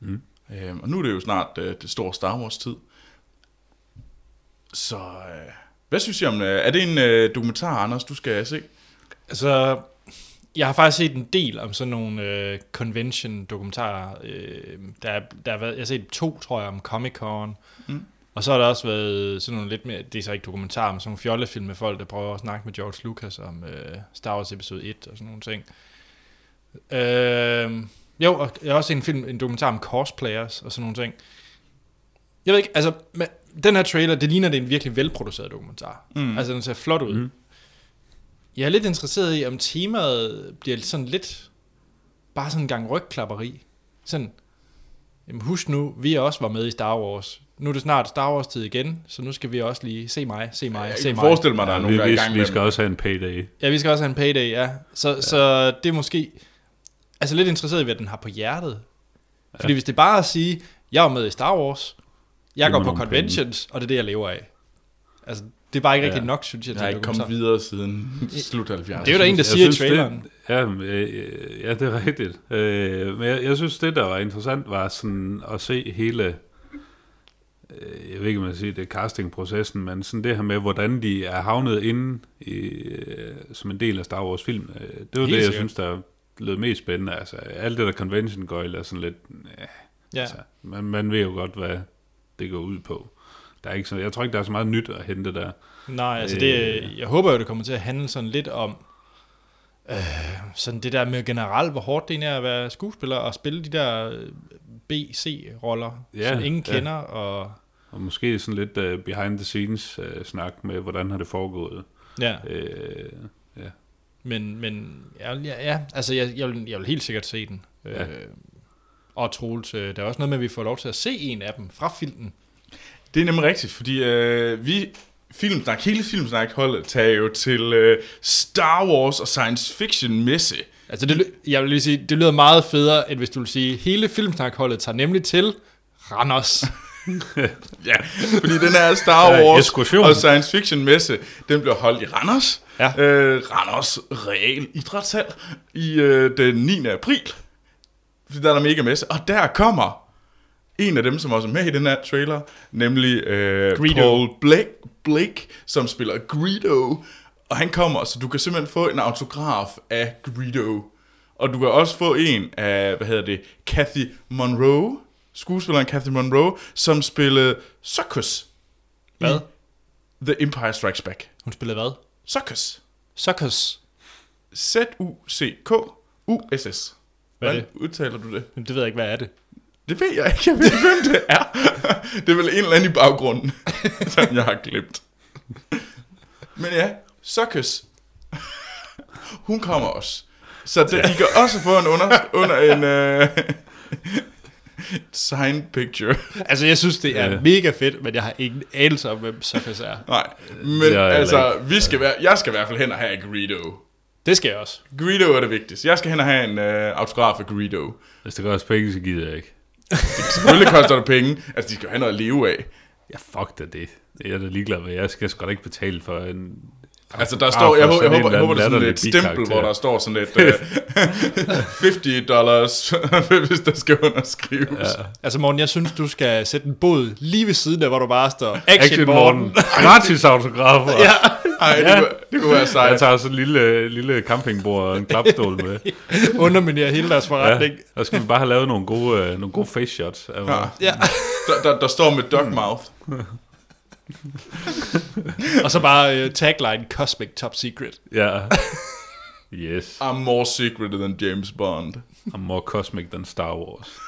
[SPEAKER 2] Mm. Øhm, og nu er det jo snart øh, det store Star Wars-tid. Så øh, hvad synes I om øh, Er det en øh, dokumentar, Anders, du skal se?
[SPEAKER 1] Altså, jeg har faktisk set en del om sådan nogle øh, convention-dokumentarer. Øh, der, er- der har været, jeg har set to, tror jeg, om Comic-Con.
[SPEAKER 2] Mm.
[SPEAKER 1] Mm. Og så har der også været sådan nogle lidt mere, det er så ikke dokumentarer, men sådan nogle fjollefilm med folk, der prøver at snakke med George Lucas om øh, Star Wars episode 1 og sådan nogle ting. Øh, jo, og jeg har også set en film, en dokumentar om cosplayers og sådan nogle ting. Jeg ved ikke, altså, men den her trailer, det ligner, det er en virkelig velproduceret dokumentar.
[SPEAKER 2] Mm.
[SPEAKER 1] Mm. Altså, den ser flot ud.
[SPEAKER 3] Mm.
[SPEAKER 1] Mm. Jeg er lidt interesseret i, om temaet bliver sådan lidt, bare sådan en gang rygklapperi. Sådan, jamen husk nu, vi også var med i Star Wars. Nu er det snart Star Wars-tid igen, så nu skal vi også lige se mig, se mig,
[SPEAKER 2] Jeg
[SPEAKER 1] se
[SPEAKER 2] kan
[SPEAKER 1] mig.
[SPEAKER 2] forestille mig, at der er
[SPEAKER 3] Ja,
[SPEAKER 2] nogen,
[SPEAKER 3] vi,
[SPEAKER 2] der er i
[SPEAKER 3] vi,
[SPEAKER 2] gang
[SPEAKER 3] vi
[SPEAKER 2] med
[SPEAKER 3] skal også have en payday.
[SPEAKER 1] Ja, vi skal også have en payday, ja. Så, ja. så det er måske... Altså lidt interesseret i, hvad den har på hjertet. Fordi hvis det er bare at sige, jeg er med i Star Wars, jeg
[SPEAKER 3] Giv
[SPEAKER 1] går
[SPEAKER 3] mig
[SPEAKER 1] på
[SPEAKER 3] nogle
[SPEAKER 1] conventions, og det er det, jeg lever af. Altså, det er bare ikke
[SPEAKER 3] Ja.
[SPEAKER 1] ja. rigtigt nok, synes jeg.
[SPEAKER 2] Jeg
[SPEAKER 1] til
[SPEAKER 2] har
[SPEAKER 1] en
[SPEAKER 2] ikke kommet
[SPEAKER 1] dokumentar.
[SPEAKER 2] videre siden slut 70'erne.
[SPEAKER 1] Det er jo der en, der
[SPEAKER 3] Jeg
[SPEAKER 1] siger i
[SPEAKER 3] synes,
[SPEAKER 1] traileren.
[SPEAKER 3] Det, ja, men, øh, ja, det er rigtigt. Øh, men jeg, jeg synes, det der var interessant, var sådan at se hele, øh, jeg ved ikke, om man siger det, castingprocessen, men sådan det her med, hvordan de er havnet inde i, øh, som en del af Star Wars film. Øh, det var det, jeg
[SPEAKER 1] sikkert.
[SPEAKER 3] synes, der lød mest spændende. Altså, alt det der convention gøjl er sådan lidt, øh,
[SPEAKER 1] Ja.
[SPEAKER 3] altså, man, man ved jo godt, hvad det går ud på. Der er ikke så, jeg tror ikke, der er så meget nyt at hente der.
[SPEAKER 1] Nej, altså det,
[SPEAKER 3] Øh.
[SPEAKER 1] jeg håber jo, det kommer til at handle sådan lidt om, øh, sådan det der med generelt, hvor hårdt det egentlig er at være skuespiller, og spille de der øh, B-C-roller,
[SPEAKER 3] Ja,
[SPEAKER 1] ja, som ingen
[SPEAKER 3] ja.
[SPEAKER 1] kender, og
[SPEAKER 3] Og måske sådan lidt uh, behind the scenes uh, snak med, hvordan har det foregået.
[SPEAKER 1] ja.
[SPEAKER 3] Øh, ja.
[SPEAKER 1] Men, men ja, ja, ja, altså jeg, jeg, vil, jeg vil helt sikkert se den.
[SPEAKER 3] Ja.
[SPEAKER 1] Ja. Øh, og Troels, øh, der er også noget med, at vi får lov til at se en af dem fra filmen.
[SPEAKER 2] Det er nemlig rigtigt, fordi øh, vi filmsnak, hele filmsnak holdet tager jo til øh, Star Wars og science fiction messe.
[SPEAKER 1] Altså det, ly- jeg vil lige sige, det lyder meget federe, end hvis du vil sige, hele filmsnakholdet tager nemlig til Randers.
[SPEAKER 2] Ja, fordi den her Star
[SPEAKER 3] Der er
[SPEAKER 2] Wars
[SPEAKER 3] ekskursion.
[SPEAKER 2] og science fiction messe, den bliver holdt i Randers.
[SPEAKER 1] Ja.
[SPEAKER 2] Øh, Randers Real Idrætshal i øh, den 9. april. Fordi der er der mega messe. Og der kommer en af dem, som også er med i den her trailer, nemlig øh,
[SPEAKER 1] Greedo.
[SPEAKER 2] Paul Blake, Blake, som spiller Greedo. Og han kommer, så du kan simpelthen få en autograf af Greedo. Og du kan også få en af, hvad hedder det, Kathy Monroe, skuespilleren Kathy Monroe, som spillede Circus
[SPEAKER 1] Hvad?
[SPEAKER 2] The Empire Strikes Back.
[SPEAKER 1] Hun spillede hvad?
[SPEAKER 2] Circus.
[SPEAKER 1] Suckers.
[SPEAKER 2] Z-U-C-K-U-S-S.
[SPEAKER 1] Hvad er
[SPEAKER 2] Hvordan udtaler du det?
[SPEAKER 1] Jamen, det ved jeg ikke, hvad er det?
[SPEAKER 2] Det ved jeg ikke. Jeg ved ikke, hvem det er. Det er vel en eller anden i baggrunden, som jeg har glemt. Men ja, Circus. Hun kommer også. Så det, I kan også få en under, under en øh, sign picture.
[SPEAKER 1] Altså, jeg synes, det er
[SPEAKER 3] Ja.
[SPEAKER 1] mega fedt, men jeg har ingen anelse om, hvem Suckers er.
[SPEAKER 2] Nej,
[SPEAKER 3] Det
[SPEAKER 2] men
[SPEAKER 3] er jeg
[SPEAKER 2] altså,
[SPEAKER 3] heller
[SPEAKER 2] vi skal være, jeg skal i hvert fald hen og have Greedo.
[SPEAKER 1] Det skal jeg også.
[SPEAKER 2] Greedo er det vigtigste. Jeg skal hen og have en øh, autograf af Greedo.
[SPEAKER 3] Hvis det går også penge, så gider jeg ikke.
[SPEAKER 2] Selvfølgelig koster det penge. Altså, de skal jo have noget at leve af.
[SPEAKER 3] Ja, fuck da det. Jeg er da ligeglad, hvad jeg skal sgu da ikke betale for en
[SPEAKER 2] Altså, der står, jeg,
[SPEAKER 3] Ah, for
[SPEAKER 2] hå- jeg,
[SPEAKER 3] sådan en
[SPEAKER 2] håber, jeg
[SPEAKER 3] eller
[SPEAKER 2] håber, der er sådan
[SPEAKER 3] anden
[SPEAKER 2] lidt
[SPEAKER 3] latterlig
[SPEAKER 2] stempel,
[SPEAKER 3] bikarakter.
[SPEAKER 2] hvor der står sådan lidt uh, 50 dollars, hvis der skal underskrives. Ja.
[SPEAKER 1] Altså Morten, jeg synes, du skal sætte en båd lige ved siden af, hvor du bare står Action,
[SPEAKER 3] Action
[SPEAKER 1] Morten.
[SPEAKER 3] Morten. Gratis autografer. ja.
[SPEAKER 2] Ej, det,
[SPEAKER 3] Ja.
[SPEAKER 2] kunne, det kunne være
[SPEAKER 3] Jeg
[SPEAKER 2] sejt.
[SPEAKER 3] tager sådan en lille, lille campingbord og en klapstol med.
[SPEAKER 1] Underminerer hele deres forretning.
[SPEAKER 3] Ja, der skal vi bare have lavet nogle gode, øh, nogle gode face shots. Af mig.
[SPEAKER 1] Ja.
[SPEAKER 2] Der, der, der står med dog mouth.
[SPEAKER 1] Og så bare uh, tagline Cosmic Top Secret.
[SPEAKER 3] ja. Yes.
[SPEAKER 2] I'm more secret than James Bond.
[SPEAKER 3] I'm more cosmic than Star Wars.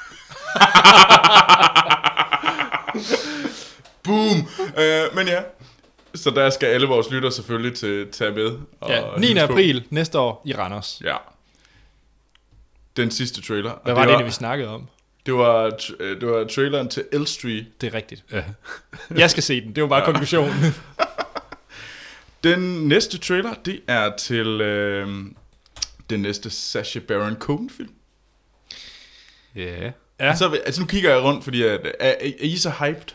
[SPEAKER 2] Boom! Uh, men ja, så der skal alle vores lytter selvfølgelig til tage med. Og
[SPEAKER 1] Ja, 9.
[SPEAKER 2] hilse på.
[SPEAKER 1] april næste år i Randers.
[SPEAKER 2] Ja. Den sidste trailer. Og
[SPEAKER 1] Hvad var det
[SPEAKER 2] var,
[SPEAKER 1] egentlig, vi snakkede om?
[SPEAKER 2] det, var, tr- øh, det var traileren til Elstree.
[SPEAKER 1] Det er rigtigt.
[SPEAKER 3] Ja.
[SPEAKER 1] Jeg skal se den, det var bare konklusionen.
[SPEAKER 2] Den næste trailer, det er til øh, den næste Sacha Baron Cohen film.
[SPEAKER 3] Yeah.
[SPEAKER 1] Ja.
[SPEAKER 2] Ja. Så, altså nu kigger jeg rundt, fordi at, er, er, er I så hyped?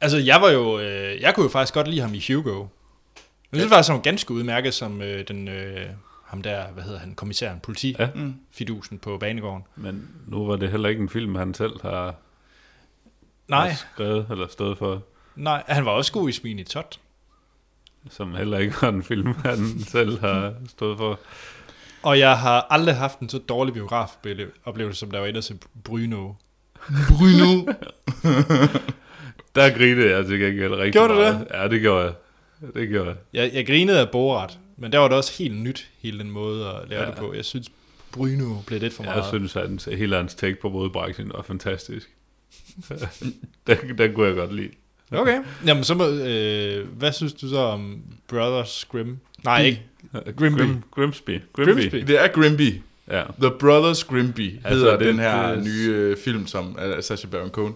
[SPEAKER 1] Altså, jeg var jo, øh, jeg kunne jo faktisk godt lide ham i Hugo. Jeg synes faktisk, han var ganske udmærket som øh, den, øh, ham der, hvad hedder han, kommissæren, politi,
[SPEAKER 3] Ja.
[SPEAKER 2] Mm.
[SPEAKER 1] fidusen på banegården.
[SPEAKER 3] Men nu var det heller ikke en film, han selv har,
[SPEAKER 1] Nej,
[SPEAKER 3] har skrevet eller stået for.
[SPEAKER 1] nej, han var også god i Sweeney Todd.
[SPEAKER 3] Som heller ikke var en film, han selv har stået for.
[SPEAKER 1] Og jeg har aldrig haft en så dårlig biografoplevelse, som der var ellers i Bruno.
[SPEAKER 2] Bruno.
[SPEAKER 3] Der grinede jeg til gengæld rigtig
[SPEAKER 1] Gjorde du
[SPEAKER 3] meget. det? Ja, det gjorde jeg. Det gjorde jeg.
[SPEAKER 1] Jeg, jeg grinede af Borat, men der var det også helt nyt, hele den måde at lave ja.
[SPEAKER 3] Ja.
[SPEAKER 1] det på. Jeg synes, Bruno blev lidt for meget.
[SPEAKER 3] Jeg synes, at hans, hele hans take på modebranchen var fantastisk. den, den kunne jeg godt lide.
[SPEAKER 1] Okay, jamen så må, øh, hvad synes du så om Brothers Grimm? Nej,
[SPEAKER 2] Bi.
[SPEAKER 1] ikke. Grimby.
[SPEAKER 3] Grimsby.
[SPEAKER 1] Grimsby.
[SPEAKER 2] det er Grimby.
[SPEAKER 3] Ja.
[SPEAKER 2] The Brothers Grimby
[SPEAKER 3] Altså,
[SPEAKER 2] hedder
[SPEAKER 3] det-
[SPEAKER 2] den her
[SPEAKER 3] det-
[SPEAKER 2] nye øh, film, som er Sacha Baron Cohen.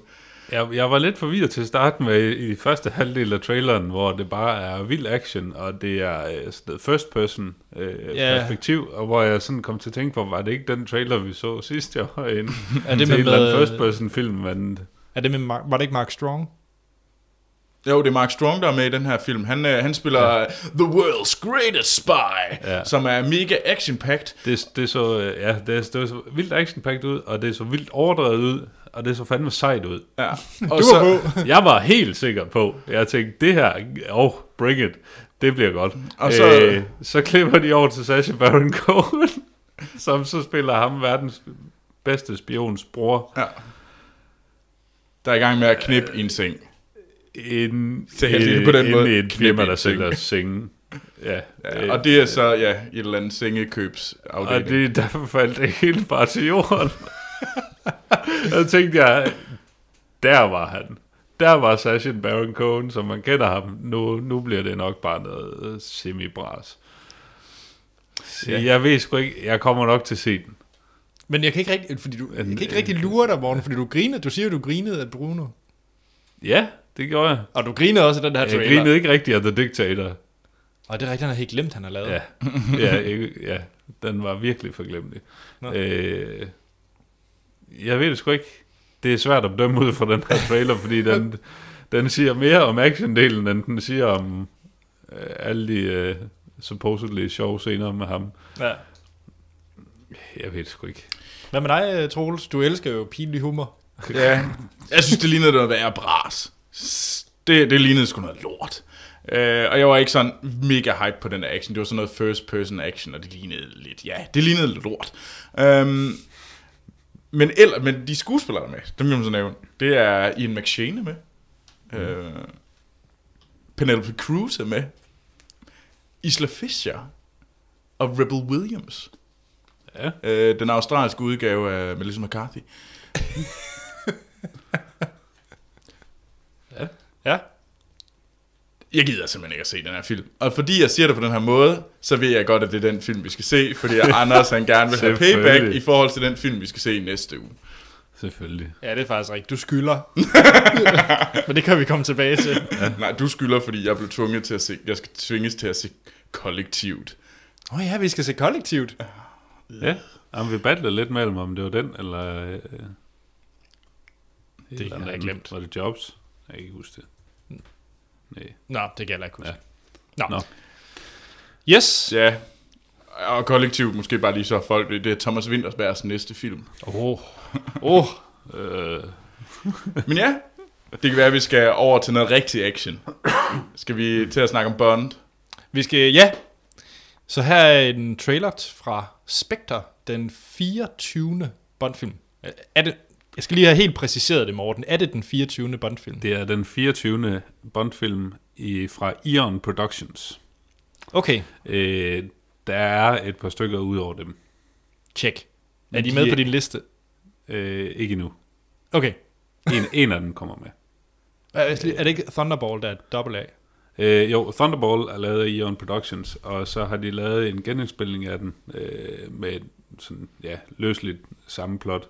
[SPEAKER 3] Jeg, jeg var lidt forvirret til at starte med i, i første halvdel af traileren, hvor det bare er vild action, og det er øh, sådan noget first person øh,
[SPEAKER 1] Ja.
[SPEAKER 3] perspektiv, og hvor jeg sådan kom til at tænke på, var det ikke den trailer, vi så sidst, jeg var inde?
[SPEAKER 1] Er det
[SPEAKER 3] til en
[SPEAKER 1] med,
[SPEAKER 3] eller anden first
[SPEAKER 1] med,
[SPEAKER 3] person film, men
[SPEAKER 1] er det med Mark, var det ikke Mark Strong?
[SPEAKER 2] Jo, det er Mark Strong, der er med i den her film. Han, øh, han spiller ja. The World's Greatest Spy,
[SPEAKER 3] Ja.
[SPEAKER 2] ja. som er mega action-packed.
[SPEAKER 3] det, det så, øh, ja, det, det så vildt action ud, og det så vildt overdrevet ud, og det så fandme sejt ud.
[SPEAKER 2] Ja.
[SPEAKER 1] Du
[SPEAKER 2] Og
[SPEAKER 1] var på.
[SPEAKER 3] Jeg var helt sikker på, jeg tænkte, det her, oh, bring it, det bliver godt.
[SPEAKER 2] Og
[SPEAKER 3] Og
[SPEAKER 2] så-
[SPEAKER 3] så, øh, så klipper de over til Sacha Baron Cohen, som så spiller ham verdens bedste spions bror.
[SPEAKER 2] ja. Der er i gang med at knippe i en seng.
[SPEAKER 3] En,
[SPEAKER 2] Så jeg siger det på den måde,
[SPEAKER 3] i en firma,
[SPEAKER 2] knip i
[SPEAKER 3] der
[SPEAKER 2] en seng.
[SPEAKER 3] sælger senge. Ja,
[SPEAKER 2] Ja, og det er så, ja, et eller andet
[SPEAKER 3] og
[SPEAKER 2] sengekøbsafdeling. Det...
[SPEAKER 3] det er derfor faldt det hele bare til jorden. og tænkte jeg, der var han. Der var Sacha Baron Cohen, som man kender ham. Nu, nu bliver det nok bare noget øh, semi-bras. Så
[SPEAKER 2] Ja.
[SPEAKER 3] Jeg ved sgu ikke, jeg kommer nok til at se den.
[SPEAKER 1] Men jeg kan ikke rigtig, fordi du, jeg
[SPEAKER 3] En-
[SPEAKER 1] kan ikke rigtig lure dig, Morten, fordi du grinede. Du siger, jo, du grinede af Bruno.
[SPEAKER 3] Ja, det gjorde jeg.
[SPEAKER 1] Og du grinede også af den her
[SPEAKER 3] Jeg
[SPEAKER 1] trailer.
[SPEAKER 3] grinede ikke rigtig af The Dictator.
[SPEAKER 1] Og det er rigtigt, han har helt glemt, han har lavet.
[SPEAKER 3] Ja, ja, ikke- ja den var virkelig forglemmelig.
[SPEAKER 1] Nå.
[SPEAKER 3] Øh, jeg ved det sgu ikke. Det er svært at dømme ud fra den her trailer, fordi den, den siger mere om actiondelen, end den siger om øh, alle de øh, supposedly sjove scener med ham.
[SPEAKER 1] Ja.
[SPEAKER 3] Jeg ved det sgu ikke.
[SPEAKER 1] Hvad med dig, øh, Troels? Du elsker jo pinlig humor.
[SPEAKER 2] Ja. Jeg synes, det lignede noget værre bras. S- Det, det lignede sgu noget lort. Øh, og jeg var ikke sådan mega hype på den der action. Det var sådan noget first person action, og det lignede lidt, ja, det lignede lidt lort. Øhm, men, eller, men de skuespillere, der er med, dem vil man så nævne, det er Ian McShane er med. Øh, Penelope Cruz er med. Isla Fisher og Rebel Williams.
[SPEAKER 3] Ja.
[SPEAKER 2] Øh, den australske udgave af Melissa McCarthy.
[SPEAKER 1] Ja.
[SPEAKER 2] jeg gider simpelthen ikke at se den her film. Og fordi jeg siger det på den her måde, så ved jeg godt, at det er den film, vi skal se, fordi Anders han gerne vil have payback
[SPEAKER 3] Selvfølgelig.
[SPEAKER 2] i forhold til den film, vi skal se i næste uge.
[SPEAKER 3] Selvfølgelig.
[SPEAKER 1] Ja, det er faktisk rigtigt. Du skylder. Men det kan vi komme tilbage til.
[SPEAKER 2] Ja. Nej, du skylder, fordi jeg blev tvunget til at se, jeg skal tvinges til at se kollektivt.
[SPEAKER 1] Åh oh, ja, vi skal se kollektivt.
[SPEAKER 3] Ja, Jamen, vi battlede lidt mellem, om det var den, eller... Øh, det
[SPEAKER 1] har jeg glemt. Mm.
[SPEAKER 3] Var det Jobs? Jeg kan ikke huske det. Nej.
[SPEAKER 1] Nå, det kan jeg heller ikke huske.
[SPEAKER 3] Ja.
[SPEAKER 1] Nå.
[SPEAKER 3] Nå.
[SPEAKER 1] Yes.
[SPEAKER 2] Ja, og kollektivt måske bare lige så folk, det er Thomas Wintersbergs næste film.
[SPEAKER 1] Åh. Oh. Oh.
[SPEAKER 3] Øh,
[SPEAKER 2] Men ja, det kan være, at vi skal over til noget rigtig action. Skal vi til at snakke om Bond?
[SPEAKER 1] Vi skal, ja. Så her er en trailer t- fra Spectre, den 24. Bondfilm. Er det, jeg skal lige have helt præciseret det, Morten. Er det den 24. Bondfilm?
[SPEAKER 3] det er den 24. Bond-film i, fra Ion Productions.
[SPEAKER 1] Okay,
[SPEAKER 3] Øh, der er et par stykker ud over dem.
[SPEAKER 1] check. Er
[SPEAKER 2] Men
[SPEAKER 1] de
[SPEAKER 2] de
[SPEAKER 1] med
[SPEAKER 2] er-
[SPEAKER 1] på din liste?
[SPEAKER 3] Øh, ikke endnu.
[SPEAKER 1] Okay.
[SPEAKER 3] En, en af dem kommer med.
[SPEAKER 1] Er, er det ikke Thunderball, der er et dobbelt af?
[SPEAKER 3] Øh, jo, Thunderball er lavet af Ion Productions, og så har de lavet en genindspilning af den øh, med sådan, ja, løsligt samme plot,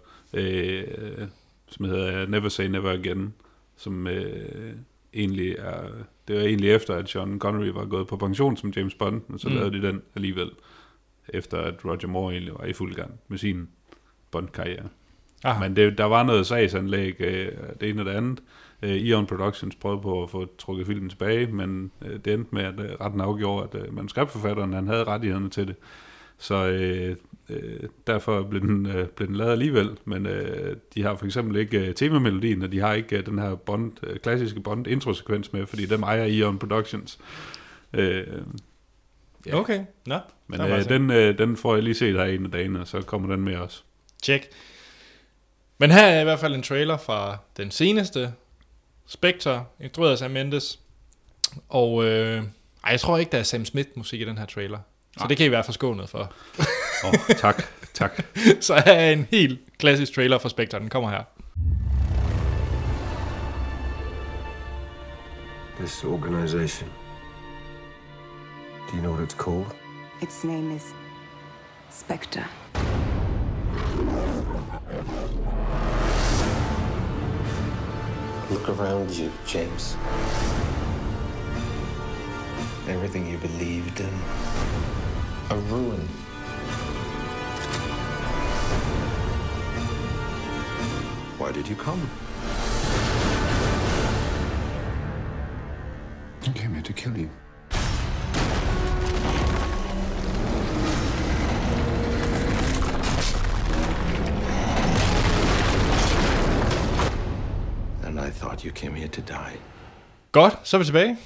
[SPEAKER 3] øh, som hedder Never Say Never Again, som øh, egentlig er, det var egentlig efter, at John Connery var gået på pension som James Bond, men så
[SPEAKER 1] Mm.
[SPEAKER 3] mm. lavede de den alligevel, efter at Roger Moore egentlig var i fuld gang med sin Bond-karriere.
[SPEAKER 1] Ah,
[SPEAKER 3] Men det, der var noget sagsanlæg, øh, det ene og det andet. Øh, Ion Productions prøvede på at få trukket filmen tilbage, men øh, det endte med, at øh, retten afgjorde, at øh, manuskriptforfatteren han havde rettighederne til det. Så øh, øh, derfor blev den, øh, blev den lavet alligevel, men øh, de har for eksempel ikke øh, temamelodien, og de har ikke øh, den her bond, øh, klassiske bond introsekvens med, fordi dem ejer Ion Productions. Øh, ja.
[SPEAKER 1] okay. Nå,
[SPEAKER 3] men
[SPEAKER 1] Der var
[SPEAKER 3] øh,
[SPEAKER 1] altså-
[SPEAKER 3] den, øh, den får jeg lige set her en af dagene, og så kommer den med også.
[SPEAKER 1] Check. Men her er i hvert fald en trailer fra den seneste Spectre, instrueret af Sam Mendes. Og øh, ej, jeg tror ikke, der er Sam Smith-musik i den her trailer. Så
[SPEAKER 2] Nej.
[SPEAKER 1] det kan I være forskånet for.
[SPEAKER 3] Åh, oh, tak, tak.
[SPEAKER 1] Så her er en helt klassisk trailer fra Spectre, den kommer her.
[SPEAKER 4] This organization. Do you know what it's called?
[SPEAKER 5] Its name is Spectre.
[SPEAKER 6] Look around you, James. Everything you believed in, a ruin.
[SPEAKER 4] Why did you come? I came here to kill you.
[SPEAKER 6] And I thought you came here to die.
[SPEAKER 1] Godt, så er vi tilbage.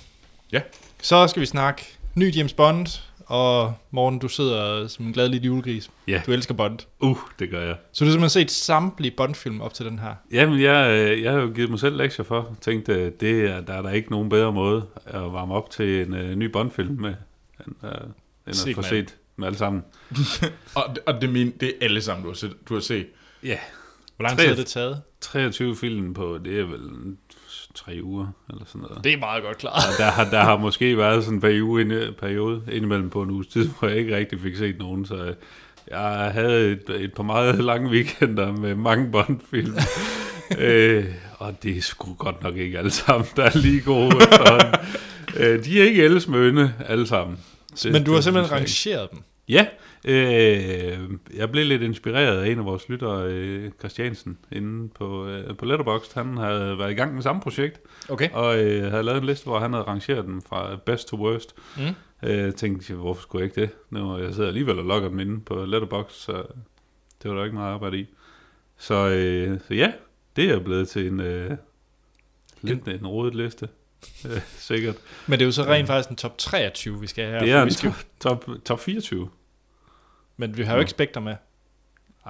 [SPEAKER 2] Ja.
[SPEAKER 1] Så skal vi snakke ny James Bond. Og Morten, du sidder som en glad lille julegris.
[SPEAKER 3] Ja.
[SPEAKER 1] Du elsker Bond.
[SPEAKER 3] Uh, det gør jeg.
[SPEAKER 1] Så du har simpelthen set samtlige Bond-film op til den her.
[SPEAKER 3] Jamen, jeg, øh, jeg har jo givet mig selv lektier for. Tænkte, øh, det er, der er der ikke nogen bedre måde at varme op til en øh, ny Bond-film med, end, øh, end
[SPEAKER 1] Set
[SPEAKER 3] at få
[SPEAKER 1] med
[SPEAKER 3] set med alle sammen.
[SPEAKER 2] Og, og det, min, det er alle sammen, du har set. Du har set.
[SPEAKER 3] Ja,
[SPEAKER 1] Hvor lang tid
[SPEAKER 3] Tre.
[SPEAKER 1] har det taget?
[SPEAKER 3] 23 film på, det er vel en tre uger eller sådan noget.
[SPEAKER 1] Det er meget godt klart.
[SPEAKER 3] Og der, har- der har måske været sådan en periode, inde, periode indimellem på en uges tid, hvor jeg ikke rigtig fik set nogen, så øh, jeg havde et, et par meget lange weekender med mange Bond-film. øh, og det er sgu godt nok ikke alle sammen, der er lige gode efterhånden. øh, de er ikke ellesmøende alle sammen. Det-
[SPEAKER 1] Men du
[SPEAKER 3] det
[SPEAKER 1] har
[SPEAKER 3] synes
[SPEAKER 1] simpelthen
[SPEAKER 3] jeg ikke.
[SPEAKER 1] rangeret dem.
[SPEAKER 3] Ja, øh, jeg blev lidt inspireret af en af vores lyttere, øh, Christiansen, inde på, øh, på Letterboxd. Han havde været i gang med samme projekt,
[SPEAKER 1] Okay.
[SPEAKER 3] og øh, havde lavet en liste, hvor han havde rangeret dem fra best to worst.
[SPEAKER 1] Mm.
[SPEAKER 3] Øh, tænkte jeg, hvorfor skulle jeg ikke det? Nu, øh, jeg sidder alligevel og logger dem inde på Letterboxd, så det var der ikke meget arbejde i. Så, øh, så ja, det er blevet til en, øh, lidt en rodet liste, øh, sikkert.
[SPEAKER 1] Men det er jo så rent faktisk en top 23, vi skal have. her,
[SPEAKER 3] det
[SPEAKER 1] for
[SPEAKER 3] er en
[SPEAKER 1] vi skal,
[SPEAKER 3] top, top, top 24.
[SPEAKER 1] men vi har jo ikke Spectre med.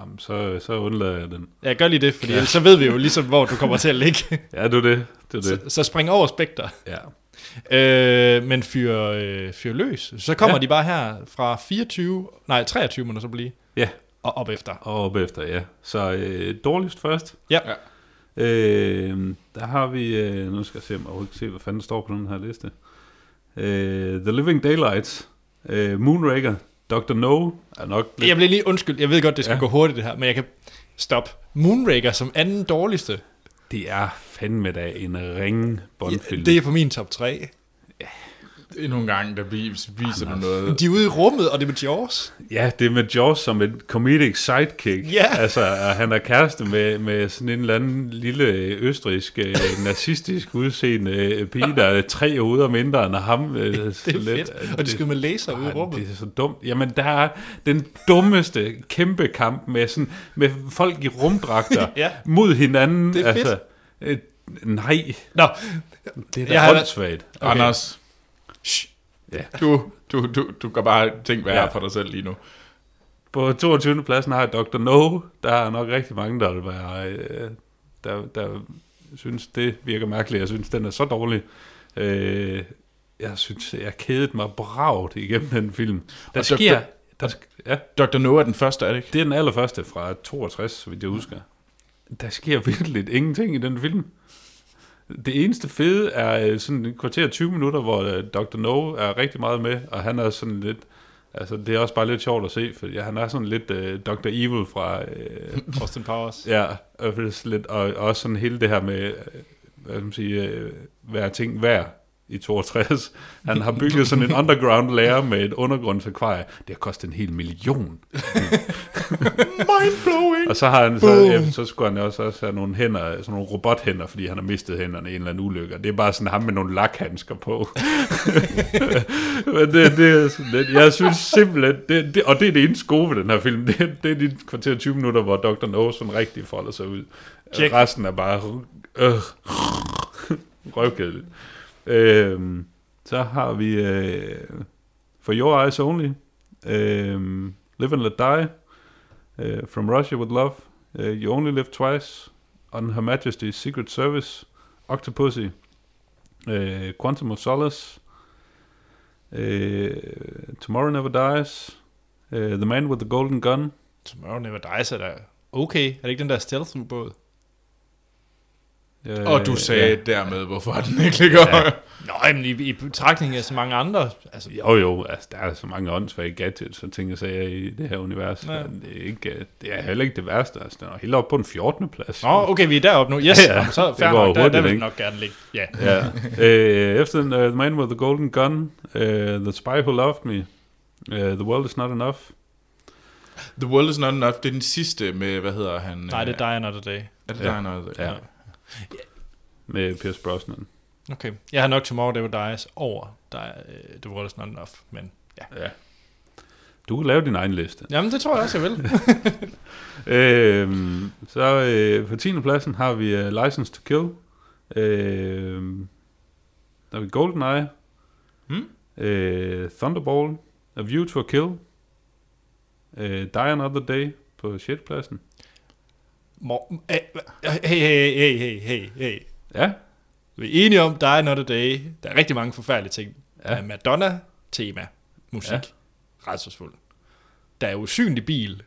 [SPEAKER 3] Jamen, så, så undlader jeg den.
[SPEAKER 1] Ja, gør lige det, for ja. så ved vi jo ligesom, hvor du kommer til at ligge.
[SPEAKER 3] Ja, det er det. Det er
[SPEAKER 1] så,
[SPEAKER 3] det.
[SPEAKER 1] så spring over Spectre.
[SPEAKER 3] Ja.
[SPEAKER 1] Øh, men fyr, øh, fyr løs. Så kommer ja.
[SPEAKER 3] Ja.
[SPEAKER 1] de bare her fra 24, nej 23 må der så blive,
[SPEAKER 3] Ja,
[SPEAKER 1] og op efter.
[SPEAKER 3] og op efter, ja. Så øh, dårligst først.
[SPEAKER 1] Ja.
[SPEAKER 2] Ja.
[SPEAKER 3] Øh, der har vi, øh, nu skal jeg se, om jeg overhovedet kan se, hvad fanden der står på den her liste. Øh, The Living Daylights, øh, Moonraker, Dr. No er nok lidt...
[SPEAKER 1] Jeg bliver lige undskyld, jeg ved godt, det skal ja.
[SPEAKER 3] Ja.
[SPEAKER 1] gå hurtigt det her, men jeg kan stop. Moonraker som anden dårligste,
[SPEAKER 3] Det er fandme da en ringe bondfilm.
[SPEAKER 1] det er på min top 3.
[SPEAKER 2] Endnu en gang, der vis- viser du noget.
[SPEAKER 1] De er ude i rummet, og det er med Jaws.
[SPEAKER 3] Ja, det er med Jaws som en comedic sidekick.
[SPEAKER 1] Ja.
[SPEAKER 3] Altså, og han er kæreste med, med sådan en eller anden lille østrisk, øh, nazistisk udseende øh, pige, der er tre hoveder mindre end ham. Øh, det er
[SPEAKER 1] Det er fedt. Og de skyder med laser ud i rummet.
[SPEAKER 3] det er så dumt. Jamen, der er den dummeste kæmpe kamp med, sådan, med folk i rumdragter
[SPEAKER 1] Ja.
[SPEAKER 3] mod hinanden.
[SPEAKER 1] Det er fedt.
[SPEAKER 3] Øh, nej,
[SPEAKER 1] Nå,
[SPEAKER 3] det er da
[SPEAKER 1] Jeg har-
[SPEAKER 3] åndssvagt.
[SPEAKER 2] Okay. Anders,
[SPEAKER 3] Ja.
[SPEAKER 2] du, du, du, du kan bare tænke, hvad ja.
[SPEAKER 3] Ja.
[SPEAKER 2] er for dig selv lige nu.
[SPEAKER 3] På 22. pladsen har jeg Dr. No. Der er nok rigtig mange, der vil være, øh, der, der synes, det virker mærkeligt. Jeg synes, den er så dårlig. Øh, jeg synes, jeg kædede mig bragt igennem den film. Der
[SPEAKER 2] Og
[SPEAKER 3] sker...
[SPEAKER 2] Dr.
[SPEAKER 3] Der, sk- ja,
[SPEAKER 2] Dr. Noah er den første, er det ikke?
[SPEAKER 3] det er den allerførste fra 62, så vidt jeg husker. Der sker virkelig ingenting i den film. Det eneste fede er øh, sådan en kvarter 20 minutter, hvor øh, Dr. No er rigtig meget med, og han er sådan lidt... Altså, det er også bare lidt sjovt at se, for han er sådan lidt øh, Dr. Evil fra... Øh,
[SPEAKER 1] Austin Powers.
[SPEAKER 3] ja, og, hvis lidt, og også sådan hele det her med, øh, hvad skal man sige, øh, hver ting værd i 62. Han har bygget sådan en underground lair med et undergrundsakvarie. Det har kostet en hel million.
[SPEAKER 1] Mindblowing!
[SPEAKER 3] Og så har han så, ja, så skulle han også, også have nogle hænder, sådan nogle robothænder, fordi han har mistet hænderne i en eller anden ulykke. Og Det er bare sådan ham med nogle lakhandsker på. Men det, det er sådan lidt, jeg synes simpelthen, det, det, og det er det eneste gode ved den her film, det, det er de kvarter 20 minutter, hvor Dr. No sådan rigtig folder sig ud.
[SPEAKER 1] Check.
[SPEAKER 3] Check. Resten er bare øh, røvkedeligt. Øhm, så har vi øh, For Your Eyes Only, øh, Live and Let Die, øh, From Russia With Love, øh, You Only Live Twice, On Her Majesty's Secret Service, Octopussy, øh, Quantum of Solace, øh, Tomorrow Never Dies, øh, The Man With The Golden Gun,
[SPEAKER 1] Tomorrow Never Dies er der. Okay, er det ikke den der stealth ubåd?
[SPEAKER 3] øh,
[SPEAKER 2] Og du sagde
[SPEAKER 3] ja.
[SPEAKER 2] ja. dermed, hvorfor den ikke ligger ja.
[SPEAKER 1] Nå, men i, i betragtning af så mange andre. Altså,
[SPEAKER 3] Jo jo, altså, der er så mange åndssvage gadgets og ting og sager i det her univers.
[SPEAKER 1] Ja.
[SPEAKER 3] Ja. Det, er ikke, øh, det er heller ikke det værste. Altså, den er helt oppe på den 14. plads.
[SPEAKER 1] Nå, okay, vi er deroppe nu. Yes,
[SPEAKER 3] Ja,
[SPEAKER 1] ja, så
[SPEAKER 3] det
[SPEAKER 1] fair
[SPEAKER 3] går
[SPEAKER 1] nok. Der, der vil
[SPEAKER 3] hurtigt,
[SPEAKER 1] den
[SPEAKER 3] ikke?
[SPEAKER 1] nok gerne ligge. Ja.
[SPEAKER 3] ja. øh, efter den, uh, The Man With The Golden Gun, uh, The Spy Who Loved Me, uh, The World Is Not Enough.
[SPEAKER 2] The World Is Not Enough, det er den sidste med, hvad hedder han? Øh,
[SPEAKER 1] Nej, det er Die Another Day.
[SPEAKER 2] Er det
[SPEAKER 3] Ja.
[SPEAKER 2] dig, noget?
[SPEAKER 3] Ja. Med Pierce Brosnan.
[SPEAKER 1] Okay, jeg har nok Tomorrow Never Dies over der, uh, The World Is Not Enough, men ja.
[SPEAKER 3] Ja. Du kan lave din egen liste.
[SPEAKER 1] Jamen, det tror jeg også, jeg vil.
[SPEAKER 3] Øhm, så øh, på 10. pladsen har vi uh, License to Kill. Øhm, der har vi GoldenEye.
[SPEAKER 2] Hmm?
[SPEAKER 3] Øh, Thunderball. A View to a Kill. Øh, Die Another Day på 6. pladsen.
[SPEAKER 1] Mor- Hey, hey, hey, hey, hey, hey, hey.
[SPEAKER 3] Ja,
[SPEAKER 1] Vi er enige om Die Another Day. Der er rigtig mange forfærdelige ting.
[SPEAKER 3] Ja.
[SPEAKER 1] Der er Madonna-tema, musik,
[SPEAKER 3] Ja.
[SPEAKER 1] ja. rædselsfuldt. Der er usynlig bil,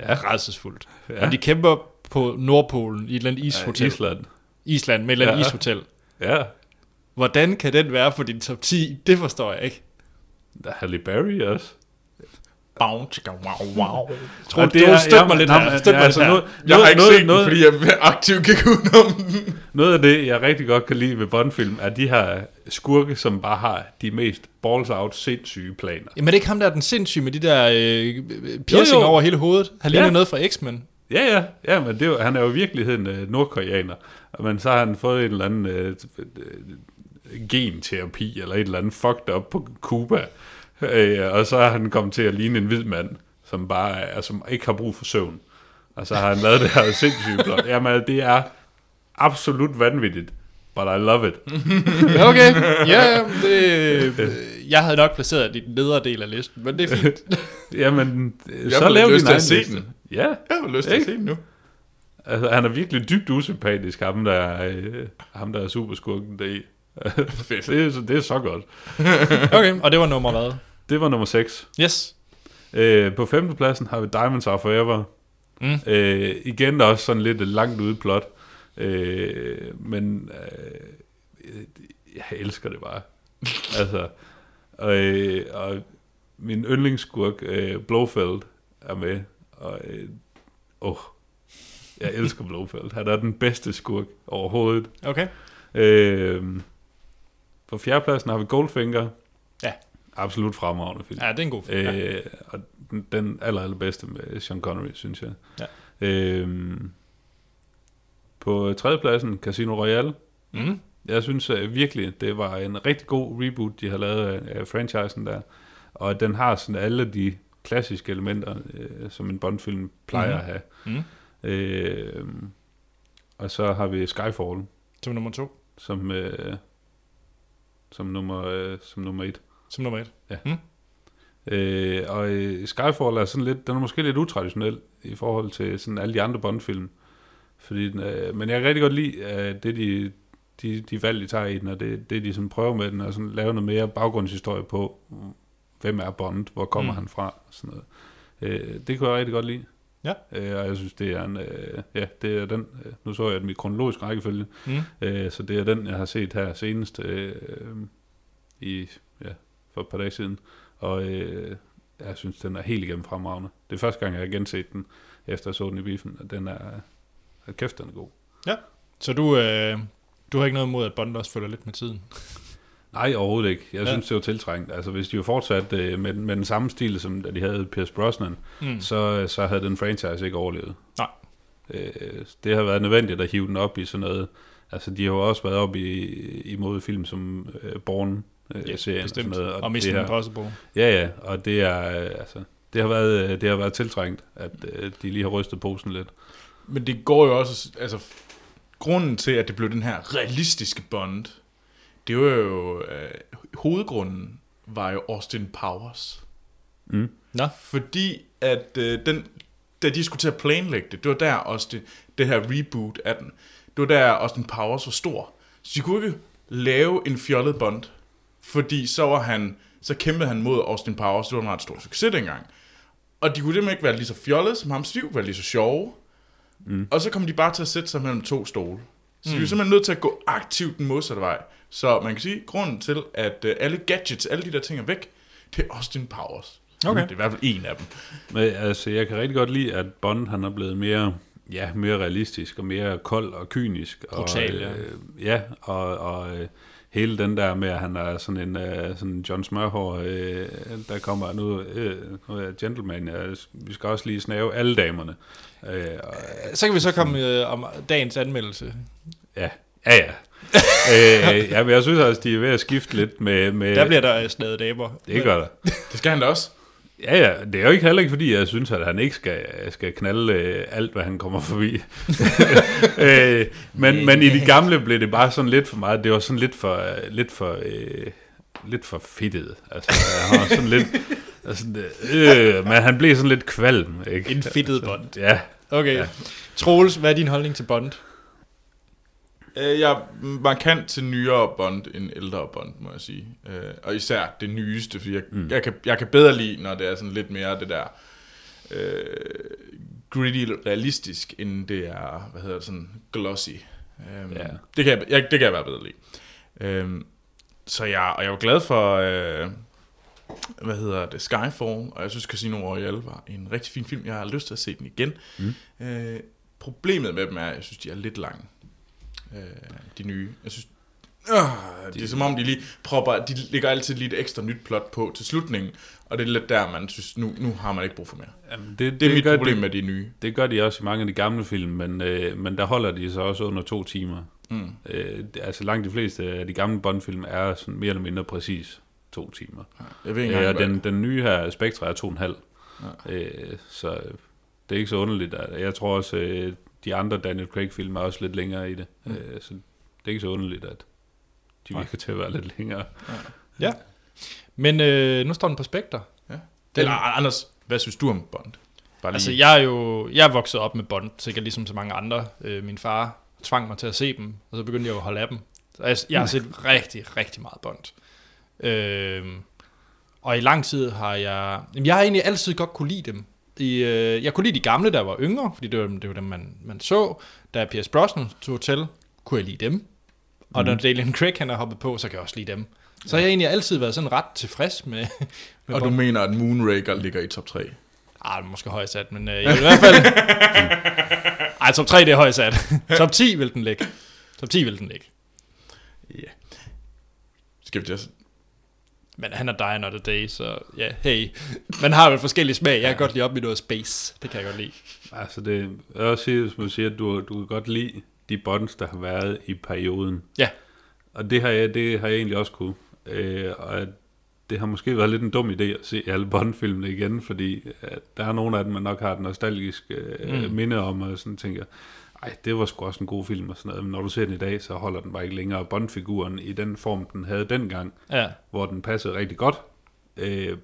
[SPEAKER 3] Ja.
[SPEAKER 1] ja. rædselsfuldt.
[SPEAKER 3] Ja.
[SPEAKER 1] Ja. Og de kæmper på Nordpolen i et eller andet ishotel. Island.
[SPEAKER 3] Island.
[SPEAKER 1] Island med et eller andet
[SPEAKER 3] Ja.
[SPEAKER 1] ja. ishotel.
[SPEAKER 3] Ja,
[SPEAKER 1] Hvordan kan den være på din top 10? Det forstår jeg ikke.
[SPEAKER 3] der er Halle Berry også.
[SPEAKER 2] Bow, chicka, wow, wow.
[SPEAKER 1] Tror du, du støtter mig lidt her? Støt mig altså. lidt her.
[SPEAKER 2] Jeg har ikke set den, fordi jeg aktivt gik udenom den.
[SPEAKER 3] Noget af det, jeg rigtig godt kan lide ved Bondfilm, er de her skurke, som bare har de mest balls-out sindssyge planer.
[SPEAKER 1] Jamen er det ikke ham, der er den sindssyge med de der øh, piercing
[SPEAKER 3] Jo, jo.
[SPEAKER 1] over hele hovedet? Han ligner
[SPEAKER 3] Ja.
[SPEAKER 1] noget fra X-Men.
[SPEAKER 3] Ja, ja, ja men det er jo, han er jo i virkeligheden øh, nordkoreaner, men så har han fået en eller anden øh, øh, genterapi eller et eller andet fucked up på Cuba, øh, og så er han kommet til at ligne en hvid mand, som bare er, som ikke har brug for søvn. Og så har han lavet det her sindssygt blot. Jamen, det er absolut vanvittigt, but I love it.
[SPEAKER 1] Okay, ja, det, øh, jeg havde nok placeret det i den nedre del af listen, men det er fint.
[SPEAKER 3] Jamen, øh,
[SPEAKER 2] Jeg
[SPEAKER 3] så
[SPEAKER 2] får
[SPEAKER 3] laver vi
[SPEAKER 2] lyst
[SPEAKER 3] en
[SPEAKER 2] til at
[SPEAKER 3] egen
[SPEAKER 2] se
[SPEAKER 3] liste.
[SPEAKER 2] den.
[SPEAKER 3] Ja,
[SPEAKER 2] Jeg har lyst til at
[SPEAKER 3] Ikke?
[SPEAKER 2] se den nu.
[SPEAKER 3] altså, han er virkelig dybt usympatisk, ham der, er, øh, ham der er superskurken deri.
[SPEAKER 2] Fedt.
[SPEAKER 3] det, er, så- det er så godt.
[SPEAKER 1] Okay, og det var nummer hvad?
[SPEAKER 3] Det var nummer 6.
[SPEAKER 1] Yes.
[SPEAKER 3] Øh, på femtepladsen har vi Diamonds Are Forever.
[SPEAKER 1] Mm.
[SPEAKER 3] Øh, igen der er også sådan lidt et langt ude plot. Øh, men øh, jeg elsker det bare. altså, og, øh, og min yndlingsskurk, øh, Blofeld, er med. Og, øh, åh, jeg elsker Blofeld. Han er den bedste skurk overhovedet.
[SPEAKER 1] Okay.
[SPEAKER 3] Øh, på fjerdepladsen har vi Goldfinger.
[SPEAKER 1] Ja.
[SPEAKER 3] Absolut fremragende film.
[SPEAKER 1] Ja, det er en god film. Øh, ja.
[SPEAKER 3] Øh, og den- den aller, allerbedste med Sean Connery, synes jeg.
[SPEAKER 1] Ja.
[SPEAKER 3] Øhm, på tredjepladsen, Casino Royale.
[SPEAKER 1] Mm.
[SPEAKER 3] Jeg synes øh, virkelig, det var en rigtig god reboot, de har lavet af, af franchisen der. Og den har sådan alle de klassiske elementer, øh, som en Bond-film plejer
[SPEAKER 1] Mhm.
[SPEAKER 3] at have.
[SPEAKER 1] Mm.
[SPEAKER 3] Øh, og så har vi Skyfall
[SPEAKER 1] Som nummer to.
[SPEAKER 3] som, øh, som, nummer, øh, som nummer et.
[SPEAKER 1] Som nummer et.
[SPEAKER 3] Øh, og øh, Skyfall er sådan lidt, den er måske lidt utraditionel i forhold til sådan alle de andre Bond-film. Fordi, den, øh, men jeg kan rigtig godt lide øh, det, de, de, de valg, de tager i den, og det, det de sådan prøver med den, og sådan lave noget mere baggrundshistorie på, hvem er Bond, hvor kommer
[SPEAKER 1] Mm.
[SPEAKER 3] mm. han fra, og sådan noget. Øh, det kunne jeg rigtig godt lide.
[SPEAKER 1] Ja.
[SPEAKER 3] Øh, og jeg synes, det er en, øh, ja, det er den, øh, nu så jeg den i kronologisk rækkefølge,
[SPEAKER 1] Mm.
[SPEAKER 3] øh, så det er den, jeg har set her senest øh, i, ja, for et par dage siden. Og øh, jeg synes, den er helt igennem fremragende. Det er første gang, jeg har genset den, efter jeg så den i biffen, og den er... Hold kæft, den er god.
[SPEAKER 1] Så du, øh, du har ikke noget imod, at Bond også følger lidt med tiden?
[SPEAKER 3] Nej, overhovedet ikke. Jeg
[SPEAKER 1] Ja.
[SPEAKER 3] ja. synes, det var tiltrængt. Altså, hvis de var fortsat øh, med, den- med den samme stil, som da de havde Pierce Brosnan,
[SPEAKER 1] Mm.
[SPEAKER 3] så, øh, så havde den franchise ikke overlevet.
[SPEAKER 1] Nej.
[SPEAKER 3] Øh, det har været nødvendigt at hive den op i sådan noget. Altså, de har jo også været op i, imod film som øh, Born. Øh, serien og sådan
[SPEAKER 1] bestemt.
[SPEAKER 3] noget.
[SPEAKER 1] Og, og
[SPEAKER 3] det
[SPEAKER 1] Mission
[SPEAKER 3] her-
[SPEAKER 1] Impossible.
[SPEAKER 3] Ja, ja, og det er, øh, altså, det har været, øh, det har været tiltrængt, at øh, de lige har rystet posen lidt.
[SPEAKER 2] Men det går jo også, altså grunden til, at det blev den her realistiske bond, det var jo, øh, hovedgrunden var jo Austin Powers.
[SPEAKER 3] Mm.
[SPEAKER 1] Nå.
[SPEAKER 2] Fordi at øh, den, da de skulle til at planlægge det, det var der også det, det her reboot af den, det var der Austin Powers var stor. Så de kunne ikke lave en fjollet bond, fordi så var han, så kæmpede han mod Austin Powers, det var en ret stor succes dengang. Og de kunne simpelthen ikke være lige så fjollede som ham, så de kunne være lige så sjove. Og så kom de bare til at sætte sig mellem to stole. Så mm. vi er simpelthen nødt til at gå aktivt den modsatte vej. Så man kan sige, at grunden til, at øh, alle gadgets, alle de der ting er væk, det er Austin Powers.
[SPEAKER 1] Okay.
[SPEAKER 2] Det er i hvert fald en af dem.
[SPEAKER 3] Men altså, jeg kan rigtig godt lide, at Bond han er blevet mere, ja, mere realistisk og mere kold og kynisk.
[SPEAKER 1] Brutal,
[SPEAKER 3] og,
[SPEAKER 1] ja.
[SPEAKER 3] Øh, ja, og, og øh, hele den der med, at han er sådan en øh, sådan en John Smørhår, øh, der kommer nu, øh, nu er jeg gentleman, jeg, vi skal også lige snave alle damerne. Øh, og,
[SPEAKER 1] Så kan vi så komme øh, om dagens anmeldelse.
[SPEAKER 3] ja, ja, ja. øh, ja, men jeg synes også, de er ved at skifte lidt med... med
[SPEAKER 1] Der bliver der øh, slaget damer.
[SPEAKER 3] det gør der.
[SPEAKER 2] Det skal han da også.
[SPEAKER 3] Ja, ja, det er jo ikke heller ikke, fordi jeg synes, at han ikke skal, skal knalde øh, alt, hvad han kommer forbi. øh, men, men i de gamle blev det bare sådan lidt for meget. Det var sådan lidt for, øh, lidt for, øh, lidt for fedtet. Altså, han var sådan lidt... Altså, øh, men han blev sådan lidt kvalm, ikke?
[SPEAKER 1] En fedtet Bond.
[SPEAKER 3] Ja,
[SPEAKER 1] Okay. Ja.
[SPEAKER 3] Ja.
[SPEAKER 1] Troels, hvad er din holdning til Bond?
[SPEAKER 2] Øh, Jeg er markant til nyere Bond end ældre Bond, må jeg sige. Øh, Og især det nyeste, fordi jeg, mm. jeg, kan, jeg kan bedre lide, når det er sådan lidt mere det der øh, gritty realistisk, end det er, hvad hedder det, sådan glossy. Øhm,
[SPEAKER 3] Ja.
[SPEAKER 2] det, kan jeg, jeg, det kan jeg være bedre lide. Øhm, så jeg, og jeg var glad for, øh, hvad hedder det, Skyfall, og jeg synes Casino Royale var en rigtig fin film. Jeg har lyst til at se den igen. Mm. Øh, problemet med dem er, at jeg synes, de er lidt lange øh, de nye. Jeg synes, øh, det er som om, de lige propper, de lægger altid lige et ekstra nyt plot på til slutningen, og det er lidt der, man synes, nu, nu har man ikke brug for mere.
[SPEAKER 3] jamen, det, det,
[SPEAKER 2] Det er det mit
[SPEAKER 3] gør
[SPEAKER 2] problem
[SPEAKER 3] De,
[SPEAKER 2] med de nye.
[SPEAKER 3] det gør de også i mange af de gamle film, men, øh, men der holder de sig også under to timer.
[SPEAKER 2] Mm.
[SPEAKER 3] Øh, det- altså langt de fleste af de gamle Bond-film er sådan mere eller mindre præcis to timer.
[SPEAKER 2] Jeg ved ikke
[SPEAKER 3] Ja,
[SPEAKER 2] engang,
[SPEAKER 3] og
[SPEAKER 2] hvad-
[SPEAKER 3] den, den nye her Spectra er 2,5. Ja. Øh, så det er ikke så underligt. at- Jeg tror også, øh, de andre Daniel Craig-film er også lidt længere i det. Mm. Øh, så det er ikke så underligt, at de virker til at være lidt længere.
[SPEAKER 1] Ja. Men øh, nu står den på spekter.
[SPEAKER 2] Den... Eller Anders, hvad synes du om Bond? Bare lige.
[SPEAKER 1] Altså, jeg er jo jeg er vokset op med Bond, sikkert ligesom så mange andre. Øh, min far tvang mig til at se dem, og så begyndte jeg jo at holde af dem. Så jeg, jeg har set rigtig, rigtig meget Bond. Øh, og i lang tid har jeg... Jamen, jeg har egentlig altid godt kunne lide dem. I, øh, jeg kunne lide de gamle, der var yngre, fordi det var, dem- det var dem, man, man så. Da Pierce Brosnan tog til, kunne jeg lide dem. Og
[SPEAKER 2] Mhm.
[SPEAKER 1] når Dalian Craig han er hoppet på, så kan jeg også lide dem. Så har jeg egentlig altid været sådan ret tilfreds med, med
[SPEAKER 2] Og du mener, at Moonraker ligger i top 3?
[SPEAKER 1] Ah, det er måske højt sat, men øh, jeg vil i hvert fald... Ej, top 3, det er højt sat. top 10 vil den ligge. Top 10 vil den ligge.
[SPEAKER 2] Skal vi tage
[SPEAKER 1] Men han er Die Another Day, så ja, hey. Man har vel forskellige smag. Jeg kan godt lide op i noget space. Det kan jeg godt lide.
[SPEAKER 3] Altså det jeg vil også sige, hvis man siger, at du, du kan godt lide de bonds, der har været i perioden.
[SPEAKER 1] Ja.
[SPEAKER 3] Og det har jeg, det har jeg egentlig også kunne. Øh, og at det har måske været lidt en dum idé at se alle Bond-filmene igen, fordi øh, der er nogle af dem, man nok har et nostalgisk øh, mm. minde om, og sådan tænker, ej, det var sgu også en god film og sådan noget. Men når du ser den i dag, så holder den bare ikke længere. Og Bond-figuren i den form, den havde dengang,
[SPEAKER 1] Ja.
[SPEAKER 3] hvor den passede rigtig godt, øh,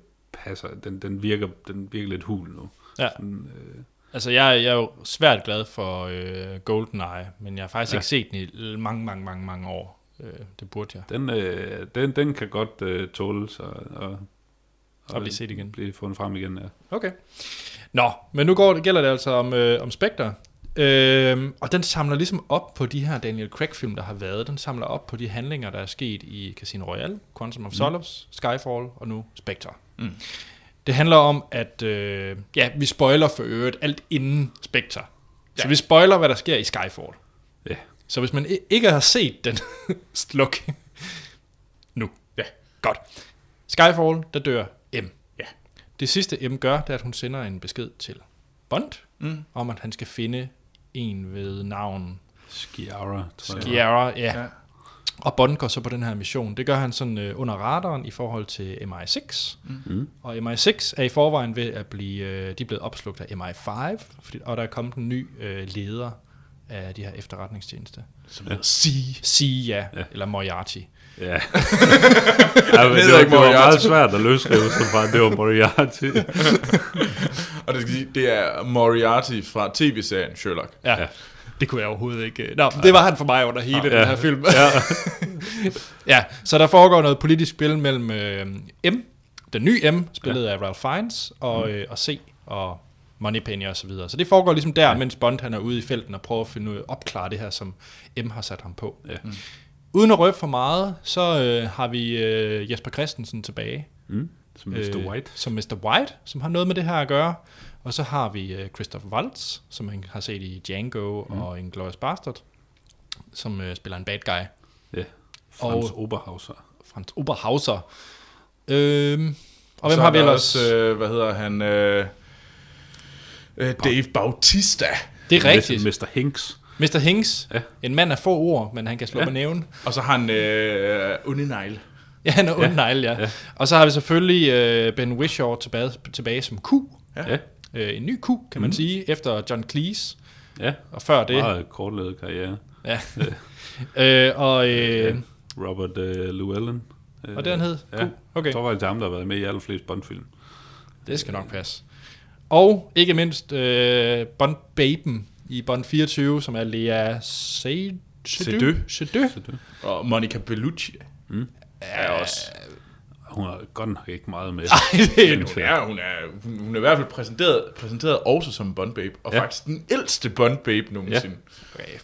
[SPEAKER 3] passer, den, den, virker, den virker lidt hul nu.
[SPEAKER 1] Ja.
[SPEAKER 3] Sådan, øh,
[SPEAKER 1] Altså, jeg, jeg er jo svært glad for øh, GoldenEye, men jeg har faktisk ja.
[SPEAKER 3] Ja.
[SPEAKER 1] ikke set den i l- mange, mange, mange, mange år. Øh, det burde jeg.
[SPEAKER 3] Den, øh, den, den kan godt øh, tåle sig og,
[SPEAKER 1] Og blive set igen.
[SPEAKER 3] Blive fundet frem igen, ja.
[SPEAKER 1] Okay. Nå, men nu går det, gælder det altså om, øh, om Spectre. Øhm, og den samler ligesom op på de her Daniel Craig-film, der har været. Den samler op på de handlinger, der er sket i Casino Royale, Quantum of Solace, Skyfall og nu Spectre. Mm. Det handler om, at øh, ja, vi spoiler for øvrigt alt inden Spectre. Ja. Så vi spoiler, hvad der sker i Skyfall.
[SPEAKER 3] ja.
[SPEAKER 1] Så hvis man i- ikke har set den, sluk nu.
[SPEAKER 2] Ja.
[SPEAKER 1] Godt. Skyfall, der dør M.
[SPEAKER 2] Ja.
[SPEAKER 1] Det sidste M gør, det er, at hun sender en besked til Bond,
[SPEAKER 2] Mm.
[SPEAKER 1] om at han skal finde en ved navn
[SPEAKER 3] Skiara, tror jeg.
[SPEAKER 1] Sierra. Ja.
[SPEAKER 2] Ja.
[SPEAKER 1] ja. Og Bond går så på den her mission. Det gør han sådan øh, under radaren i forhold til MI6. Mm. Og MI6 er i forvejen ved at blive, øh, de er blevet opslugt af MI5, fordi, og der er kommet en ny øh, leder af de her efterretningstjeneste.
[SPEAKER 2] Som hedder Sea.
[SPEAKER 1] Sia, ja. eller Moriarty.
[SPEAKER 3] Ja. ja men det,
[SPEAKER 2] hedder
[SPEAKER 3] var,
[SPEAKER 2] ikke
[SPEAKER 3] det var meget
[SPEAKER 2] Moriarty.
[SPEAKER 3] svært at løsrive sig fra, at det var Moriarty.
[SPEAKER 2] Og det skal sige, det er Moriarty fra tv-serien Sherlock.
[SPEAKER 1] Ja. ja. Det kunne jeg overhovedet ikke. øh, Nå, det var han for mig under hele ja. den her film. Ja. ja, så der foregår noget politisk spil mellem øh, M, den nye M, spillet ja. af Ralph Fiennes, og, øh, og C, og Moneypenny og så videre. Så det foregår ligesom der, ja. mens Bond han er ude i felten og prøver at finde ud, opklare det her, som M har sat ham på. Mm.
[SPEAKER 3] Ja.
[SPEAKER 1] Uden at røbe for meget, så øh, har vi øh, Jesper Christensen tilbage.
[SPEAKER 3] Mm. Som Mr. White.
[SPEAKER 1] Øh, Som Mr. White, som har noget med det her at gøre. Og så har vi øh, Christoph Waltz, som man har set i Django mm. og Inglourious Bastard, som øh, spiller en bad guy.
[SPEAKER 3] Ja. Frans og... Oberhauser.
[SPEAKER 1] Franz Oberhauser. Øhm, og
[SPEAKER 2] Så
[SPEAKER 1] hvem
[SPEAKER 2] er
[SPEAKER 1] har vi
[SPEAKER 2] der
[SPEAKER 1] ellers?
[SPEAKER 2] Også,
[SPEAKER 1] Også,
[SPEAKER 2] øh, hvad hedder han? Øh, øh, Dave Bautista.
[SPEAKER 1] det er rigtigt.
[SPEAKER 3] Mr. Hinks.
[SPEAKER 1] Mr. Hinks.
[SPEAKER 3] Ja.
[SPEAKER 1] En mand af få ord, men han kan slå ja.
[SPEAKER 3] Ja.
[SPEAKER 1] med næven.
[SPEAKER 2] Og så har han øh, Unenegle.
[SPEAKER 1] Ja, han er ond ja. Negl, ja. ja. Og så har vi selvfølgelig øh, Ben Whishaw tilbage, tilbage som Q.
[SPEAKER 3] Ja. ja.
[SPEAKER 1] Øh, en ny Q, kan man mm. sige, efter John Cleese.
[SPEAKER 3] ja.
[SPEAKER 1] Og før det...
[SPEAKER 3] Meget kortlevet karriere.
[SPEAKER 1] Ja. øh, og... Øh,
[SPEAKER 3] Robert øh, Llewellyn. Øh,
[SPEAKER 1] Og det, han hed?
[SPEAKER 3] Ja.
[SPEAKER 1] Q? Okay.
[SPEAKER 3] Jeg tror faktisk, det er ham, der har været med i allerflest Bond-film.
[SPEAKER 1] Det skal nok passe. Og ikke mindst øh, Bond Baben i Bond 24, som er Lea Se- Seydoux.
[SPEAKER 2] Seydoux.
[SPEAKER 1] Seydoux.
[SPEAKER 2] Og Monica Bellucci. Er også.
[SPEAKER 3] Hun har godt nok ikke meget med.
[SPEAKER 2] Men hun er, hun, er, hun, hun er i hvert fald præsenteret, præsenteret også som Bond Babe, og ja.
[SPEAKER 3] Ja.
[SPEAKER 2] faktisk den ældste Bond Babe nogensinde. Ja.
[SPEAKER 1] Okay.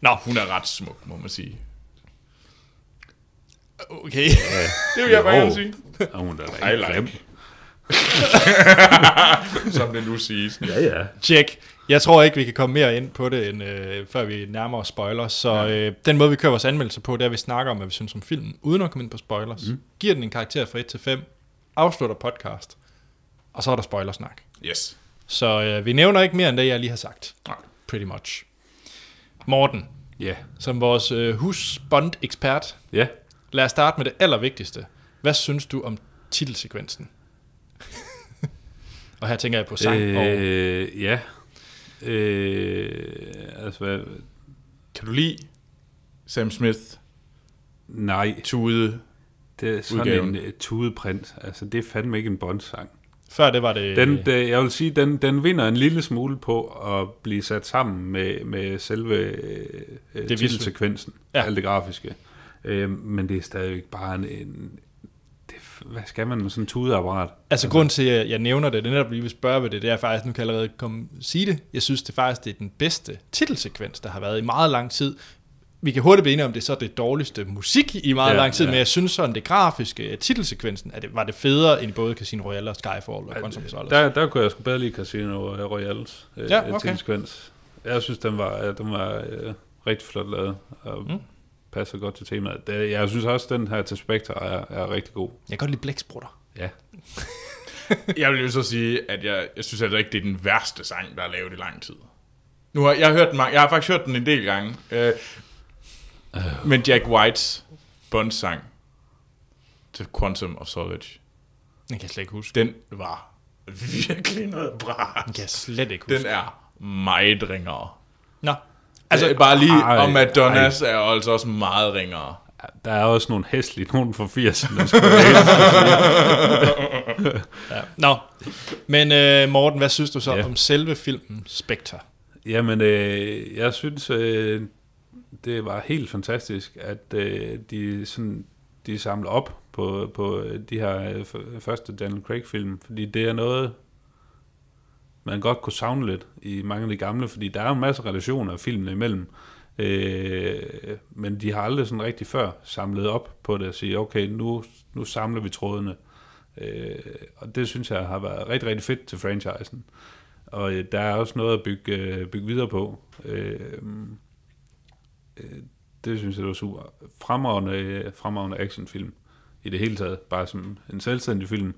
[SPEAKER 2] Nå, hun er ret smuk, må man sige.
[SPEAKER 1] okay.
[SPEAKER 2] Det vil jeg bare
[SPEAKER 3] Jo.
[SPEAKER 2] gerne sige.
[SPEAKER 3] Og hun er da
[SPEAKER 2] I
[SPEAKER 3] ikke
[SPEAKER 2] like.
[SPEAKER 3] grim.
[SPEAKER 2] Som det nu siges.
[SPEAKER 3] Ja, ja.
[SPEAKER 1] Check. Jeg tror ikke, vi kan komme mere ind på det, end, øh, før vi nærmer os spoilers. Så øh, den måde, vi kører vores anmeldelser på, det er, at vi snakker om, hvad vi synes om filmen, uden at komme ind på spoilers. Mm. Giver den en karakter fra 1 til 5, afslutter podcast, og så er der spoilersnak.
[SPEAKER 2] Yes.
[SPEAKER 1] Så øh, vi nævner ikke mere end det, jeg lige har sagt.
[SPEAKER 2] Nej.
[SPEAKER 1] Pretty much. Morten,
[SPEAKER 3] Ja,
[SPEAKER 1] som vores øh, husbond-ekspert,
[SPEAKER 3] ja.
[SPEAKER 1] lad os starte med det allervigtigste. Hvad synes du om titelsekvensen? og her tænker jeg på sang øh, og...
[SPEAKER 3] Øh, ja. Øh, altså, hvad?
[SPEAKER 2] Kan du lide Sam Smith
[SPEAKER 3] Nej,
[SPEAKER 2] tude?
[SPEAKER 3] det er sådan
[SPEAKER 2] Udgaven.
[SPEAKER 3] Udgaven. en øh, tudeprint. Altså, det er fandme ikke en bondsang.
[SPEAKER 1] Før det var det...
[SPEAKER 3] Den, øh, jeg vil sige, den, den vinder en lille smule på at blive sat sammen med, med selve øh, øh,
[SPEAKER 1] visuelle.
[SPEAKER 3] titelsekvensen.
[SPEAKER 1] Ja.
[SPEAKER 3] Ja. Alt det grafiske. Øh, men det er stadigvæk bare en... en det, hvad skal man med sådan en tudeapparat?
[SPEAKER 1] altså, grund til, at jeg nævner det, det er netop lige vil spørge ved det, det er faktisk, nu kan jeg allerede komme sige det, jeg synes det faktisk, det er den bedste titelsekvens, der har været i meget lang tid. Vi kan hurtigt blive enige om, det er så det dårligste musik i meget ja,
[SPEAKER 3] Ja,
[SPEAKER 1] lang tid, ja.
[SPEAKER 3] ja.
[SPEAKER 1] men jeg synes sådan, det grafiske af titelsekvensen, at det, var det federe end både Casino Royale og Skyfall og Quantum of Solace.
[SPEAKER 3] Der, der kunne jeg sgu bedre lide Casino Royales øh,
[SPEAKER 1] Ja,
[SPEAKER 3] ja,
[SPEAKER 1] okay.
[SPEAKER 3] okay. tilskvens. Jeg synes, den var, øh, den var øh, rigtig flot lavet. Og mm. passer godt til temaet. Det, jeg synes også, at den her til Spectre er, er rigtig god.
[SPEAKER 1] Jeg kan godt lide blæksprutter.
[SPEAKER 3] Ja.
[SPEAKER 2] Jeg vil jo så sige, at jeg, jeg synes heller ikke, det er den værste sang, der er lavet i lang tid. Nu har jeg har hørt den, mange- jeg har faktisk hørt den en del gange. Øh, men Jack Whites Bond-sang til Quantum of Solace,
[SPEAKER 1] Den kan jeg slet ikke huske.
[SPEAKER 2] den var virkelig noget bra.
[SPEAKER 1] Den kan jeg slet ikke huske.
[SPEAKER 2] Den er meget ringere.
[SPEAKER 1] Nå. Ah,
[SPEAKER 2] Altså, bare lige,
[SPEAKER 3] ej,
[SPEAKER 2] og Madonnas ej. er jo altså også meget ringere.
[SPEAKER 3] Der er også nogle hæslige, nogle fra 80'erne. der skal være.
[SPEAKER 1] Nå. Men øh, Morten, hvad synes du så
[SPEAKER 3] Ja.
[SPEAKER 1] om selve filmen Spectre?
[SPEAKER 3] Jamen, øh, jeg synes, øh, det var helt fantastisk, at øh, de, sådan, de samler op på, på øh, de her øh, f- første Daniel Craig-film, fordi det er noget, man godt kunne savne lidt i mange af de gamle, fordi der er jo masser af relationer af filmene imellem, øh, men de har aldrig sådan rigtig før samlet op på det og sige, okay, nu, nu samler vi trådene. Øh, og det synes jeg har været rigtig, rigtig fedt til franchisen. Og øh, der er også noget at bygge, øh, bygge videre på. Øh, øh, det synes jeg, det var super. Fremragende, øh, fremragende actionfilm i det hele taget. Bare som en selvstændig film.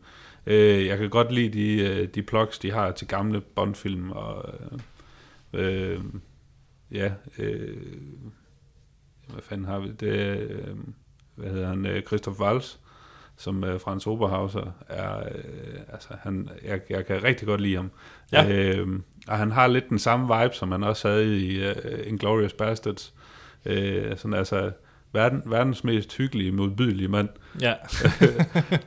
[SPEAKER 3] Øh, jeg kan godt lide de, øh, de plugs, de har til gamle Bond-film. Og, øh, øh, ja, øh, hvad fanden har vi? Det, øh, hvad hedder han? Øh, Christoph Waltz som øh, Frans Oberhauser er, øh, altså han, jeg, jeg kan rigtig godt lide ham.
[SPEAKER 1] Ja.
[SPEAKER 3] Øh, og han har lidt den samme vibe, som han også havde i øh, Inglourious Bastards. Øh, sådan altså, verden, verdens mest hyggelige, modbydelige mand.
[SPEAKER 1] Ja.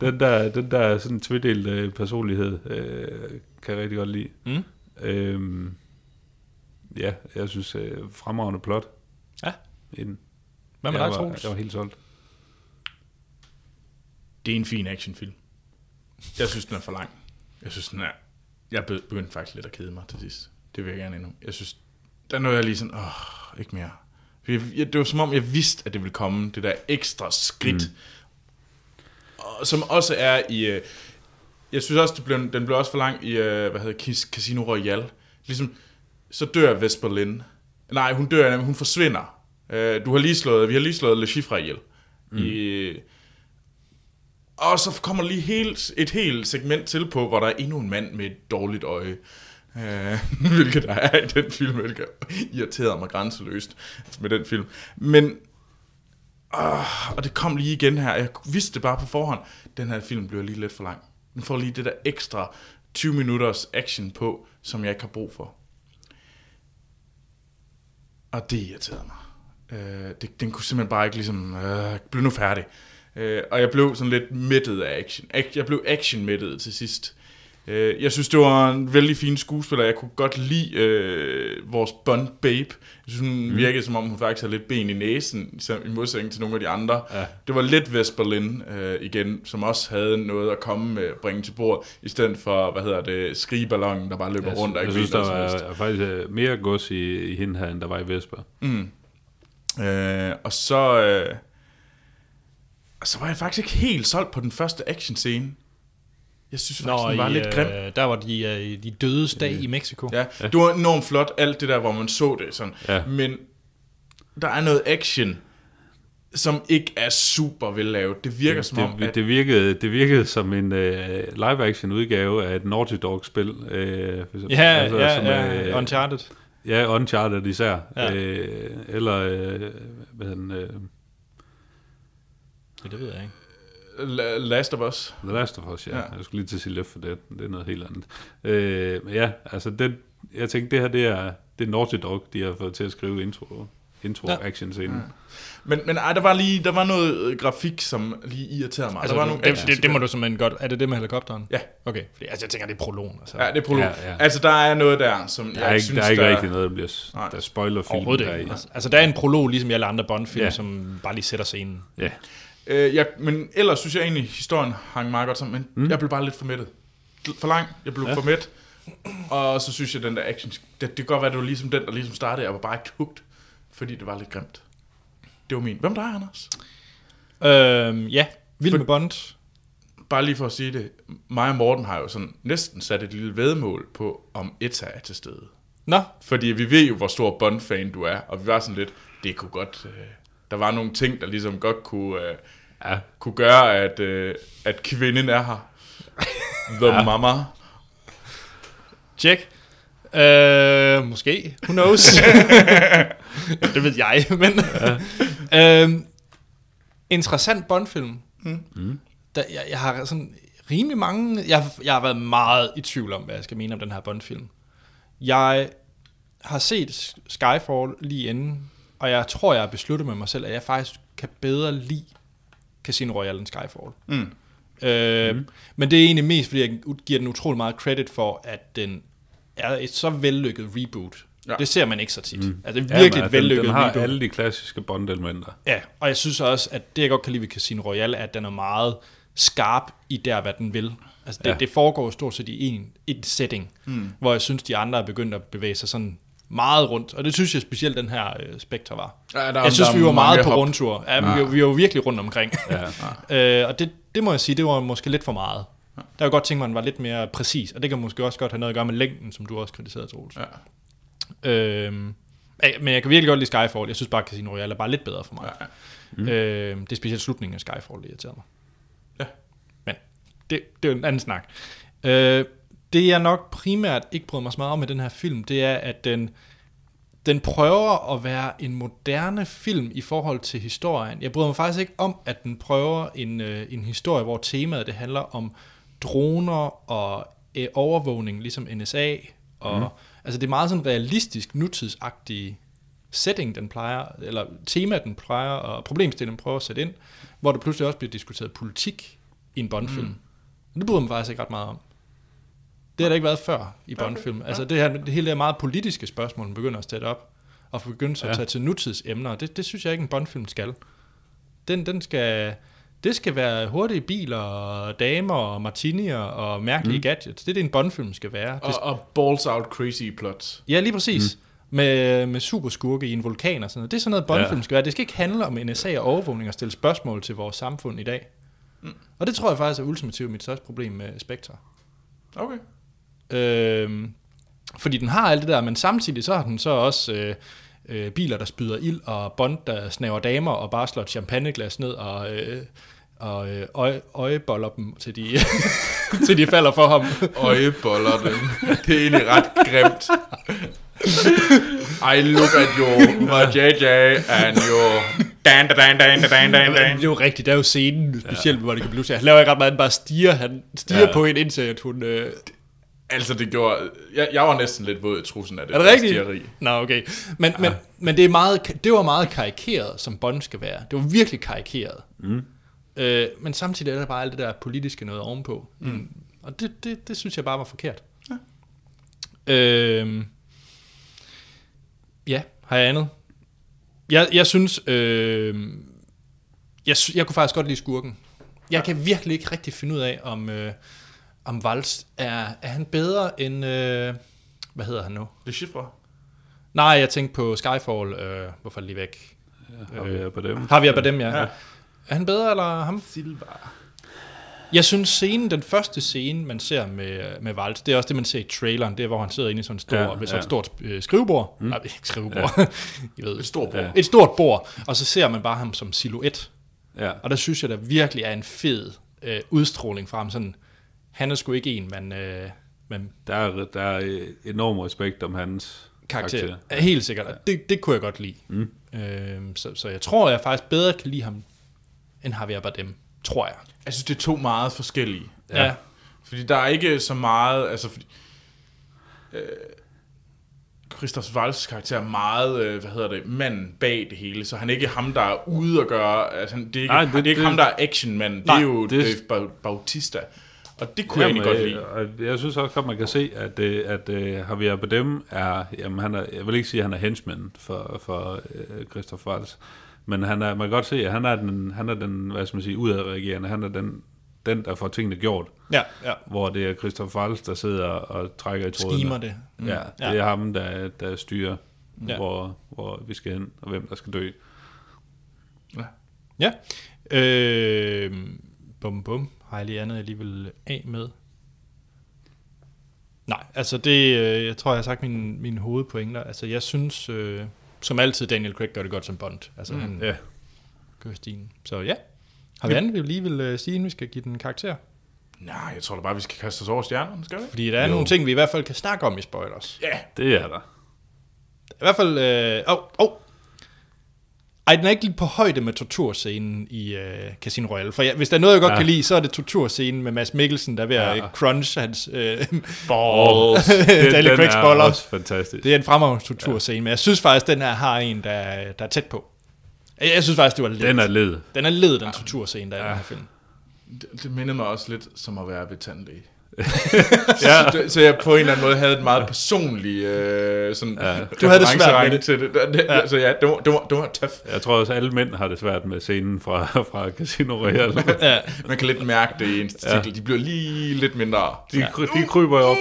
[SPEAKER 3] den der, den der sådan tvedelte øh, personlighed, øh, kan jeg rigtig godt lide.
[SPEAKER 1] Mm.
[SPEAKER 3] Øh, ja, jeg synes, øh, fremragende plot.
[SPEAKER 1] Ja.
[SPEAKER 3] i den.
[SPEAKER 1] Hvad med
[SPEAKER 3] jeg
[SPEAKER 1] dig,
[SPEAKER 3] var,
[SPEAKER 1] Troels?
[SPEAKER 3] jeg var helt solgt.
[SPEAKER 2] Det er en fin actionfilm. Jeg synes, den er for lang. Jeg synes, den er... Jeg be- begyndte faktisk lidt at kede mig til sidst. Det vil jeg gerne endnu. Jeg synes, der nåede jeg lige sådan, åh, ikke mere. For Jeg, jeg, det var som om, jeg vidste, at det ville komme, det der ekstra skridt. Mm. Og, som også er i... Øh, jeg synes også, det blev, den blev også for lang i, øh, hvad hedder Kis- Casino Royale. Ligesom, så dør Vesper Lynn. Nej, hun dør, hun forsvinder. Øh, du har lige slået, vi har lige slået Le Chiffre ihjel. Mm. I, og så kommer lige helt, et helt segment til på, hvor der er endnu en mand med et dårligt øje. Øh, hvilket der er i den film, hvilket irriterede mig grænseløst med den film. Men, øh, og det kom lige igen her. Jeg vidste det bare på forhånd. Den her film bliver lige lidt for lang. Den får lige det der ekstra 20 minutters action på, som jeg ikke har brug for. Og det irriterede mig. Øh, det, den kunne simpelthen bare ikke ligesom, øh, blev nu færdig. Øh, og jeg blev sådan lidt mættet af action. Ac- jeg blev action-mættet til sidst. Øh, jeg synes, det var en vældig fin skuespiller. Jeg kunne godt lide øh, vores Bond Babe. Jeg synes, hun mm. virkede, som om hun faktisk havde lidt ben i næsen, som- i modsætning til nogle af de andre. Ja. Det var lidt Vesper Lynn øh, igen, som også havde noget at komme med, bringe til bord, i stedet for, hvad hedder det, skrigeballongen, der bare løber
[SPEAKER 3] Jeg,
[SPEAKER 2] rundt og
[SPEAKER 3] jeg
[SPEAKER 2] ikke
[SPEAKER 3] synes,
[SPEAKER 2] ved
[SPEAKER 3] der
[SPEAKER 2] noget som
[SPEAKER 1] altså-
[SPEAKER 2] helst.
[SPEAKER 3] var, var faktisk øh, mere gods i, i hende her, end der var i Vesper.
[SPEAKER 2] Øh, og så... Øh, og så var jeg faktisk ikke helt solgt på den første actionscene. Jeg synes faktisk, Nå, den var
[SPEAKER 1] i,
[SPEAKER 2] lidt grim.
[SPEAKER 1] øh, der var de, øh, de dødes dag i Mexico.
[SPEAKER 2] Ja, det var enormt flot, alt det der, hvor man så det. Sådan.
[SPEAKER 3] Ja.
[SPEAKER 2] Men der er noget action, som ikke er super vellavet. Det virker det, som om,
[SPEAKER 3] det,
[SPEAKER 2] at...
[SPEAKER 3] det, virkede, det virkede som en øh, live-action udgave af et Naughty Dog-spil. Øh, for eksempel.
[SPEAKER 1] Ja, ja,
[SPEAKER 3] som øh,
[SPEAKER 1] ja,
[SPEAKER 3] er-
[SPEAKER 1] Uncharted.
[SPEAKER 3] Ja, Uncharted især.
[SPEAKER 1] Ja.
[SPEAKER 3] Ja. Øh, eller, øh, hvad hedder den, øh,
[SPEAKER 1] Ja, det ved jeg ikke.
[SPEAKER 2] La- Last of Us.
[SPEAKER 3] The Last of Us,
[SPEAKER 2] Ja.
[SPEAKER 3] ja. ja. Jeg skulle lige til at sige Left for Dead, men det er noget helt andet. Øh, men ja, altså den, jeg tænkte, det her det er, det er Naughty Dog, de har fået til at skrive intro, intro
[SPEAKER 1] Ja.
[SPEAKER 3] ja. action scenen. Ja.
[SPEAKER 2] Men, men ej, der var lige der var noget øh, grafik, som lige irriterede mig.
[SPEAKER 1] Altså,
[SPEAKER 2] der
[SPEAKER 1] det,
[SPEAKER 2] var
[SPEAKER 1] det, det, det,
[SPEAKER 2] actionsekvenser.
[SPEAKER 1] må du simpelthen godt... Er det det med helikopteren?
[SPEAKER 2] Ja.
[SPEAKER 1] Okay, fordi, altså, jeg tænker, det er prologen. Altså.
[SPEAKER 2] Ja, det er prolog.
[SPEAKER 3] Ja,
[SPEAKER 2] Ja,
[SPEAKER 3] ja.
[SPEAKER 2] ja. Altså, der er noget der, som
[SPEAKER 3] Der
[SPEAKER 2] jeg
[SPEAKER 3] er ikke,
[SPEAKER 2] synes,
[SPEAKER 3] der er ikke
[SPEAKER 2] der...
[SPEAKER 3] rigtig noget, der bliver s-
[SPEAKER 2] Nej.
[SPEAKER 3] der spoiler filmen.
[SPEAKER 1] Overhovedet
[SPEAKER 3] der er i.
[SPEAKER 1] ikke. Altså, der er en prolog, ligesom i alle andre Bond-film,
[SPEAKER 3] Ja.
[SPEAKER 1] som bare lige sætter scenen.
[SPEAKER 3] Ja.
[SPEAKER 2] Øh, jeg, men ellers synes jeg egentlig, historien hang meget godt sammen, men mm. jeg blev bare lidt for mættet. For lang, jeg blev ja. for mæt, og så synes jeg, den der action, det, det kan godt være, det var ligesom den, der ligesom startede, jeg var bare ikke hugt, fordi det var lidt grimt. Det var min. Hvem der er, Anders?
[SPEAKER 1] Øhm, ja, Vild
[SPEAKER 2] For-
[SPEAKER 1] med Bond.
[SPEAKER 2] Bare lige for at sige det, mig og Morten har jo sådan næsten sat et lille vedmål på, om Etta er til stede.
[SPEAKER 1] Nå,
[SPEAKER 2] Fordi vi ved jo, hvor stor Bond-fan du er, og vi var sådan lidt, det kunne godt, øh, Der var nogle ting, der ligesom godt kunne, øh,
[SPEAKER 3] Ja.
[SPEAKER 2] kunne gøre, at, øh, at kvinden er her. The ja. mama.
[SPEAKER 1] Tjek. Øh, måske. Who knows? det ved jeg, men... Ja. øh, interessant Bondfilm. Mm. Der, jeg, jeg har sådan rimelig mange... Jeg, har- jeg har været meget i tvivl om, hvad jeg skal mene om den her Bondfilm. Jeg har set Skyfall lige inden, og jeg tror, jeg har besluttet med mig selv, at jeg faktisk kan bedre lide Casino Royale end Skyfall.
[SPEAKER 2] Mm.
[SPEAKER 1] Øh, mm. Men det er egentlig mest, fordi jeg giver den utrolig meget credit for, at den er et så vellykket reboot.
[SPEAKER 2] Ja.
[SPEAKER 1] Ja. Det ser man ikke så tit. Mm. Altså, det er virkelig ja, et
[SPEAKER 3] den,
[SPEAKER 1] vellykket
[SPEAKER 3] den har
[SPEAKER 1] reboot.
[SPEAKER 3] alle de klassiske Bond-elementer.
[SPEAKER 1] Ja, og jeg synes også, at det, jeg godt kan lide ved Casino Royale, er, at den er meget skarp i der, hvad den vil. Altså, det, ja.
[SPEAKER 3] Ja.
[SPEAKER 1] det foregår jo stort set i en, en setting, mm. hvor jeg synes, de andre er begyndt at bevæge sig sådan meget rundt. Og det synes jeg specielt, den her øh, Spectre var.
[SPEAKER 2] Ja, der er-
[SPEAKER 1] jeg synes,
[SPEAKER 2] der er
[SPEAKER 1] vi var meget
[SPEAKER 2] mange
[SPEAKER 1] på
[SPEAKER 2] hop.
[SPEAKER 1] rundtur. Ja, vi, var- vi var virkelig rundt omkring. Ja. øh, og det, det må jeg sige, det var måske lidt for meget. Der kunne jeg godt tænke mig, at den var lidt mere præcis, og det kan måske også godt have noget at gøre med længden, som du også kritiserede, Troels.
[SPEAKER 2] Ja.
[SPEAKER 1] Øhm, ja, men jeg kan virkelig godt lide Skyfall. Jeg synes bare, at Casino Royale er bare lidt bedre for mig. Ja. Mm. Øhm, det er specielt slutningen af Skyfall, der irriterer mig.
[SPEAKER 2] Ja.
[SPEAKER 1] Men det, det er jo en anden snak. Øh, det jeg nok primært ikke bryder mig så meget om med den her film, det er, at den, den prøver at være en moderne film i forhold til historien. Jeg bryder mig faktisk ikke om, at den prøver en, øh, en historie, hvor temaet det handler om droner og øh, overvågning, ligesom NSA. Og, mm. Altså det er meget sådan realistisk, nutidsagtig setting, den plejer, eller tema, den plejer, og problemstillingen den prøver at sætte ind, hvor der pludselig også bliver diskuteret politik i en Bond-film. Mm. Det bryder jeg mig faktisk ikke ret meget om. Det har der ikke været før i Bond-film. Altså det, her, det hele er meget politiske spørgsmål, den begynder at sætte op, og begynder så at tage til nutidsemner, og det, det synes jeg ikke, en Bond-film skal. Den, den skal... Det skal være hurtige biler, og damer, og martinier, og mærkelige mm. gadgets. Det er det, en Bond-film skal være. Det,
[SPEAKER 2] Og, og balls out crazy plots.
[SPEAKER 1] Ja, lige præcis. Mm. Med, med superskurke i en vulkan og sådan noget. Det er sådan noget, Bondfilm ja. skal være. Det skal ikke handle om NSA og overvågning og stille spørgsmål til vores samfund i dag. Mm. Og det tror jeg faktisk er ultimativt mit største problem med Spectre.
[SPEAKER 2] Okay.
[SPEAKER 1] Øhm, fordi den har alt det der, men samtidig så har den så også øh, øh, biler, der spyder ild, og Bond, der snaver damer og bare slår et champagneglas ned og... Øh, og øh, øje, øjeboller dem, til de, til de falder for ham.
[SPEAKER 2] Øjeboller den. Det er egentlig ret grimt. I look at your JJ and your dan da dan dan da dan dan
[SPEAKER 1] Jamen,
[SPEAKER 2] dan.
[SPEAKER 1] det er jo rigtigt, der er jo scenen, specielt ja. hvor det kan blive så. Han laver ikke ret meget, han bare stiger, han stiger ja.
[SPEAKER 3] Ja.
[SPEAKER 1] på hende, indtil at hun... Øh,
[SPEAKER 2] Altså det gjorde, jeg, jeg var næsten lidt våd i trussen af det.
[SPEAKER 1] er det Ah.
[SPEAKER 2] der
[SPEAKER 1] rigtigt?
[SPEAKER 2] stieri.
[SPEAKER 1] Nå, okay. Men, men, men det, er meget, det var meget karikeret, som Bond skal være. Det var virkelig karikeret. Mm. Øh, men samtidig er der bare alt det der politiske noget ovenpå. Mm. Og det, det, det synes jeg bare var forkert. Ja. Øh, ja, har jeg andet? Jeg, jeg synes... Øh, jeg, sy- jeg kunne faktisk godt lide skurken. Jeg kan virkelig ikke rigtig finde ud af, om, øh, om Vals er, er han bedre end... Øh, hvad hedder han nu?
[SPEAKER 2] Det er chiffre.
[SPEAKER 1] Nej, jeg tænkte på Skyfall. Øh, hvorfor er det lige væk?
[SPEAKER 3] Har vi her øh, på dem?
[SPEAKER 1] Har vi på dem, ja. ja. Er han bedre eller ham?
[SPEAKER 2] Silva.
[SPEAKER 1] Jeg synes scenen, den første scene, man ser med, med Valt, det er også det, man ser i traileren, det er, hvor han sidder inde i sådan en stor,
[SPEAKER 3] Ja,
[SPEAKER 1] ja, ved sådan
[SPEAKER 3] ja.
[SPEAKER 1] et stort øh, skrivebord. Mm. Nej, ikke skrivebord. Ja. I ved, et
[SPEAKER 2] stort bord.
[SPEAKER 1] Et stort bord. Og så ser man bare ham som silhuet.
[SPEAKER 3] Ja.
[SPEAKER 1] Og der synes jeg, der virkelig er en fed øh, udstråling fra ham. Sådan, han er sgu ikke en, man, øh, man
[SPEAKER 3] Der er, der er øh, enorm respekt om hans
[SPEAKER 1] karakter. karakter. Helt sikkert. Og Det, det kunne jeg godt lide. Mm. Øh, så, så jeg tror, jeg faktisk bedre kan lide ham, end Javier Bardem. Tror jeg.
[SPEAKER 2] Jeg synes, det er to meget forskellige.
[SPEAKER 1] Ja. ja.
[SPEAKER 2] Fordi der er ikke så meget, altså fordi, øh, Christoph Waltz karakter er meget, øh, hvad hedder det, manden bag det hele, så han er ikke ham, der er ude at gøre, altså han- det er ikke,
[SPEAKER 3] Nej,
[SPEAKER 2] Nej, det, han
[SPEAKER 3] det-
[SPEAKER 2] er ikke
[SPEAKER 3] det-
[SPEAKER 2] ham, der er actionmand, det
[SPEAKER 1] Nej,
[SPEAKER 2] er jo
[SPEAKER 3] det- øh,
[SPEAKER 2] det, Dave Bau- Bautista, og det kunne jeg egentlig godt lide.
[SPEAKER 3] godt lide. Jeg synes også godt, man kan se, at, øh, at øh, Javier Bardem er, jamen han er, jeg vil ikke sige, at han er henchman for, for øh, Christoph Waltz, men han er, man kan godt se, at han er den, han er den hvad skal man sige, udadreagerende, han er den, den, der får tingene gjort,
[SPEAKER 1] ja, ja.
[SPEAKER 3] hvor det er Christoph Waltz, der sidder og trækker i trådene.
[SPEAKER 1] Skimer det.
[SPEAKER 3] Mm. Ja, det
[SPEAKER 1] Ja.
[SPEAKER 3] er ham, der, der styrer,
[SPEAKER 1] Ja.
[SPEAKER 3] ja. hvor, hvor vi skal hen, og hvem der skal dø.
[SPEAKER 1] Ja. Øh, bum bum. Har jeg lige andet, jeg lige vil af med? Nej, altså det, øh, jeg tror, jeg har sagt mine, mine hovedpointer. Altså jeg synes, øh, som altid, Daniel Craig gør det godt som Bond. Altså mm. han,
[SPEAKER 3] Ja.
[SPEAKER 1] Kirstine. Så ja, har vi andet, vi lige vil øh, sige, inden vi skal give den karakter?
[SPEAKER 2] Nej, jeg tror da bare, vi skal kaste os over stjernerne, skal vi?
[SPEAKER 1] Fordi der er jo. nogle ting, vi i hvert fald kan snakke om i spoilers.
[SPEAKER 2] Ja,
[SPEAKER 3] Det er der.
[SPEAKER 1] I hvert fald, øh, oh, oh. Ej, den er ikke lige på højde med torturscenen i øh, Casino Royale. For ja, hvis der er noget, jeg godt ja.
[SPEAKER 3] Ja.
[SPEAKER 1] kan lide, så er det torturscenen med Mads Mikkelsen, der er ved at ja. crunch hans... Øh, Det
[SPEAKER 3] Balls.
[SPEAKER 1] er lidt
[SPEAKER 3] den
[SPEAKER 1] Craig's
[SPEAKER 3] er
[SPEAKER 1] boller.
[SPEAKER 3] også fantastisk.
[SPEAKER 1] det er en fremragende torturscene, ja. men jeg synes faktisk, den her har en, der, der er tæt på. Jeg jeg synes faktisk, det var lidt.
[SPEAKER 3] Den er led.
[SPEAKER 1] den er led, den ja. torturscene, der er i den her film.
[SPEAKER 2] det, det minder mig også lidt som at være ved tandlæge.
[SPEAKER 3] Ja.
[SPEAKER 2] Så, så jeg på en eller anden måde havde et meget personligt øh, sådan ja.
[SPEAKER 1] Du havde det svært med det.
[SPEAKER 2] til det. det, det ja. Så ja, det var, det var, det var tough.
[SPEAKER 3] Jeg tror også, alle mænd har det svært med scenen fra, fra Casino Royale.
[SPEAKER 1] Ja.
[SPEAKER 2] Man kan lidt mærke det i ens testikler. Ja. De bliver lige lidt mindre.
[SPEAKER 3] De, ja. de kryber jo op.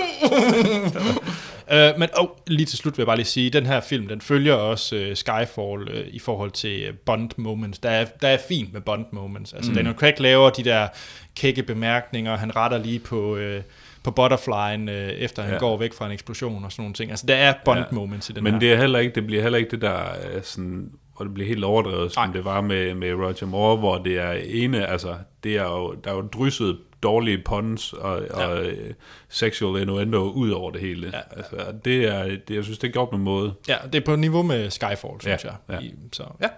[SPEAKER 1] Øh, men oh, lige til slut vil jeg bare lige sige, at den her film, den følger også øh, Skyfall øh, i forhold til øh, Bond moments. Der er, der er fint med Bond moments. Altså mm. Daniel Craig laver de der kække bemærkninger, han retter lige på, øh, på butterflyen, øh, efter han ja.
[SPEAKER 3] Ja.
[SPEAKER 1] går væk fra en eksplosion og sådan nogle ting. Altså der er Bond
[SPEAKER 3] Ja.
[SPEAKER 1] moments i den her.
[SPEAKER 3] Men det, er heller ikke, det bliver heller ikke det der øh, sådan, hvor det bliver helt overdrevet, som
[SPEAKER 1] Nej.
[SPEAKER 3] Nej. det var med, med Roger Moore, hvor det er ene, altså, det er jo, der er jo drysset dårlige puns og, ja. og øh, sexual innuendo ud over det hele. Ja. Altså, og det er, det, jeg synes, det er gjort med måde.
[SPEAKER 1] Ja, det er på niveau med Skyfall, synes
[SPEAKER 3] Ja,
[SPEAKER 1] jeg.
[SPEAKER 3] ja.
[SPEAKER 1] I, så ja.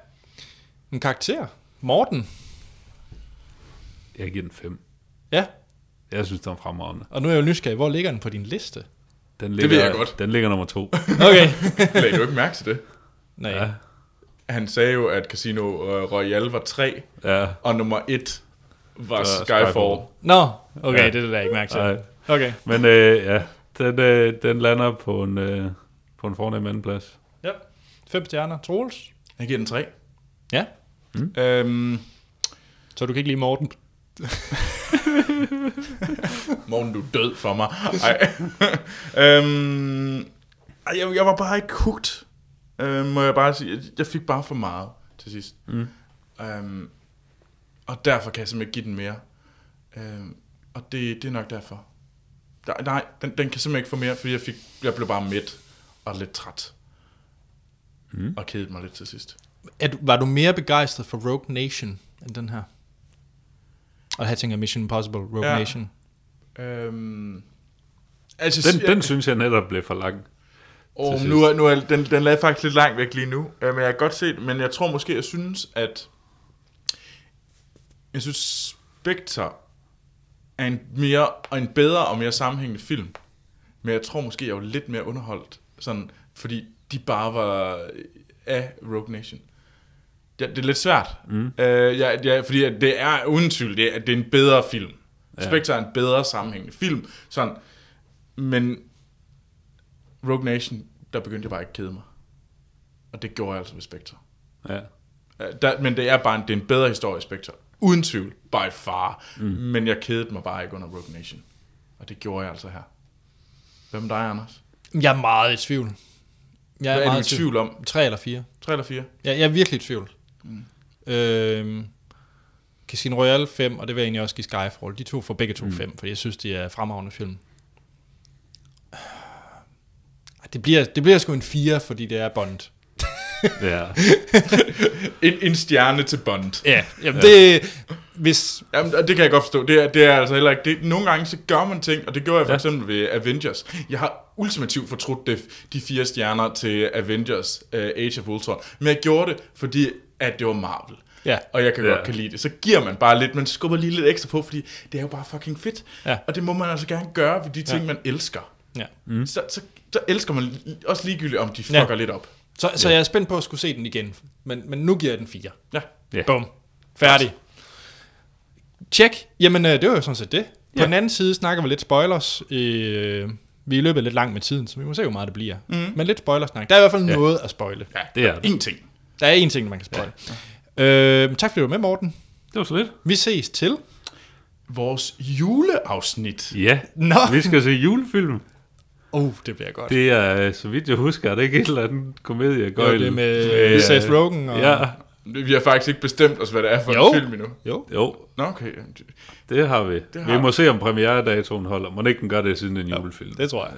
[SPEAKER 1] En karakter. Morten.
[SPEAKER 3] Jeg giver den 5.
[SPEAKER 1] Ja,
[SPEAKER 3] Jeg synes, den er fremragende.
[SPEAKER 1] og nu er jeg jo nysgerrig. Hvor ligger den på din liste?
[SPEAKER 3] Den
[SPEAKER 2] ved
[SPEAKER 3] ligger,
[SPEAKER 2] jeg godt.
[SPEAKER 3] Den ligger nummer to.
[SPEAKER 1] Okay.
[SPEAKER 2] Lagde du ikke mærke til det?
[SPEAKER 1] Nej.
[SPEAKER 3] Ja.
[SPEAKER 2] Han sagde jo, at Casino øh, Royale var 3,
[SPEAKER 3] Ja.
[SPEAKER 2] og nummer 1 var
[SPEAKER 3] Så
[SPEAKER 2] Skyfall.
[SPEAKER 3] Skyfall.
[SPEAKER 1] Nå, okay,
[SPEAKER 3] Ja.
[SPEAKER 1] det er det, der jeg ikke mærke til.
[SPEAKER 3] Nej.
[SPEAKER 1] Okay.
[SPEAKER 3] Men øh, ja, den, øh, den lander på en, øh, på en fornem andenplads.
[SPEAKER 1] Ja. Fem stjerner. Troels?
[SPEAKER 2] Jeg giver den 3.
[SPEAKER 1] Ja.
[SPEAKER 2] Øhm,
[SPEAKER 1] Så du kan ikke lide Morten?
[SPEAKER 2] Morgen, du er død for mig. Ej. øhm, ej, jeg, jeg var bare ikke hugt. Øhm, må jeg bare sige. Jeg fik bare for meget til sidst. Mm. Øhm, og derfor kan jeg simpelthen ikke give den mere. Øhm, og det, det er nok derfor. Der, nej, den, den kan simpelthen ikke få mere, fordi jeg, fik, jeg blev bare mæt og lidt træt. Mm. Og kedede mig lidt til sidst.
[SPEAKER 1] Er du, var du mere begejstret for Rogue Nation end den her? Og her tænker jeg Mission Impossible, Rogue
[SPEAKER 2] Ja.
[SPEAKER 1] Nation.
[SPEAKER 2] Øhm, altså,
[SPEAKER 3] Den,
[SPEAKER 2] jeg-
[SPEAKER 3] den synes jeg netop blev for lang.
[SPEAKER 2] Og
[SPEAKER 3] til
[SPEAKER 2] nu er, nu er den, den lagde faktisk lidt langt væk lige nu, øh, men jeg kan godt se det, men jeg tror måske, jeg synes, at jeg synes, Spectre er en mere og en bedre og mere sammenhængende film, men jeg tror måske, jeg var lidt mere underholdt, sådan, fordi de bare var øh, af Rogue Nation. Ja, det er lidt svært, mm. øh, ja, ja, fordi at det er uden tvivl, det er, det er en bedre film. Ja. Spectre er en bedre sammenhængende film, sådan, men Rogue Nation, der begyndte jeg bare ikke at kede mig. Og det gjorde jeg altså ved Spectre.
[SPEAKER 3] Ja.
[SPEAKER 2] Øh, Der, men det er bare en, det er en bedre historie, i Spectre. Uden tvivl, by far. Mm. Men jeg kedede mig bare ikke under Rogue Nation. Og det gjorde jeg altså her. Hvad med dig, Anders?
[SPEAKER 1] Jeg er meget i tvivl. Jeg
[SPEAKER 2] Hvad er du i
[SPEAKER 1] meget
[SPEAKER 2] tvivl om?
[SPEAKER 1] Tre eller fire.
[SPEAKER 2] 3 eller 4?
[SPEAKER 1] Jeg, jeg er virkelig i tvivl. Mm. Øhm, Casino Royale 5, og det vil jeg egentlig også give Skyfall. De to får begge to 5, for jeg synes, de er fremragende film. Ah, Det bliver, det bliver sgu en 4, fordi det er Bond.
[SPEAKER 3] ja.
[SPEAKER 2] En, en stjerne til Bond.
[SPEAKER 1] Ja, jamen det... Hvis,
[SPEAKER 2] Jamen, og det kan jeg godt forstå. Det er, det er altså heller ikke... Det, nogle gange så gør man ting, og det gjorde jeg for
[SPEAKER 3] Ja.
[SPEAKER 2] eksempel ved Avengers. Jeg har ultimativt fortrudt det, de fire stjerner til Avengers uh, Age of Ultron. Men jeg gjorde det, fordi at det var Marvel.
[SPEAKER 1] Ja.
[SPEAKER 2] Og jeg kan
[SPEAKER 3] Ja.
[SPEAKER 2] godt kan lide det. Så giver man bare lidt, man skubber lige lidt ekstra på, fordi det er jo bare fucking fedt.
[SPEAKER 1] Ja.
[SPEAKER 2] Og det må man altså gerne gøre ved de ting,
[SPEAKER 1] Ja.
[SPEAKER 2] ja. man elsker.
[SPEAKER 1] ja.
[SPEAKER 2] Mm. Så, så, så elsker man li- også ligegyldigt, om de
[SPEAKER 1] Ja.
[SPEAKER 2] fucker ja. lidt op.
[SPEAKER 1] Så, så jeg er spændt på at skulle se den igen. Men, men nu giver jeg den 4.
[SPEAKER 2] Ja.
[SPEAKER 3] ja.
[SPEAKER 1] Bum. Færdig. Tjek. Jamen, øh, det var jo sådan set det. På ja.
[SPEAKER 3] Ja.
[SPEAKER 1] den anden side snakker vi lidt spoilers. Øh, vi er løbet lidt langt med tiden, så vi må se, hvor meget det bliver. Mm. Men lidt spoilersnak. Der er i hvert fald ja. noget at spoile. Ja.
[SPEAKER 3] Det er det.
[SPEAKER 2] Ingenting.
[SPEAKER 1] Der er én ting, man kan spoile. Ja. Øh, tak fordi du var med, Morten.
[SPEAKER 3] Det var så lidt.
[SPEAKER 1] Vi ses til.
[SPEAKER 2] Vores juleafsnit.
[SPEAKER 3] Ja.
[SPEAKER 1] Nå.
[SPEAKER 3] Vi skal se julefilm.
[SPEAKER 1] Oh, det bliver godt. Det,
[SPEAKER 3] Det er, øh, så vidt jeg husker, er det ikke et eller andet komedie?
[SPEAKER 1] det, det med øh, Seth Rogen. Og,
[SPEAKER 3] Ja.
[SPEAKER 2] Vi har faktisk ikke bestemt os, hvad det er for
[SPEAKER 1] Jo.
[SPEAKER 2] en film endnu.
[SPEAKER 1] Jo.
[SPEAKER 3] Jo,
[SPEAKER 2] Nå, okay. Jamen, det-
[SPEAKER 3] det har vi. Det
[SPEAKER 2] har
[SPEAKER 3] har vi må se, om premieredatoen holder. Må ikke den gør det siden en julefilm?
[SPEAKER 1] Det tror jeg.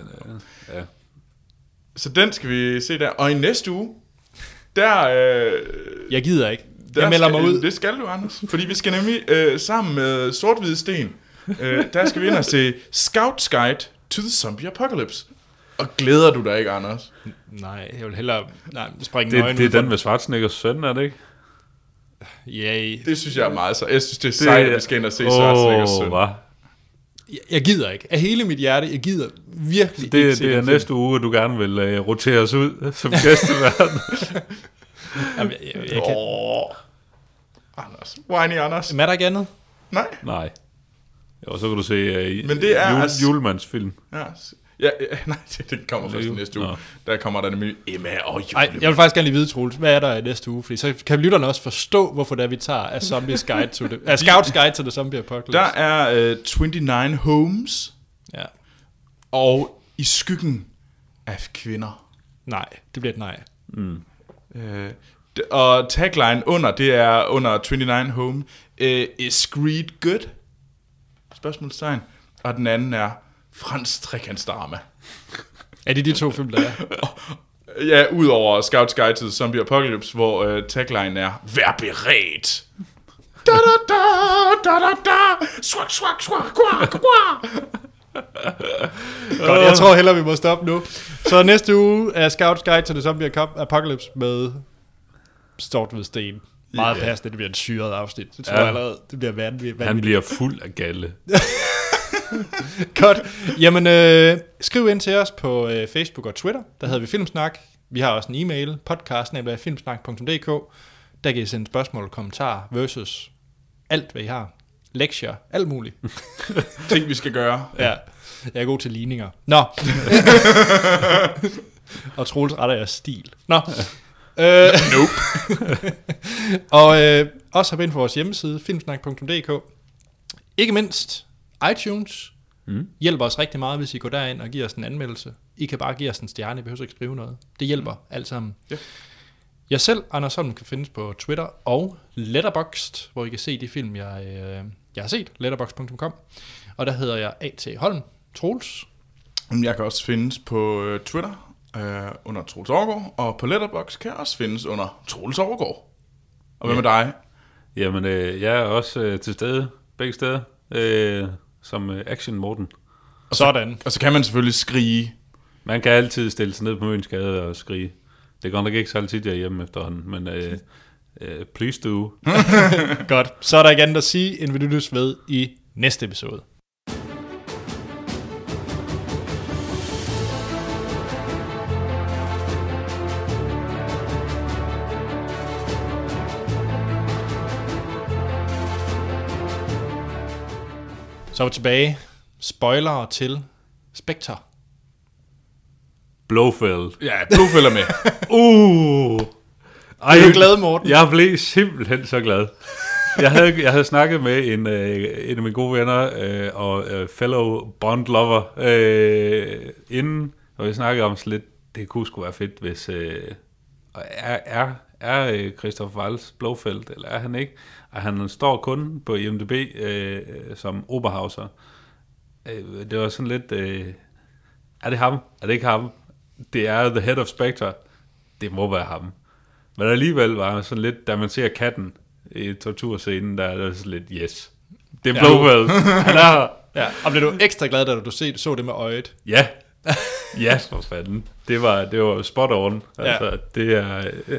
[SPEAKER 3] Ja.
[SPEAKER 2] Så den skal vi se der. Og i næste uge, der... Øh,
[SPEAKER 1] Jeg gider ikke.
[SPEAKER 2] Der
[SPEAKER 1] Jeg melder
[SPEAKER 2] skal,
[SPEAKER 1] mig ud.
[SPEAKER 2] Det skal du, Anders. Fordi vi skal nemlig øh, sammen med sort Hvide Sten, øh, der skal vi ind og se Scout's Guide to the Zombie Apocalypse. Og glæder du dig ikke, Anders?
[SPEAKER 1] Nej, jeg vil hellere nej, springe
[SPEAKER 3] Det,
[SPEAKER 1] nøgen
[SPEAKER 3] det
[SPEAKER 1] ud for-
[SPEAKER 3] er den med Schwarzeneggers søn, er det ikke?
[SPEAKER 1] Yay.
[SPEAKER 2] Det synes jeg er meget så. Jeg synes, det er sejt, at vi skal ind og se oh, Schwarzeneggers søn.
[SPEAKER 3] Åh, hva?
[SPEAKER 1] Jeg- Jeg gider ikke. Af hele mit hjerte, jeg gider virkelig ikke
[SPEAKER 3] Det,
[SPEAKER 1] se
[SPEAKER 3] det er
[SPEAKER 1] den film.
[SPEAKER 3] næste uge, du gerne vil uh, rotere os ud som gæstevært.
[SPEAKER 1] Jamen, jeg, jeg, jeg kan...
[SPEAKER 2] Åh, Anders. Whiny Anders.
[SPEAKER 1] Men er der ikke andet?
[SPEAKER 2] Nej.
[SPEAKER 3] Nej. Jo, så kan du se uh,
[SPEAKER 2] Men det er
[SPEAKER 3] jul,
[SPEAKER 2] altså-
[SPEAKER 3] julemandsfilm.
[SPEAKER 2] Ja, s- ja, ja, nej, det, det kommer først i
[SPEAKER 3] Leo.
[SPEAKER 2] næste uge.
[SPEAKER 3] Nå.
[SPEAKER 2] Der kommer der nemlig Emma og Julie.
[SPEAKER 1] Nej, jeg vil faktisk gerne lige vide, Troels, hvad er der i næste uge? Fordi så kan lytterne også forstå, hvorfor det er, vi tager af Zombies Guide to the... Af Scouts Guide to the Zombie Apocalypse.
[SPEAKER 2] Der er uh, 29 Homes
[SPEAKER 1] Ja.
[SPEAKER 2] og I skyggen af kvinder.
[SPEAKER 1] Nej, det bliver et nej.
[SPEAKER 2] Uh, og tagline under, det er under 29 Home, uh, is greed good? Spørgsmålstegn. Og den anden er Frans Trekantsdrama.
[SPEAKER 1] Er det de to film, der er?
[SPEAKER 2] Ja, udover Scout's Guide to the Zombie Apocalypse, hvor øh, tagline er, vær beredt. Da da da, da da da, swag swag swag quack quack.
[SPEAKER 1] Godt, jeg tror hellere, vi må stoppe nu. Så næste uge er Scouts Guide to the Zombie Aco- Apocalypse med Stort ved Sten. Meget yeah. passende, det bliver en syret afsnit. Det tror
[SPEAKER 3] Ja.
[SPEAKER 1] jeg allerede, det bliver vanvittigt.
[SPEAKER 3] Han bliver fuld af galle.
[SPEAKER 1] Godt. Jamen, øh, skriv ind til os på øh, Facebook og Twitter. Der hedder vi Filmsnak. Vi har også en e-mail, podcast.filmsnak.dk. Der kan I sende spørgsmål, kommentarer, versus alt, hvad I har. Lektier, alt muligt.
[SPEAKER 2] Ting vi skal gøre.
[SPEAKER 1] Ja, jeg er god til ligninger. Nå. og Troels retter jeg stil. Nå. Øh,
[SPEAKER 2] Nope.
[SPEAKER 1] og øh, også hop ind på vores hjemmeside, filmsnak.dk. Ikke mindst iTunes mm. hjælper os rigtig meget, hvis I går derind og giver os en anmeldelse. I kan bare give os en stjerne, I behøver ikke skrive noget. Det hjælper mm. alt sammen.
[SPEAKER 2] Ja.
[SPEAKER 1] Jeg selv, Anders Holm, kan findes på Twitter og Letterboxd, hvor I kan se de film, jeg, øh, jeg har set, letterboxd.com. Og der hedder jeg A.T. Holm Troels.
[SPEAKER 2] Jamen, Jeg kan også findes på øh, Twitter øh, under Troels Overgaard, og på Letterboxd kan jeg også findes under Troels Overgaard. Og hvad med dig?
[SPEAKER 3] Jamen, øh, jeg er også øh, til stede begge steder, øh, som øh, Action Morten.
[SPEAKER 1] Sådan.
[SPEAKER 2] Og så kan man selvfølgelig skrige.
[SPEAKER 3] Man kan altid stille sig ned på Møns Gade og skrige. Det går nok ikke så altid, jeg er hjemme efterhånden, men øh, øh, please do.
[SPEAKER 1] Godt. Så er der ikke andet at sige, end vi lyttes ved i næste episode. Så er vi tilbage. Spoiler til Spectre.
[SPEAKER 3] Blofeld.
[SPEAKER 2] Ja, blodfælder med.
[SPEAKER 3] Uh! Ej,
[SPEAKER 1] Er du glad, Morten?
[SPEAKER 3] Jeg blev simpelthen så glad. Jeg havde, jeg havde snakket med en, øh, en af mine gode venner øh, og øh, fellow Bond lover øh, inden, og vi snakkede om sådan lidt, det kunne sgu være fedt, hvis... Øh, og er, er, er øh, Christoph Waltz Blofeld, eller er han ikke? Og han står kun på IMDb øh, som Oberhauser. Øh, det var sådan lidt... Øh, er det ham? Er det ikke ham? Det er The Head of Spectre. Det må være ham. Men alligevel var han sådan lidt, da man ser katten i torturscenen, der er det sådan lidt, yes. Det er
[SPEAKER 1] Ja.
[SPEAKER 3] Blofeld. Han er her.
[SPEAKER 1] Ja, og blev du ekstra glad, da du se- så det med øjet?
[SPEAKER 3] Ja. Ja, for fanden. Det var, det var spot on. Altså, ja. det er... øh,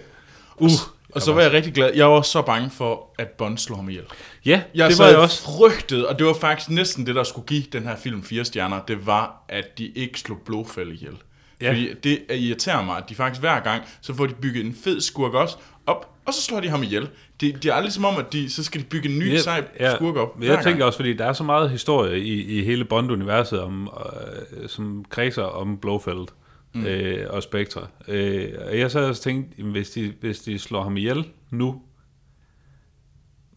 [SPEAKER 3] Uh,
[SPEAKER 2] Og så var jeg rigtig glad. Jeg var så bange for, at Bond slår ham ihjel.
[SPEAKER 3] ja,
[SPEAKER 2] Jeg
[SPEAKER 3] det var jeg også.
[SPEAKER 2] frygtet, og det var faktisk næsten det, der skulle give den her film fire stjerner, det var, at de ikke slog Blofeld ihjel. Ja.
[SPEAKER 3] Ja.
[SPEAKER 2] Fordi det øh, irriterer mig, at de faktisk hver gang, så får de bygget en fed skurk også op, og så slår de ham ihjel. Det, det er aldrig som om, at de, så skal de bygge en ny ja, sej skurk op
[SPEAKER 3] Men jeg tænker også, fordi der er så meget historie i, i hele Bond-universet, om, øh, som kredser om Blofeld mm. øh, og Spectre. Øh, og jeg så også tænkt, jamen, hvis de, hvis de slår ham ihjel nu,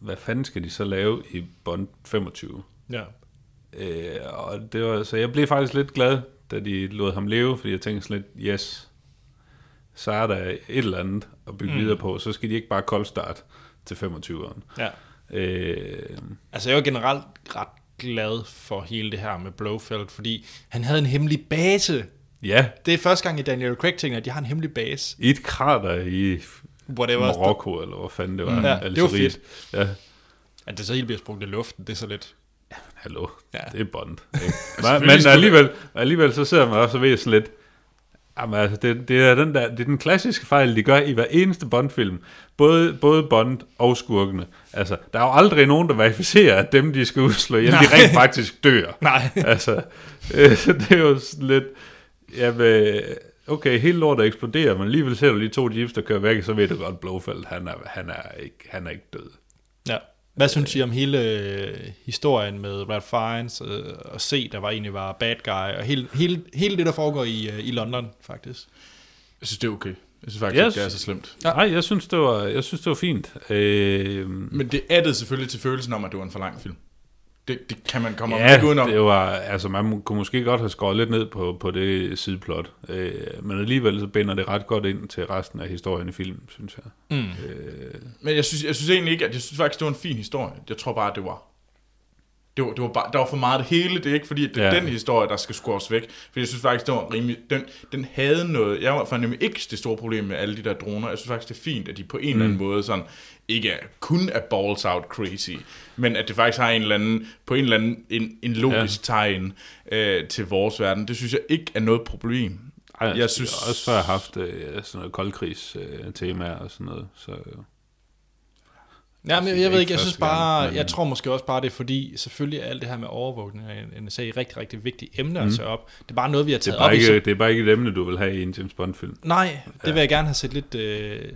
[SPEAKER 3] hvad fanden skal de så lave i Bond 25?
[SPEAKER 1] Ja.
[SPEAKER 3] Øh, og det var, så jeg blev faktisk lidt glad, da de lod ham leve, fordi jeg tænkte sådan lidt, yes, så er der et eller andet at bygge mm. videre på, så skal de ikke bare koldstart til 25'eren.
[SPEAKER 1] Ja.
[SPEAKER 3] Øh,
[SPEAKER 1] Altså, jeg var generelt ret glad for hele det her med Blofeld, fordi han havde en hemmelig base.
[SPEAKER 3] ja,
[SPEAKER 1] Det er første gang i Daniel Craig-ting, at de har en hemmelig base.
[SPEAKER 3] i et krater i
[SPEAKER 1] whatever.
[SPEAKER 3] Marokko, eller hvor fanden det var.
[SPEAKER 1] Mm. Ja, det var
[SPEAKER 3] Algeriet. Ja,
[SPEAKER 1] At det så helt bliver sprunget i luften, det er så lidt...
[SPEAKER 3] hallo,
[SPEAKER 1] Ja.
[SPEAKER 3] ja. det er Bond. ikke? men,
[SPEAKER 2] skulle
[SPEAKER 3] men
[SPEAKER 2] det-
[SPEAKER 3] alligevel, alligevel så sidder man også og ved sådan lidt, jamen, altså, det, det, er den der, det er den klassiske fejl, de gør i hver eneste Bond-film. Både, både Bond og skurkene. Altså, der er jo aldrig nogen, der verificerer, at dem, de skal udslå ihjel, de
[SPEAKER 1] Nej.
[SPEAKER 3] rent faktisk dør.
[SPEAKER 1] Nej.
[SPEAKER 3] altså, øh, så det er jo sådan lidt, jamen, okay, hele lortet eksploderer, men alligevel ser du lige to jeeps, der kører væk, så ved du godt, Blofeld, han er, han er, ikke, han er ikke død.
[SPEAKER 1] Ja. Hvad synes I om hele øh, historien med Ralph Fiennes øh, og C, der var egentlig var bad guy, og hele, hele, hele det, der foregår i, øh, i London, faktisk?
[SPEAKER 2] Jeg synes, det er okay. Jeg synes faktisk, yes.
[SPEAKER 3] Yes.
[SPEAKER 2] det er så slemt.
[SPEAKER 3] Ja. Nej, jeg synes, det var, jeg synes, det var fint. Øh,
[SPEAKER 2] Men det addede selvfølgelig til følelsen om, at det var en for lang film. Det, det kan man komme ja,
[SPEAKER 3] ja,
[SPEAKER 2] om. udenom.
[SPEAKER 3] det var, altså, man må- kunne måske godt have skåret lidt ned på, på det sideplot, øh, men alligevel så binder det ret godt ind til resten af historien i filmen, synes jeg.
[SPEAKER 1] Mm.
[SPEAKER 2] Men jeg synes, jeg synes egentlig ikke, at jeg synes faktisk, det var en fin historie. Jeg tror bare, at det var. Det var, det var bare, der var for meget af det hele. Det er ikke fordi, at det er
[SPEAKER 3] Ja.
[SPEAKER 2] den historie, der skal skores væk. For jeg synes faktisk, det var rimelig... Den, den havde noget... Jeg var for nemlig ikke det store problem med alle de der droner. Jeg synes faktisk, det er fint, at de på en eller anden måde sådan ikke er, kun er balls out crazy, men at det faktisk har en eller anden, på en eller anden en, en logisk ja. tegn øh, til vores verden. Det synes jeg ikke er noget problem.
[SPEAKER 3] Ej, altså,
[SPEAKER 2] Jeg synes-
[SPEAKER 3] Også før jeg har haft øh, sådan noget koldkrigstemaer øh, temaer og sådan noget, så... øh,
[SPEAKER 1] Ja, men jeg,
[SPEAKER 3] det er
[SPEAKER 1] jeg ved
[SPEAKER 3] ikke
[SPEAKER 1] ikke, jeg
[SPEAKER 3] første
[SPEAKER 1] synes bare,
[SPEAKER 3] gang, men-
[SPEAKER 1] jeg tror måske også bare det, er fordi selvfølgelig er alt det her med overvågning og en- en sag rigtig, rigtig vigtigt emne at tage op. Det er bare noget, vi har
[SPEAKER 3] Mm. Det
[SPEAKER 1] taget
[SPEAKER 3] er,
[SPEAKER 1] op
[SPEAKER 3] bare
[SPEAKER 1] i så
[SPEAKER 3] ikke, det er bare ikke et emne, du vil have i en James Bond-film.
[SPEAKER 1] Nej, det vil jeg gerne have set lidt... Øh,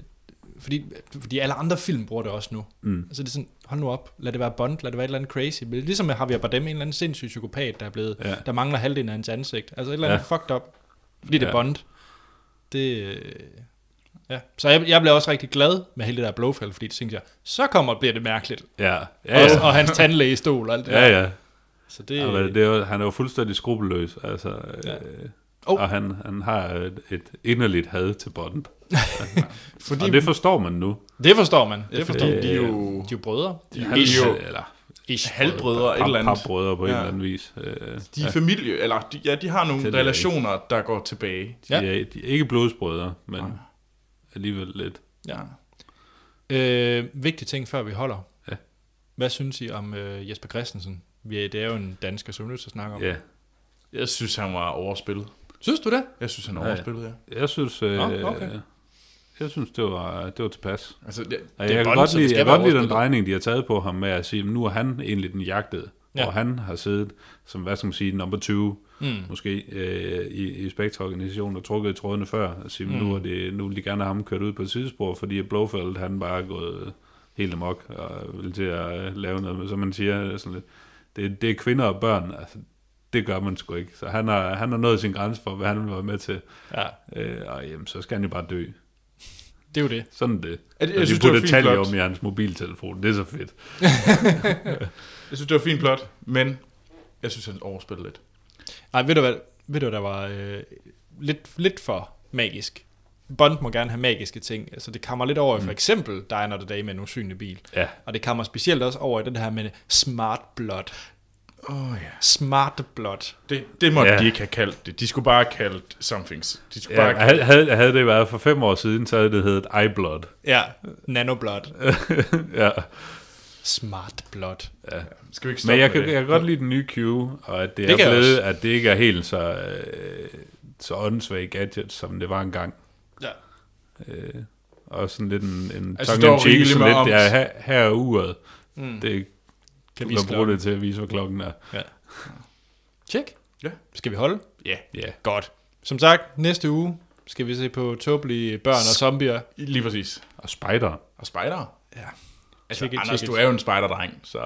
[SPEAKER 1] fordi, fordi alle andre film bruger det også nu. Mm. Altså det er sådan, hold nu op, lad det være Bond, lad det være et eller andet crazy. Men Ligesom med Javier Bardem, en eller anden sindssyg psykopat, der, er blevet, ja.
[SPEAKER 3] Ja.
[SPEAKER 1] der mangler halvdelen af hans ansigt. Altså et eller andet ja.
[SPEAKER 3] Ja.
[SPEAKER 1] fucked up, fordi det er
[SPEAKER 3] Ja.
[SPEAKER 1] Bond. Det, øh, ja. Så jeg, jeg blev også rigtig glad med hele det der Blofeld, fordi det tænkte jeg, så kommer bliver det mærkeligt.
[SPEAKER 3] Ja, ja,
[SPEAKER 1] Ja, ja. Og,
[SPEAKER 3] ja.
[SPEAKER 1] og hans tandlægestol og alt det
[SPEAKER 3] ja,
[SPEAKER 1] der.
[SPEAKER 3] ja.
[SPEAKER 1] Så det,
[SPEAKER 3] Ja, men det var, han er jo fuldstændig skrupelløs, altså,
[SPEAKER 1] Ja.
[SPEAKER 3] ja. øh,
[SPEAKER 1] Oh.
[SPEAKER 3] oh. og han, han har et, et inderligt had til Bond.
[SPEAKER 1] fordi,
[SPEAKER 3] Og det forstår man nu.
[SPEAKER 1] det forstår man. Det
[SPEAKER 2] Det er
[SPEAKER 1] forstår
[SPEAKER 2] fordi,
[SPEAKER 1] man.
[SPEAKER 3] Øh,
[SPEAKER 2] de er jo...
[SPEAKER 1] De er jo brødre.
[SPEAKER 2] De
[SPEAKER 3] Han,
[SPEAKER 2] er jo
[SPEAKER 3] eller,
[SPEAKER 1] Ish.
[SPEAKER 2] halvbrødre, et eller andet.
[SPEAKER 3] brødre på ja. en
[SPEAKER 2] Ja.
[SPEAKER 3] eller anden vis. Øh,
[SPEAKER 2] De er ja. familie, eller de, ja, de har nogle
[SPEAKER 3] Det
[SPEAKER 2] det
[SPEAKER 3] er det
[SPEAKER 2] relationer, der går tilbage.
[SPEAKER 3] de,
[SPEAKER 1] Ja.
[SPEAKER 3] ja. er, de er ikke blodsbrødre, men alligevel lidt.
[SPEAKER 1] Ja. Øh, vigtig ting, før vi holder.
[SPEAKER 3] Ja.
[SPEAKER 1] Hvad synes I om øh, Jesper Christensen? Vi er, det er jo en dansker, som vi er nødt til at snakke om.
[SPEAKER 3] Ja.
[SPEAKER 2] Jeg synes, han var overspillet.
[SPEAKER 1] Synes du det?
[SPEAKER 2] Jeg synes, han er
[SPEAKER 3] Ja, ja.
[SPEAKER 2] overspillet, ja.
[SPEAKER 3] Jeg synes, øh,
[SPEAKER 1] Nå, okay.
[SPEAKER 3] jeg synes det, var, det var tilpas.
[SPEAKER 2] Altså, det,
[SPEAKER 3] Og
[SPEAKER 1] Det er
[SPEAKER 3] jeg kan
[SPEAKER 1] Bond,
[SPEAKER 3] godt
[SPEAKER 1] så det
[SPEAKER 3] lide,
[SPEAKER 1] skal
[SPEAKER 3] jeg kan
[SPEAKER 1] være
[SPEAKER 3] godt lide den
[SPEAKER 1] overspillet.
[SPEAKER 3] drejning, de har taget på ham med at sige, at nu er han egentlig den jagtede.
[SPEAKER 1] Ja.
[SPEAKER 3] Ja. Og han har siddet, som hvad skal man sige, nummer 20, mm. måske, øh, i, i spektorganisationen og trukket i trådene før, og sige, mm. nu, er det, nu vil de gerne have ham kørt ud på et sidespor, fordi at Blofeld, han bare er gået helt amok og vil til at øh, lave noget, som man siger, øh, sådan lidt, det, det er kvinder og børn, altså, det gør man sgu ikke. Så han har, han har nået sin grænse for, hvad han vil være med til.
[SPEAKER 1] Ja,
[SPEAKER 3] Øh, og jamen, så skal han jo bare dø.
[SPEAKER 1] det er jo det.
[SPEAKER 3] Sådan er det.
[SPEAKER 2] jeg, jeg,
[SPEAKER 3] Og
[SPEAKER 2] jeg,
[SPEAKER 3] de
[SPEAKER 2] synes, det var
[SPEAKER 3] putter
[SPEAKER 2] fint
[SPEAKER 3] talje
[SPEAKER 2] plot.
[SPEAKER 3] om i hans mobiltelefon. Det er så fedt.
[SPEAKER 2] jeg synes, det var fint plot, men jeg synes, han overspillede lidt.
[SPEAKER 1] Nej, ved du hvad, ved du, hvad der var øh, lidt, lidt for magisk? Bond må gerne have magiske ting. Altså, det kommer lidt over i for eksempel Die Another Day med en usynlig bil.
[SPEAKER 3] Ja.
[SPEAKER 1] Og det kommer specielt også over i den her med smart blood.
[SPEAKER 2] Åh oh, ja.
[SPEAKER 1] Smart blood.
[SPEAKER 2] Det, det måtte ja.
[SPEAKER 3] Ja.
[SPEAKER 2] de ikke have kaldt det. De skulle bare have kaldt something. De skulle ja,
[SPEAKER 3] Ja,
[SPEAKER 2] bare have
[SPEAKER 3] havde, havde, havde det været for fem år siden, så havde det heddet iBlood.
[SPEAKER 1] Ja, nanoblod.
[SPEAKER 3] ja.
[SPEAKER 1] Smart blood.
[SPEAKER 2] kaldt, Skal vi ikke stoppe
[SPEAKER 3] Men jeg kan,
[SPEAKER 2] med det?
[SPEAKER 3] jeg kan godt lide den nye Q, og at det,
[SPEAKER 1] Det
[SPEAKER 3] det
[SPEAKER 1] kan
[SPEAKER 3] er
[SPEAKER 1] jeg
[SPEAKER 3] blevet,
[SPEAKER 1] også.
[SPEAKER 3] at det ikke er helt så, øh, så åndssvage gadgets, som det var engang.
[SPEAKER 1] Ja.
[SPEAKER 3] Øh, og sådan lidt en, en
[SPEAKER 2] Altså,
[SPEAKER 3] altså,
[SPEAKER 2] det var
[SPEAKER 3] tongue in cheek,
[SPEAKER 2] rigeligt med
[SPEAKER 3] sådan lidt,
[SPEAKER 2] oms.
[SPEAKER 3] ja, her, her er uret. Mm. Det
[SPEAKER 1] Kan
[SPEAKER 3] kan
[SPEAKER 1] vi
[SPEAKER 3] vi bruge det til at vise, hvor klokken er.
[SPEAKER 1] Ja. Tjek.
[SPEAKER 2] Ja.
[SPEAKER 1] Skal vi holde?
[SPEAKER 2] Ja.
[SPEAKER 3] Ja.
[SPEAKER 1] Godt. Som sagt, næste uge skal vi se på tåbelige børn og zombier.
[SPEAKER 2] Lige præcis.
[SPEAKER 3] Og spider.
[SPEAKER 2] Og spejdere.
[SPEAKER 1] Ja.
[SPEAKER 2] Altså,
[SPEAKER 1] Tjek it,
[SPEAKER 2] Anders,
[SPEAKER 1] tjek
[SPEAKER 2] du
[SPEAKER 1] it.
[SPEAKER 2] er jo en spejderdreng, så...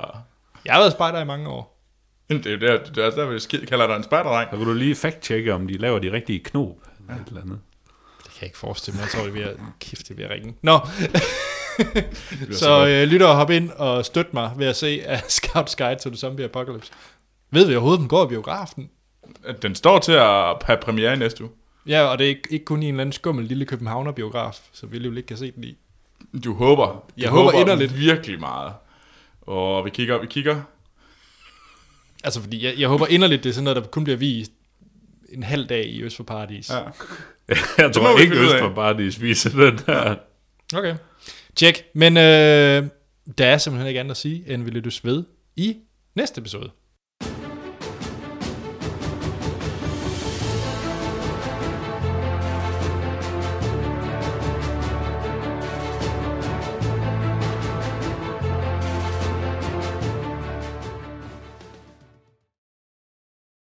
[SPEAKER 1] Jeg har været spejder i mange år.
[SPEAKER 2] Det er jo der, det er også der, vi skid kalder dig en spejderdreng.
[SPEAKER 3] Så kan du lige fact-tjekke, om de laver de rigtige knob. Eller et eller andet.
[SPEAKER 1] Det kan jeg ikke forestille mig. Jeg tror, det bliver... Kæft, det bliver ringe. Nå, så
[SPEAKER 2] så
[SPEAKER 1] øh, lytter og hop ind og støt mig ved at se uh, Scout's Guide to the Zombie Apocalypse. Ved vi overhovedet, den går i biografen?
[SPEAKER 2] Den står til at have premiere i næste uge.
[SPEAKER 1] Ja, og det er ikke, ikke kun i en eller anden skummel lille københavnerbiograf, så vi alligevel ikke kan se den i.
[SPEAKER 2] Du håber. Du
[SPEAKER 1] Jeg håber inderligt.
[SPEAKER 2] virkelig meget. Og vi kigger, vi kigger.
[SPEAKER 1] Altså, fordi jeg, jeg håber inderligt, det er sådan noget, der kun bliver vist en halv dag i Øst for Paradis.
[SPEAKER 2] Ja.
[SPEAKER 3] Jeg
[SPEAKER 2] må
[SPEAKER 3] tror
[SPEAKER 2] vi
[SPEAKER 3] ikke,
[SPEAKER 2] finde ud af.
[SPEAKER 3] Øst for bare de spiser den der.
[SPEAKER 1] Okay. Tjek. Men øh, der er simpelthen ikke andet at sige, end vi lyttes ved i næste episode.